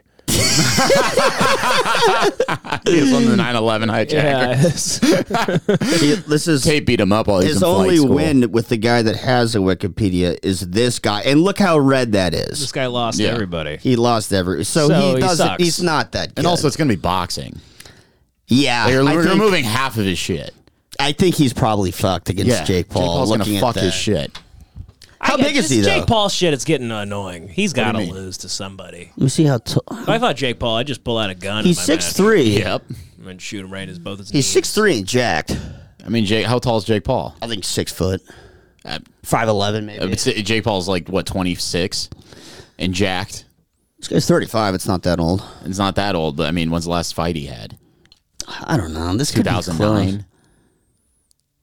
[SPEAKER 4] He was on the 9/11 hijackers.
[SPEAKER 5] See, this is
[SPEAKER 4] Tate beat him up while he's
[SPEAKER 5] His
[SPEAKER 4] in flight
[SPEAKER 5] only
[SPEAKER 4] school.
[SPEAKER 5] win with the guy that has a Wikipedia is this guy, and look how red that is.
[SPEAKER 3] This guy lost Yeah. everybody.
[SPEAKER 5] He lost every. So,
[SPEAKER 3] So
[SPEAKER 5] he
[SPEAKER 3] he
[SPEAKER 5] doesn't.
[SPEAKER 3] sucks.
[SPEAKER 5] he's not that. Good.
[SPEAKER 4] And also, it's gonna be boxing.
[SPEAKER 5] yeah,
[SPEAKER 4] Like, you're,
[SPEAKER 5] I
[SPEAKER 4] you're
[SPEAKER 5] think-
[SPEAKER 4] removing half of his shit.
[SPEAKER 5] I think he's probably fucked against
[SPEAKER 4] Yeah,
[SPEAKER 5] Jake
[SPEAKER 4] Jake
[SPEAKER 5] Paul.
[SPEAKER 4] Paul's gonna
[SPEAKER 5] looking
[SPEAKER 4] fuck
[SPEAKER 5] at
[SPEAKER 4] his
[SPEAKER 5] that.
[SPEAKER 4] shit.
[SPEAKER 3] how
[SPEAKER 5] big is he, though?
[SPEAKER 3] jake paul shit it's getting annoying he's
[SPEAKER 5] What do you
[SPEAKER 3] got to
[SPEAKER 5] mean?
[SPEAKER 3] lose to somebody
[SPEAKER 5] Let me see how tall.
[SPEAKER 3] if i fought jake paul i'd just pull out a gun
[SPEAKER 5] He's
[SPEAKER 3] six
[SPEAKER 5] 6'3". Yep.
[SPEAKER 3] and shoot him right as both his
[SPEAKER 5] He's six three and jacked.
[SPEAKER 4] I mean, Jake, how tall is Jake Paul?
[SPEAKER 5] I think six foot, five eleven maybe.
[SPEAKER 4] Uh, but Sa- Jake Paul's like what twenty six, and jacked.
[SPEAKER 5] This guy's thirty five. It's not that old.
[SPEAKER 4] It's not that old, but I mean, when's the last fight he had?
[SPEAKER 5] I don't know. This
[SPEAKER 4] two
[SPEAKER 5] could be
[SPEAKER 4] thousand nine.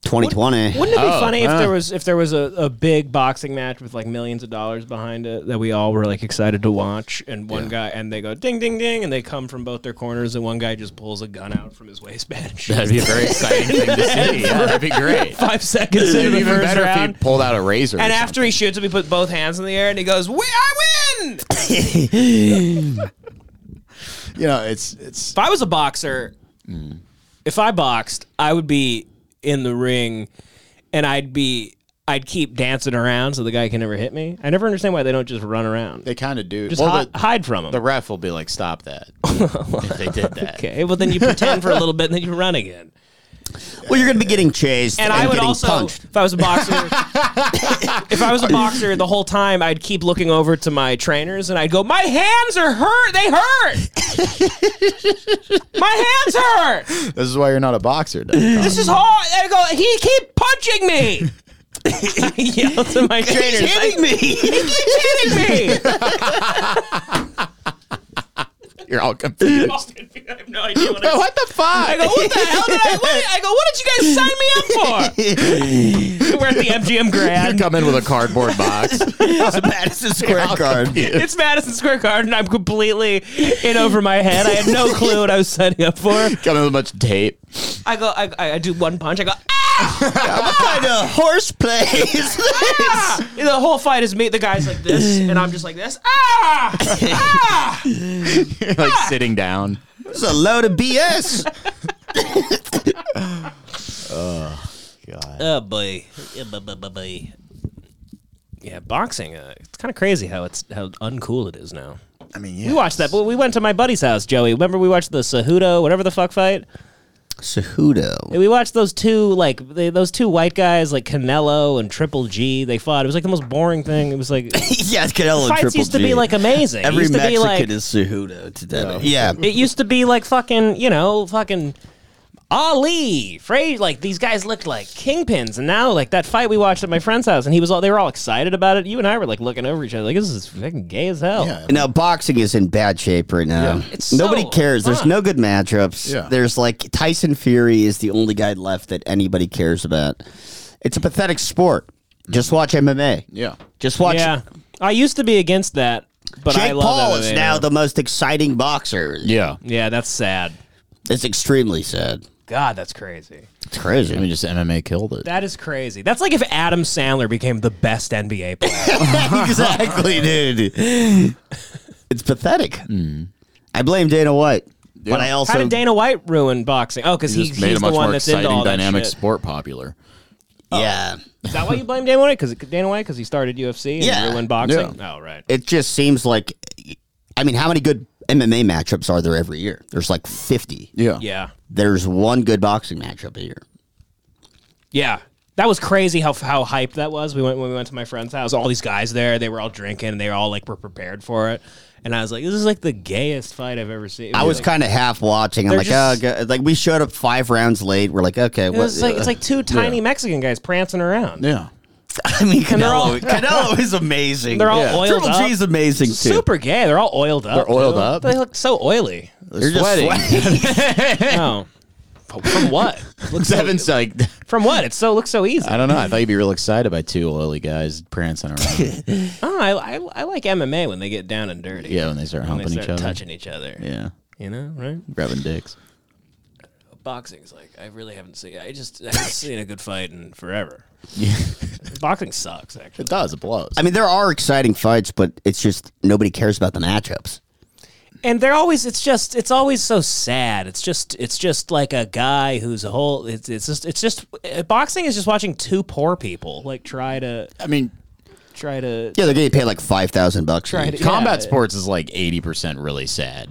[SPEAKER 5] Twenty twenty.
[SPEAKER 3] Wouldn't it
[SPEAKER 4] Oh,
[SPEAKER 3] be funny if there was if there was a, a big boxing match with like millions of dollars behind it that we all were like excited to watch and one guy and they go ding ding ding and they come from both their corners and one guy just pulls a gun out from his waistband. and
[SPEAKER 4] That'd be a
[SPEAKER 3] shoots
[SPEAKER 4] very
[SPEAKER 3] him.
[SPEAKER 4] exciting thing to see. Yeah, that'd be great.
[SPEAKER 3] Five seconds
[SPEAKER 4] It'd
[SPEAKER 3] into
[SPEAKER 4] be
[SPEAKER 3] the
[SPEAKER 4] even
[SPEAKER 3] first
[SPEAKER 4] better
[SPEAKER 3] round.
[SPEAKER 4] if he pulled out a razor.
[SPEAKER 3] and after he shoots him, he put both hands in the air and he goes, "We, I win!"
[SPEAKER 4] you know, it's it's. If
[SPEAKER 3] I was a boxer,
[SPEAKER 4] Mm.
[SPEAKER 3] if I boxed, I would be in the ring, and I'd be. I'd keep dancing around so the guy can never hit me. I never understand why they don't just run around.
[SPEAKER 4] They kind of do.
[SPEAKER 3] Just hi- hide from him.
[SPEAKER 4] The ref will be like, "Stop that!" if they did that.
[SPEAKER 3] Okay, well then you pretend for a little bit and then you run again.
[SPEAKER 5] Well, you're gonna be getting chased
[SPEAKER 3] And
[SPEAKER 5] and,
[SPEAKER 3] I would
[SPEAKER 5] getting
[SPEAKER 3] also,
[SPEAKER 5] punched.
[SPEAKER 3] if I was a boxer, if I was a boxer, the whole time I'd keep looking over to my trainers and I'd go, "My hands are hurt. They hurt. my hands hurt.
[SPEAKER 4] This is why you're not a boxer. Doug.
[SPEAKER 3] This is hard." I go, "He keep punching me." I yell to my
[SPEAKER 4] He's
[SPEAKER 3] trainers,
[SPEAKER 4] hitting
[SPEAKER 3] like,
[SPEAKER 4] me.
[SPEAKER 3] He keeps hitting me.
[SPEAKER 4] You're all confused.
[SPEAKER 3] I have no idea what,
[SPEAKER 4] I, the fuck?
[SPEAKER 3] I go, what the hell did I? What, I go, what did you guys sign me up for? We're at the MGM Grand.
[SPEAKER 4] You come in with a cardboard box.
[SPEAKER 5] it's a Madison Square card.
[SPEAKER 3] It's Madison Square Garden. I'm completely in over my head. I had no clue what I was setting up for.
[SPEAKER 4] Got a bunch of tape.
[SPEAKER 3] I go. I, I I do one punch. I go. "Ah!"
[SPEAKER 5] what kind of horseplay is this?
[SPEAKER 3] The whole fight is me. The guy's like this, and I'm just like this. Ah! ah!
[SPEAKER 4] You're like sitting down.
[SPEAKER 5] This is a load of BS.
[SPEAKER 3] Uh,
[SPEAKER 4] Oh, God.
[SPEAKER 3] Oh boy. Yeah, bu- bu- bu- boy. Yeah, boxing. Uh, it's kind of crazy how it's how uncool it is now.
[SPEAKER 4] I mean,
[SPEAKER 3] we watched that, but we went to my buddy's house, Joey. Remember we watched the Cejudo, whatever the fuck fight.
[SPEAKER 5] Cejudo.
[SPEAKER 3] And we watched those two like they, those two white guys like Canelo and Triple G. They fought. It was like the most boring thing. It was like
[SPEAKER 5] yeah, Canelo and
[SPEAKER 3] fights
[SPEAKER 5] Triple
[SPEAKER 3] used to
[SPEAKER 5] G.
[SPEAKER 3] be like amazing. It
[SPEAKER 5] Every
[SPEAKER 3] used to
[SPEAKER 5] Mexican
[SPEAKER 3] be, like-
[SPEAKER 5] is Cejudo today. Yeah.
[SPEAKER 3] It used to be like fucking, you know, fucking Ali, Frazier. Like these guys looked like kingpins, and now like that fight we watched at my friend's house, and he was all they were all excited about it. You and I were like looking over each other, like this is fucking gay as hell.
[SPEAKER 5] Now boxing is in bad shape right now.
[SPEAKER 3] It's
[SPEAKER 5] Nobody
[SPEAKER 3] so
[SPEAKER 5] cares. There's
[SPEAKER 3] fun.
[SPEAKER 5] no good matchups.
[SPEAKER 3] Yeah.
[SPEAKER 5] There's like Tyson Fury is the only guy left that anybody cares about. It's a pathetic sport. Just watch MMA.
[SPEAKER 4] Yeah.
[SPEAKER 5] Just watch.
[SPEAKER 3] Yeah, I used to be against that, but
[SPEAKER 5] Jake
[SPEAKER 3] I love
[SPEAKER 5] Paul
[SPEAKER 3] MMA
[SPEAKER 5] is now the most exciting boxer.
[SPEAKER 4] Yeah.
[SPEAKER 3] Yeah, that's sad.
[SPEAKER 5] It's extremely sad.
[SPEAKER 3] God, that's crazy.
[SPEAKER 5] It's crazy.
[SPEAKER 4] I mean, just MMA killed it.
[SPEAKER 3] That is crazy. That's like if Adam Sandler became the best NBA player.
[SPEAKER 5] exactly, dude. It's pathetic.
[SPEAKER 3] Hmm.
[SPEAKER 5] I blame Dana White, but I also
[SPEAKER 3] How did Dana White ruin boxing? Oh, because he,
[SPEAKER 4] just made
[SPEAKER 3] he's
[SPEAKER 4] a
[SPEAKER 3] the
[SPEAKER 4] much
[SPEAKER 3] one
[SPEAKER 4] more
[SPEAKER 3] that's into all
[SPEAKER 4] exciting
[SPEAKER 3] that
[SPEAKER 4] dynamic
[SPEAKER 3] shit.
[SPEAKER 4] sport popular.
[SPEAKER 5] yeah.
[SPEAKER 3] Is that why you blame Dana White? Because Dana White, because he started UFC and
[SPEAKER 5] Yeah.
[SPEAKER 3] ruined boxing.
[SPEAKER 5] Yeah.
[SPEAKER 3] Oh, right.
[SPEAKER 5] It just seems like, I mean, how many good MMA matchups are there every year? There's like 50.
[SPEAKER 4] Yeah.
[SPEAKER 3] Yeah.
[SPEAKER 5] There's one good boxing matchup a year.
[SPEAKER 3] Yeah. That was crazy how how hyped that was. We went when we went to my friend's house. All these guys there, they were all drinking. and They all like were prepared for it. And I was like, this is like the gayest fight I've ever seen. It
[SPEAKER 5] I was
[SPEAKER 3] like-
[SPEAKER 5] kind of half watching. I'm
[SPEAKER 3] They're
[SPEAKER 5] like,
[SPEAKER 3] just-
[SPEAKER 5] oh, God. like we showed up five rounds late. We're like, okay,
[SPEAKER 3] It
[SPEAKER 5] what-
[SPEAKER 3] was like it's like two tiny
[SPEAKER 5] Yeah.
[SPEAKER 3] Mexican guys prancing around.
[SPEAKER 4] Yeah.
[SPEAKER 5] I mean,
[SPEAKER 3] And they're all-
[SPEAKER 5] Canelo, Canelo is amazing.
[SPEAKER 3] They're all oiled
[SPEAKER 5] Triple
[SPEAKER 3] up.
[SPEAKER 5] G's amazing too.
[SPEAKER 3] Super gay. They're all oiled up.
[SPEAKER 5] They're oiled
[SPEAKER 3] dude.
[SPEAKER 5] up?
[SPEAKER 3] They look so oily.
[SPEAKER 5] They're just sweating.
[SPEAKER 3] no. But From what? Looks e-
[SPEAKER 4] Devin's like,
[SPEAKER 3] From what? It so looks so easy.
[SPEAKER 4] I don't know. I thought you'd be real excited by two oily guys prancing around.
[SPEAKER 3] Oh, I, I, I like MMA when they get down and dirty.
[SPEAKER 4] yeah, when they start
[SPEAKER 3] When they
[SPEAKER 4] humping
[SPEAKER 3] start
[SPEAKER 4] each other,
[SPEAKER 3] touching each other.
[SPEAKER 4] Yeah,
[SPEAKER 3] You know, right?
[SPEAKER 4] grabbing dicks.
[SPEAKER 3] Boxing's like I really haven't seen. I just I haven't seen a good fight in forever. Boxing sucks. Actually,
[SPEAKER 4] it does. It blows.
[SPEAKER 5] I mean, there are exciting fights, but it's just nobody cares about the matchups.
[SPEAKER 3] and they're always it's just it's always so sad it's just it's just like a guy who's a whole it's, it's just it's just uh, boxing is just watching two poor people like try to
[SPEAKER 4] i mean
[SPEAKER 3] try to
[SPEAKER 5] Yeah, they're getting paid like five thousand bucks.
[SPEAKER 3] Right,
[SPEAKER 5] each.
[SPEAKER 3] yeah.
[SPEAKER 4] Combat sports is like eighty percent really sad.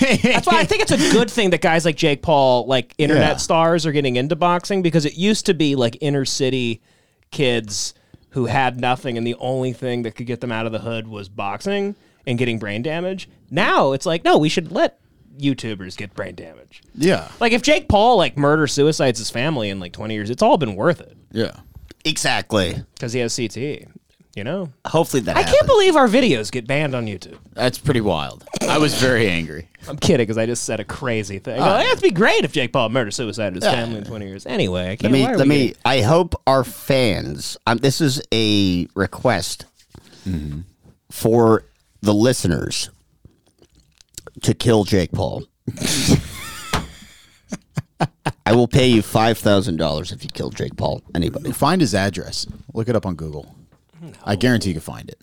[SPEAKER 3] that's why i think it's a good thing that guys like jake paul like internet
[SPEAKER 4] Yeah.
[SPEAKER 3] stars are getting into boxing because it used to be like inner city kids who had nothing and the only thing that could get them out of the hood was boxing and getting brain damage now it's like no we should let youtubers get brain damage
[SPEAKER 4] Yeah.
[SPEAKER 3] Like if Jake Paul like murder suicides his family in like 20 years, it's all been worth it
[SPEAKER 4] Yeah.
[SPEAKER 5] Exactly.
[SPEAKER 3] because he has CT. You know,
[SPEAKER 5] Hopefully that.
[SPEAKER 3] I can't believe our videos get banned on YouTube.
[SPEAKER 4] That's pretty wild. I was very angry.
[SPEAKER 3] I'm kidding because I just said a crazy thing.
[SPEAKER 4] Ah.
[SPEAKER 3] That'd be great if Jake Paul murder suicided his
[SPEAKER 5] Yeah.
[SPEAKER 3] family in 20 years. Anyway, I
[SPEAKER 5] Let
[SPEAKER 3] can't.
[SPEAKER 5] me.
[SPEAKER 3] why are
[SPEAKER 5] Let
[SPEAKER 3] we
[SPEAKER 5] me.
[SPEAKER 3] getting-
[SPEAKER 5] I hope our fans. Um, this is a request for the listeners to kill Jake Paul. I will pay you five thousand dollars if you kill Jake Paul. Anybody?
[SPEAKER 4] Find his address. Look it up on Google. I guarantee you can find it.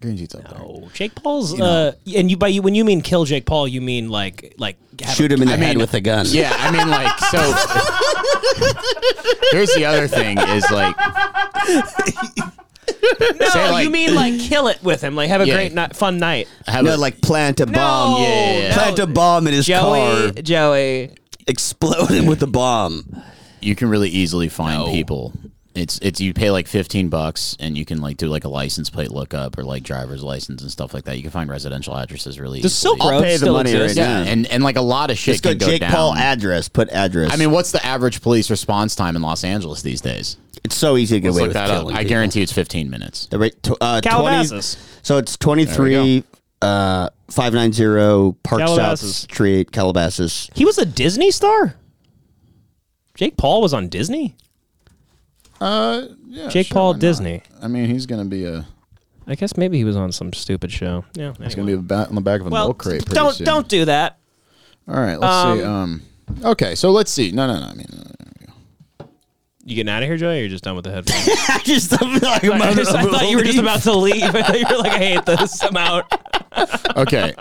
[SPEAKER 4] Guarantee it's up
[SPEAKER 3] Oh, Jake Paul's. uh, and you by you when you mean kill Jake Paul, you mean like like have
[SPEAKER 5] Shoot
[SPEAKER 3] a-
[SPEAKER 5] him in the
[SPEAKER 3] I
[SPEAKER 5] head
[SPEAKER 3] mean-
[SPEAKER 5] with a gun.
[SPEAKER 4] Yeah, I mean, like, so Here's the other thing: is like
[SPEAKER 3] No,
[SPEAKER 4] Say, like-
[SPEAKER 3] you mean like kill it with him, like have a
[SPEAKER 4] Yeah.
[SPEAKER 3] great night, fun night.
[SPEAKER 4] Have a-
[SPEAKER 5] no, like plant a bomb.
[SPEAKER 4] Yeah, yeah, yeah.
[SPEAKER 5] Plant a bomb in his
[SPEAKER 3] Joey,
[SPEAKER 5] car.
[SPEAKER 3] Joey.
[SPEAKER 5] Explode him with a bomb.
[SPEAKER 4] you can really easily find people. It's it's you pay like fifteen bucks and you can like do like a license plate lookup or like driver's license and stuff like that. You can find residential addresses really.
[SPEAKER 3] Does
[SPEAKER 4] easily.
[SPEAKER 3] Silk Road I'll pay the still money exist? right
[SPEAKER 4] Yeah,
[SPEAKER 3] now.
[SPEAKER 4] and and like a lot of shit
[SPEAKER 5] Just go
[SPEAKER 4] can go
[SPEAKER 5] Jake
[SPEAKER 4] down.
[SPEAKER 5] Paul address. Put address.
[SPEAKER 4] I mean, what's the average police response time in Los Angeles these days?
[SPEAKER 5] it's so easy to get
[SPEAKER 4] Let's
[SPEAKER 5] away
[SPEAKER 4] look
[SPEAKER 5] with
[SPEAKER 4] that up.
[SPEAKER 5] killing
[SPEAKER 4] I
[SPEAKER 5] people.
[SPEAKER 4] guarantee it's fifteen minutes.
[SPEAKER 5] The rate, tw- uh, 20,
[SPEAKER 3] Calabasas.
[SPEAKER 5] so it's 23 uh, 590 Park
[SPEAKER 3] Calabasas.
[SPEAKER 5] South Street, Calabasas.
[SPEAKER 3] He was a Disney star. Jake Paul was on Disney.
[SPEAKER 4] Uh, yeah,
[SPEAKER 3] Jake
[SPEAKER 4] sure,
[SPEAKER 3] Paul
[SPEAKER 4] why not?
[SPEAKER 3] Disney.
[SPEAKER 4] I mean, he's gonna be a.
[SPEAKER 3] I guess maybe he was on some stupid show. Yeah,
[SPEAKER 4] He's gonna be a bat on the back of a
[SPEAKER 3] Well,
[SPEAKER 4] milk crate. pretty
[SPEAKER 3] don't
[SPEAKER 4] soon.
[SPEAKER 3] don't do that.
[SPEAKER 4] All right, let's see. Um, okay, so let's see. No, no, no. I mean,
[SPEAKER 3] You getting out of here, Joey? Or you're just done with the headphones?
[SPEAKER 5] I just like,
[SPEAKER 3] I, just- I thought you were just about to leave. I thought you were like, I hate this. I'm out.
[SPEAKER 4] okay,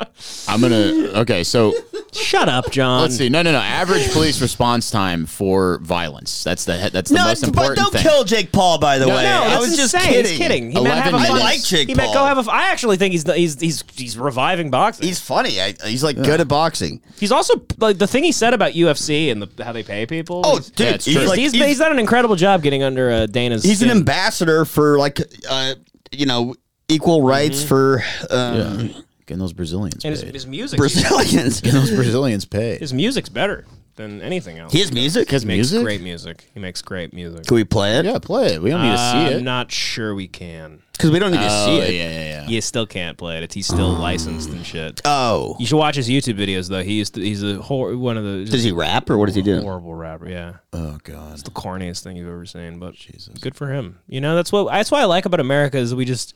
[SPEAKER 4] I'm gonna. Okay, so
[SPEAKER 3] shut up, John.
[SPEAKER 4] Let's see. No, no, no. Average police response time for violence. That's the he- that's the
[SPEAKER 5] No,
[SPEAKER 4] most
[SPEAKER 5] but
[SPEAKER 4] important
[SPEAKER 5] don't
[SPEAKER 4] thing.
[SPEAKER 5] kill Jake Paul, by the way.
[SPEAKER 3] No,
[SPEAKER 5] I
[SPEAKER 3] that's
[SPEAKER 5] was just
[SPEAKER 3] insane.
[SPEAKER 5] kidding.
[SPEAKER 3] He's kidding. He meant have a
[SPEAKER 5] I
[SPEAKER 3] fun-
[SPEAKER 5] like Jake
[SPEAKER 3] he
[SPEAKER 5] Paul.
[SPEAKER 3] meant go have a. f- I actually think he's he's he's he's reviving boxing.
[SPEAKER 5] He's funny. I, he's like good at boxing.
[SPEAKER 3] He's also like the thing he said about UFC and the, how they pay people.
[SPEAKER 5] Oh,
[SPEAKER 3] he's-
[SPEAKER 5] dude, Yeah, it's he's true. like-
[SPEAKER 3] he's,
[SPEAKER 5] he's-
[SPEAKER 3] he's done an incredible job getting under uh, Dana's.
[SPEAKER 5] He's an
[SPEAKER 3] skin.
[SPEAKER 5] ambassador for like uh, you know equal rights for um,
[SPEAKER 4] getting those Brazilians.
[SPEAKER 3] and his, his music.
[SPEAKER 5] Brazilians.
[SPEAKER 4] Getting those Brazilians paid.
[SPEAKER 3] His music's better than anything else.
[SPEAKER 5] His music?
[SPEAKER 3] His
[SPEAKER 5] His
[SPEAKER 3] makes
[SPEAKER 5] music?
[SPEAKER 3] great music. He makes great music.
[SPEAKER 5] Can we play it? Um,
[SPEAKER 4] Yeah, play it. We don't need to see it. Oh,
[SPEAKER 3] I'm not sure we can.
[SPEAKER 5] 'Cause we don't need to see it.
[SPEAKER 4] Yeah, yeah, yeah.
[SPEAKER 3] You still can't play it. It's, he's still licensed and shit.
[SPEAKER 5] Oh,
[SPEAKER 3] you should watch his YouTube videos though. He used to, he's a hor- one of the.
[SPEAKER 5] Does he rap, or what does he do?
[SPEAKER 3] Horrible rapper. Yeah.
[SPEAKER 4] Oh god. It's
[SPEAKER 3] the corniest thing you've ever seen, but Jesus. good for him. You know that's what that's what I like about America is we just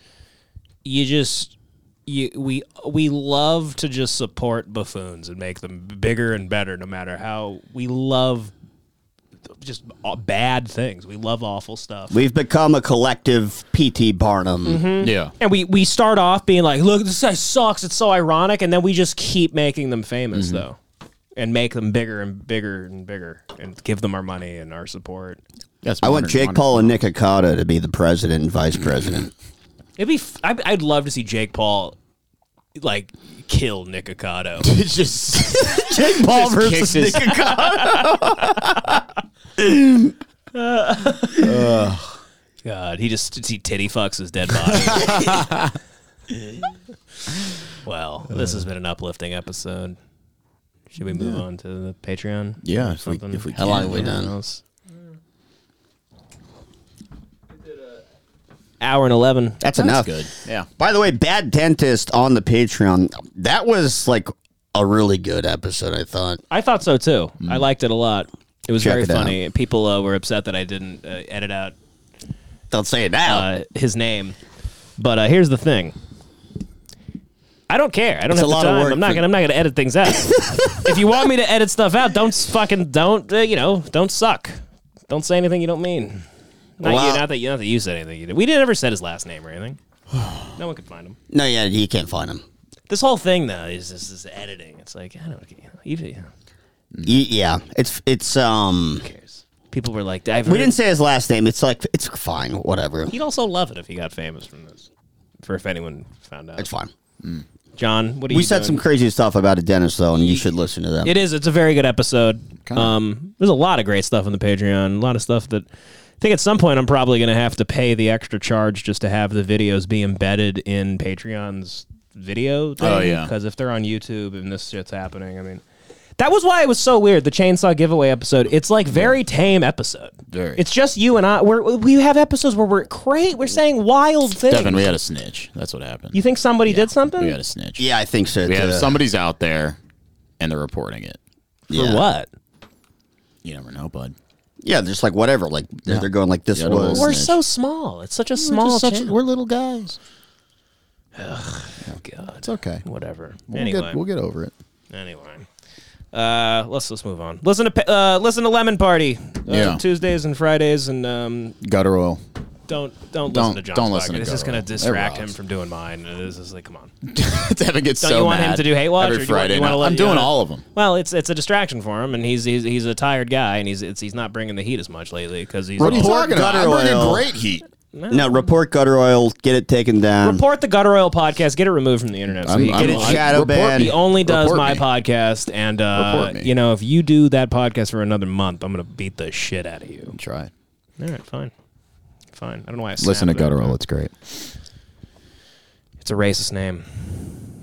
[SPEAKER 3] you just you, we we love to just support buffoons and make them bigger and better no matter how we love just aw- bad things. We love awful stuff.
[SPEAKER 5] We've become a collective PT Barnum.
[SPEAKER 3] Mhm. And we, we start off being like, look, this guy sucks. It's so ironic. And then we just keep making them famous,
[SPEAKER 5] Mhm.
[SPEAKER 3] though, and make them bigger and bigger and bigger and give them our money and our support.
[SPEAKER 5] I want Jake Paul and Nick Akata to be the president and vice president.
[SPEAKER 3] It'd be, f- I'd, I'd love to see Jake Paul like kill Nick Ocado.
[SPEAKER 4] it's just
[SPEAKER 5] Jake Paul
[SPEAKER 3] Just
[SPEAKER 5] versus
[SPEAKER 3] kicks his-
[SPEAKER 5] Nick
[SPEAKER 3] Ocado. Uh, God, he just he titty fucks his dead body. well, this has been an uplifting episode. Should we move
[SPEAKER 4] Yeah.
[SPEAKER 3] on to the Patreon?
[SPEAKER 4] Yeah,
[SPEAKER 3] or
[SPEAKER 4] if we-
[SPEAKER 3] something?
[SPEAKER 4] if we How can, long have we yeah. done?
[SPEAKER 3] Else? Hour and eleven.
[SPEAKER 5] That's, enough.
[SPEAKER 3] good.
[SPEAKER 4] Yeah.
[SPEAKER 5] By the way, Bad Dentist on the Patreon. That was like a really good episode. I thought.
[SPEAKER 3] I thought so too.
[SPEAKER 4] Mm.
[SPEAKER 3] I liked it a lot. It was
[SPEAKER 5] Check
[SPEAKER 3] very
[SPEAKER 5] it
[SPEAKER 3] funny. People uh, were upset that I didn't uh, edit out.
[SPEAKER 5] Don't say it now.
[SPEAKER 3] Uh, his name, but uh, here's the thing. I don't care. I don't
[SPEAKER 5] It's
[SPEAKER 3] have
[SPEAKER 5] a
[SPEAKER 3] the
[SPEAKER 5] lot of
[SPEAKER 3] time.
[SPEAKER 5] work
[SPEAKER 3] I'm not
[SPEAKER 5] for-
[SPEAKER 3] gonna. I'm not gonna edit things out. if you want me to edit stuff out, don't s- fucking don't. Uh, you know, don't suck. Don't say anything you don't mean. Not
[SPEAKER 5] Well-
[SPEAKER 3] you. Not that you. Not that you said anything. You did. We didn't ever said his last name or anything. No one could find him.
[SPEAKER 5] No, yeah, you can't find him.
[SPEAKER 3] This whole thing though is this is editing. It's like I don't. You know, even,
[SPEAKER 4] Mm.
[SPEAKER 5] Y- yeah, it's it's um.
[SPEAKER 3] People were like,
[SPEAKER 5] we didn't say his last name. It's like it's fine, whatever.
[SPEAKER 3] He'd also love it if he got famous from this. For if anyone found out,
[SPEAKER 5] it's fine.
[SPEAKER 3] John, what do you?
[SPEAKER 5] we said
[SPEAKER 3] doing?
[SPEAKER 5] some crazy stuff about a dentist though, and you should listen to that.
[SPEAKER 3] It is. It's a very good episode. Um, there's a lot of great stuff on the Patreon. A lot of stuff that I think at some point I'm probably going to have to pay the extra charge just to have the videos be embedded in Patreon's video. Thing,
[SPEAKER 4] Oh, yeah.
[SPEAKER 3] Because if they're on YouTube and this shit's happening, I mean, that was why it was so weird. The chainsaw giveaway episode. It's like very tame episode.
[SPEAKER 4] Very.
[SPEAKER 3] It's just you and I. We're, we have episodes where we're crazy. We're saying wild things.
[SPEAKER 4] Devin, we had a snitch. That's what happened.
[SPEAKER 3] You think somebody did something?
[SPEAKER 4] We had a snitch.
[SPEAKER 5] Yeah, I think so.
[SPEAKER 4] We
[SPEAKER 5] too.
[SPEAKER 4] have somebody's out there, and they're reporting it.
[SPEAKER 5] For Yeah. what?
[SPEAKER 4] You never know, bud.
[SPEAKER 5] Yeah, just like whatever. Like they're- they're going like this
[SPEAKER 4] Yeah,
[SPEAKER 5] was.
[SPEAKER 3] We're so small. It's such a
[SPEAKER 4] We're just
[SPEAKER 3] small.
[SPEAKER 4] such-
[SPEAKER 3] channel.
[SPEAKER 4] we're little guys.
[SPEAKER 3] God. It's
[SPEAKER 4] okay.
[SPEAKER 3] Whatever.
[SPEAKER 4] We'll
[SPEAKER 3] anyway,
[SPEAKER 4] get we'll get over it.
[SPEAKER 3] Anyway, uh, let's let's move on. Listen to pa- uh, listen to Lemon Party. Uh,
[SPEAKER 4] Yeah.
[SPEAKER 3] Tuesdays and Fridays, and um,
[SPEAKER 4] Gutter oil.
[SPEAKER 3] don't
[SPEAKER 4] Don't-
[SPEAKER 3] don't listen to John's
[SPEAKER 4] don't listen
[SPEAKER 3] podcast.
[SPEAKER 4] to
[SPEAKER 3] It's just
[SPEAKER 4] Guttural.
[SPEAKER 3] gonna
[SPEAKER 4] It
[SPEAKER 3] distract him
[SPEAKER 4] rocks.
[SPEAKER 3] from doing mine. Uh, This is like, come on.
[SPEAKER 4] Devin gets
[SPEAKER 3] don't
[SPEAKER 4] so
[SPEAKER 3] you want him
[SPEAKER 4] mad
[SPEAKER 3] to do hate watch
[SPEAKER 4] every
[SPEAKER 3] or do you want-
[SPEAKER 4] Friday
[SPEAKER 3] you wanna
[SPEAKER 4] night.
[SPEAKER 3] let-
[SPEAKER 4] I'm
[SPEAKER 3] you
[SPEAKER 4] doing
[SPEAKER 3] wanna-
[SPEAKER 4] all of them.
[SPEAKER 3] Well, it's it's a distraction for him, and he's he's, he's a tired guy, and he's it's, he's not bringing the heat as much lately because he's
[SPEAKER 5] Report
[SPEAKER 3] all-
[SPEAKER 5] gutter oil. No. report gutter oil. Get it taken down.
[SPEAKER 3] Report the Gutter Oil podcast. Get it removed from the internet.
[SPEAKER 5] I'm-
[SPEAKER 3] you
[SPEAKER 5] I'm-
[SPEAKER 3] get it
[SPEAKER 5] I'm- shadow
[SPEAKER 3] report-
[SPEAKER 5] banned.
[SPEAKER 3] He only does
[SPEAKER 5] Report
[SPEAKER 3] my
[SPEAKER 5] me.
[SPEAKER 3] podcast, and uh,
[SPEAKER 5] Report me.
[SPEAKER 3] you know if you do that podcast for another month, I'm gonna beat the shit out of you.
[SPEAKER 4] Try.
[SPEAKER 3] All right, fine, fine. I don't know why I
[SPEAKER 4] Listen to
[SPEAKER 3] snapped at it.
[SPEAKER 4] Guttural. It's great.
[SPEAKER 3] It's a racist name.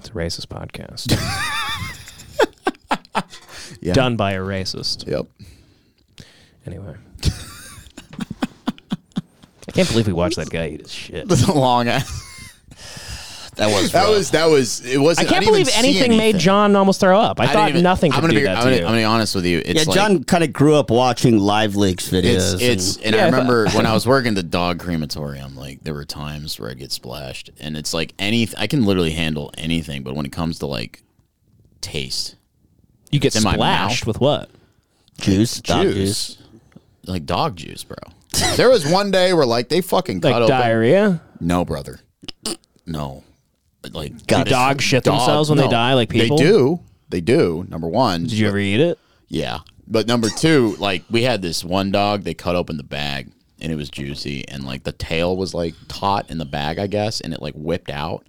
[SPEAKER 3] It's a racist podcast.
[SPEAKER 4] Yeah.
[SPEAKER 3] Done by a racist.
[SPEAKER 4] Yep.
[SPEAKER 3] Anyway. I can't believe we watched that guy eat his shit.
[SPEAKER 4] That's a long ass. That was that was that was it was.
[SPEAKER 3] I can't believe anything, made John almost throw up. I,
[SPEAKER 4] I
[SPEAKER 3] thought
[SPEAKER 4] didn't even-
[SPEAKER 3] nothing
[SPEAKER 4] I'm
[SPEAKER 3] could
[SPEAKER 4] gonna
[SPEAKER 3] do
[SPEAKER 4] be-
[SPEAKER 3] that
[SPEAKER 4] I'm
[SPEAKER 3] to
[SPEAKER 4] gonna-
[SPEAKER 3] you.
[SPEAKER 4] I'm gonna be honest with you. It's
[SPEAKER 5] yeah,
[SPEAKER 4] like-
[SPEAKER 5] John kind of grew up watching Live Leaks videos.
[SPEAKER 4] It's it's and I
[SPEAKER 5] Yeah,
[SPEAKER 4] remember
[SPEAKER 5] but-
[SPEAKER 4] when I was working the dog crematorium, like there were times where I get splashed, and it's like any I can literally handle anything, but when it comes to like taste,
[SPEAKER 3] You get
[SPEAKER 4] It's in my
[SPEAKER 3] splashed
[SPEAKER 4] mouth.
[SPEAKER 3] with what?
[SPEAKER 5] Juice,
[SPEAKER 3] dog
[SPEAKER 4] like dog juice, bro. there was one day where like they fucking
[SPEAKER 3] Like
[SPEAKER 4] cut open-
[SPEAKER 3] diarrhea?
[SPEAKER 4] No, brother, no. Like
[SPEAKER 3] Do dogs shit themselves when they die like people?
[SPEAKER 4] They do. They do. Number one. Did
[SPEAKER 3] you ever eat it?
[SPEAKER 4] Yeah. But number two, like we had this one dog, they cut open the bag and it was juicy and like the tail was like taut in the bag, I guess, and it like whipped out.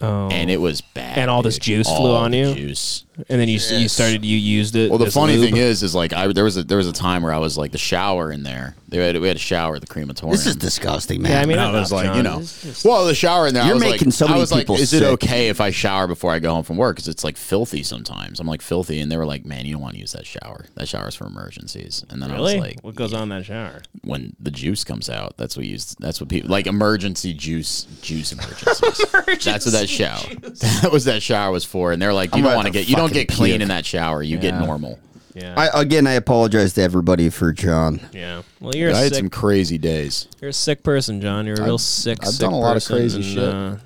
[SPEAKER 3] Oh.
[SPEAKER 4] And it was bad.
[SPEAKER 3] And all this
[SPEAKER 4] dude.
[SPEAKER 3] juice
[SPEAKER 4] All
[SPEAKER 3] flew on
[SPEAKER 4] the
[SPEAKER 3] you.
[SPEAKER 4] Juice.
[SPEAKER 3] And then you s- you started you used it.
[SPEAKER 4] Well, the
[SPEAKER 3] as
[SPEAKER 4] funny
[SPEAKER 3] lube?
[SPEAKER 4] thing is, is like I there was a there was a time where I was like the shower in there. They had, we had a shower at the crematorium.
[SPEAKER 5] This is disgusting, man.
[SPEAKER 4] Yeah, I mean,
[SPEAKER 5] Enough,
[SPEAKER 4] I was like,
[SPEAKER 5] John.
[SPEAKER 4] you know, well, the shower in there. I
[SPEAKER 5] You're
[SPEAKER 4] was like-
[SPEAKER 5] making so
[SPEAKER 4] I
[SPEAKER 5] many
[SPEAKER 4] was like,
[SPEAKER 5] people
[SPEAKER 4] Is it
[SPEAKER 5] sick.
[SPEAKER 4] okay if I shower before I go home from work? Because it's like filthy sometimes. I'm like filthy, and they were like, man, you don't want to use that shower. That shower's for emergencies. And then I
[SPEAKER 3] really
[SPEAKER 4] was like,
[SPEAKER 3] what goes on in that shower?
[SPEAKER 4] when the juice comes out, that's what used. That's what people like emergency juice, juice emergencies. that's what that shower. That was that shower was for. And they're like, you
[SPEAKER 5] I'm
[SPEAKER 4] don't
[SPEAKER 5] about
[SPEAKER 4] want to
[SPEAKER 5] to
[SPEAKER 4] get you don't
[SPEAKER 5] fucking
[SPEAKER 4] get clean
[SPEAKER 5] puke.
[SPEAKER 4] in that shower. You get
[SPEAKER 5] Yeah.
[SPEAKER 4] normal.
[SPEAKER 5] I, again, I apologize to everybody for John.
[SPEAKER 3] Yeah. Well, you're a
[SPEAKER 4] I had
[SPEAKER 3] sick-
[SPEAKER 4] some crazy days.
[SPEAKER 3] You're a sick person, John. You're a real
[SPEAKER 4] I've-
[SPEAKER 3] sick.
[SPEAKER 4] I've
[SPEAKER 3] sick
[SPEAKER 4] done a lot of
[SPEAKER 3] person,
[SPEAKER 4] crazy
[SPEAKER 3] and,
[SPEAKER 4] shit.
[SPEAKER 3] Uh,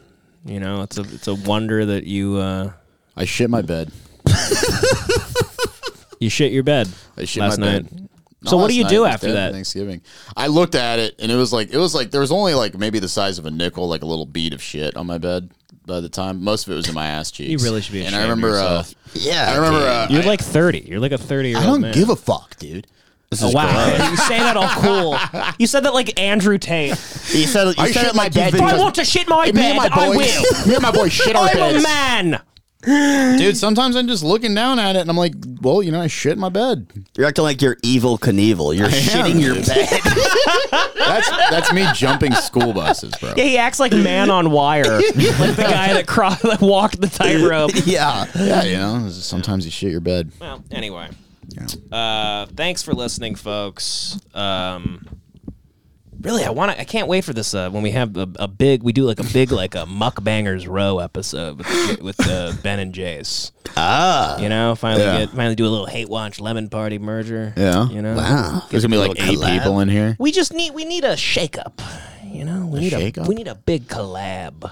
[SPEAKER 3] you know, it's a it's a wonder that you. Uh,
[SPEAKER 4] I shit my bed.
[SPEAKER 3] you shit your bed.
[SPEAKER 4] I shit
[SPEAKER 3] last
[SPEAKER 4] my
[SPEAKER 3] night.
[SPEAKER 4] bed.
[SPEAKER 3] So
[SPEAKER 4] Not
[SPEAKER 3] what
[SPEAKER 4] last
[SPEAKER 3] do you
[SPEAKER 4] night,
[SPEAKER 3] do
[SPEAKER 4] it was
[SPEAKER 3] after
[SPEAKER 4] dead
[SPEAKER 3] that?
[SPEAKER 4] Thanksgiving? I looked at it and it was like it was like there was only like maybe the size of a nickel, like a little bead of shit on my bed. By the time most of it was in my ass cheeks.
[SPEAKER 3] You really should be
[SPEAKER 4] And
[SPEAKER 3] ashamed
[SPEAKER 4] I remember,
[SPEAKER 3] of yourself.
[SPEAKER 4] uh, I remember. Uh,
[SPEAKER 3] You're
[SPEAKER 4] I-
[SPEAKER 3] like 30. You're like a 30 year old.
[SPEAKER 4] I don't
[SPEAKER 3] man.
[SPEAKER 4] give a fuck, dude.
[SPEAKER 3] Oh,
[SPEAKER 4] is
[SPEAKER 3] wow,
[SPEAKER 4] gross.
[SPEAKER 3] you say that all cool. You said that like Andrew Tate.
[SPEAKER 5] You said, you
[SPEAKER 3] I
[SPEAKER 5] said
[SPEAKER 3] shit
[SPEAKER 5] it like
[SPEAKER 3] my
[SPEAKER 5] you've
[SPEAKER 3] bed.
[SPEAKER 5] been
[SPEAKER 3] If I
[SPEAKER 5] to-
[SPEAKER 3] want to shit my
[SPEAKER 5] Me
[SPEAKER 3] bed,
[SPEAKER 5] and my
[SPEAKER 3] I
[SPEAKER 5] boys-
[SPEAKER 3] will.
[SPEAKER 4] me and my boys shit our
[SPEAKER 3] I'm
[SPEAKER 4] beds.
[SPEAKER 3] a man.
[SPEAKER 4] Dude, sometimes I'm just looking down at it and I'm like, well, you know, I shit in my bed.
[SPEAKER 5] You're acting like you're evil Knievel. You're shitting your bed.
[SPEAKER 4] that's that's me jumping school buses, bro.
[SPEAKER 3] Yeah, he acts like man on wire, like the guy that cro- that walked the tightrope.
[SPEAKER 5] yeah,
[SPEAKER 4] yeah, you know, sometimes you shit your bed.
[SPEAKER 3] Well, anyway. Uh, thanks for listening, folks. Um, really, I want to. I can't wait for this uh, when we have a, a big. We do like a big like a muckbangers row episode with the, with uh, Ben and Jace.
[SPEAKER 5] Ah,
[SPEAKER 3] you know, finally
[SPEAKER 4] Yeah.
[SPEAKER 3] get finally do a little hate watch lemon party merger.
[SPEAKER 4] Yeah.
[SPEAKER 3] you know,
[SPEAKER 4] Wow. There's gonna be like
[SPEAKER 3] Get a
[SPEAKER 4] eight
[SPEAKER 3] little collab.
[SPEAKER 4] people in here.
[SPEAKER 3] We just need we need a shake up. You know, we
[SPEAKER 4] A
[SPEAKER 3] need
[SPEAKER 4] shake-up?
[SPEAKER 3] a we need a big collab,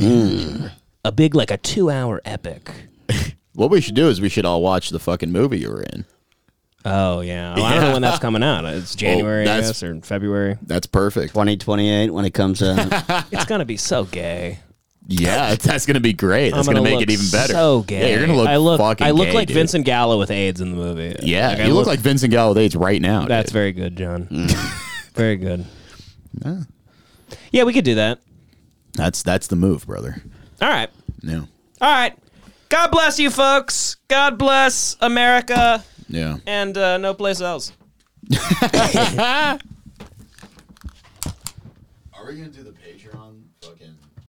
[SPEAKER 4] Hmm.
[SPEAKER 3] a big like a two hour epic.
[SPEAKER 4] What we should do is we should all watch the fucking movie you were in.
[SPEAKER 3] Oh yeah, Well, I don't know when that's coming out. It's January, I guess, or February.
[SPEAKER 4] That's perfect.
[SPEAKER 5] 2028 when it comes out.
[SPEAKER 3] it's gonna be so gay.
[SPEAKER 4] Yeah, that's gonna be great. That's
[SPEAKER 3] I'm
[SPEAKER 4] gonna, make
[SPEAKER 3] look
[SPEAKER 4] it even better.
[SPEAKER 3] So gay.
[SPEAKER 4] Yeah, you're gonna look.
[SPEAKER 3] I look.
[SPEAKER 4] fucking
[SPEAKER 3] I look
[SPEAKER 4] gay,
[SPEAKER 3] like
[SPEAKER 4] dude.
[SPEAKER 3] Vincent Gallo with AIDS in the movie.
[SPEAKER 4] Yeah,
[SPEAKER 3] I
[SPEAKER 4] you look, like Vincent Gallo with AIDS right now. Hmm.
[SPEAKER 3] That's very good, John. very good. Yeah, we could do that.
[SPEAKER 4] That's that's the move, brother.
[SPEAKER 3] All right.
[SPEAKER 4] No.
[SPEAKER 3] All right. God bless you, folks. God bless America
[SPEAKER 4] Yeah.
[SPEAKER 3] and uh, no place else.
[SPEAKER 4] Are we gonna do the Patreon fucking?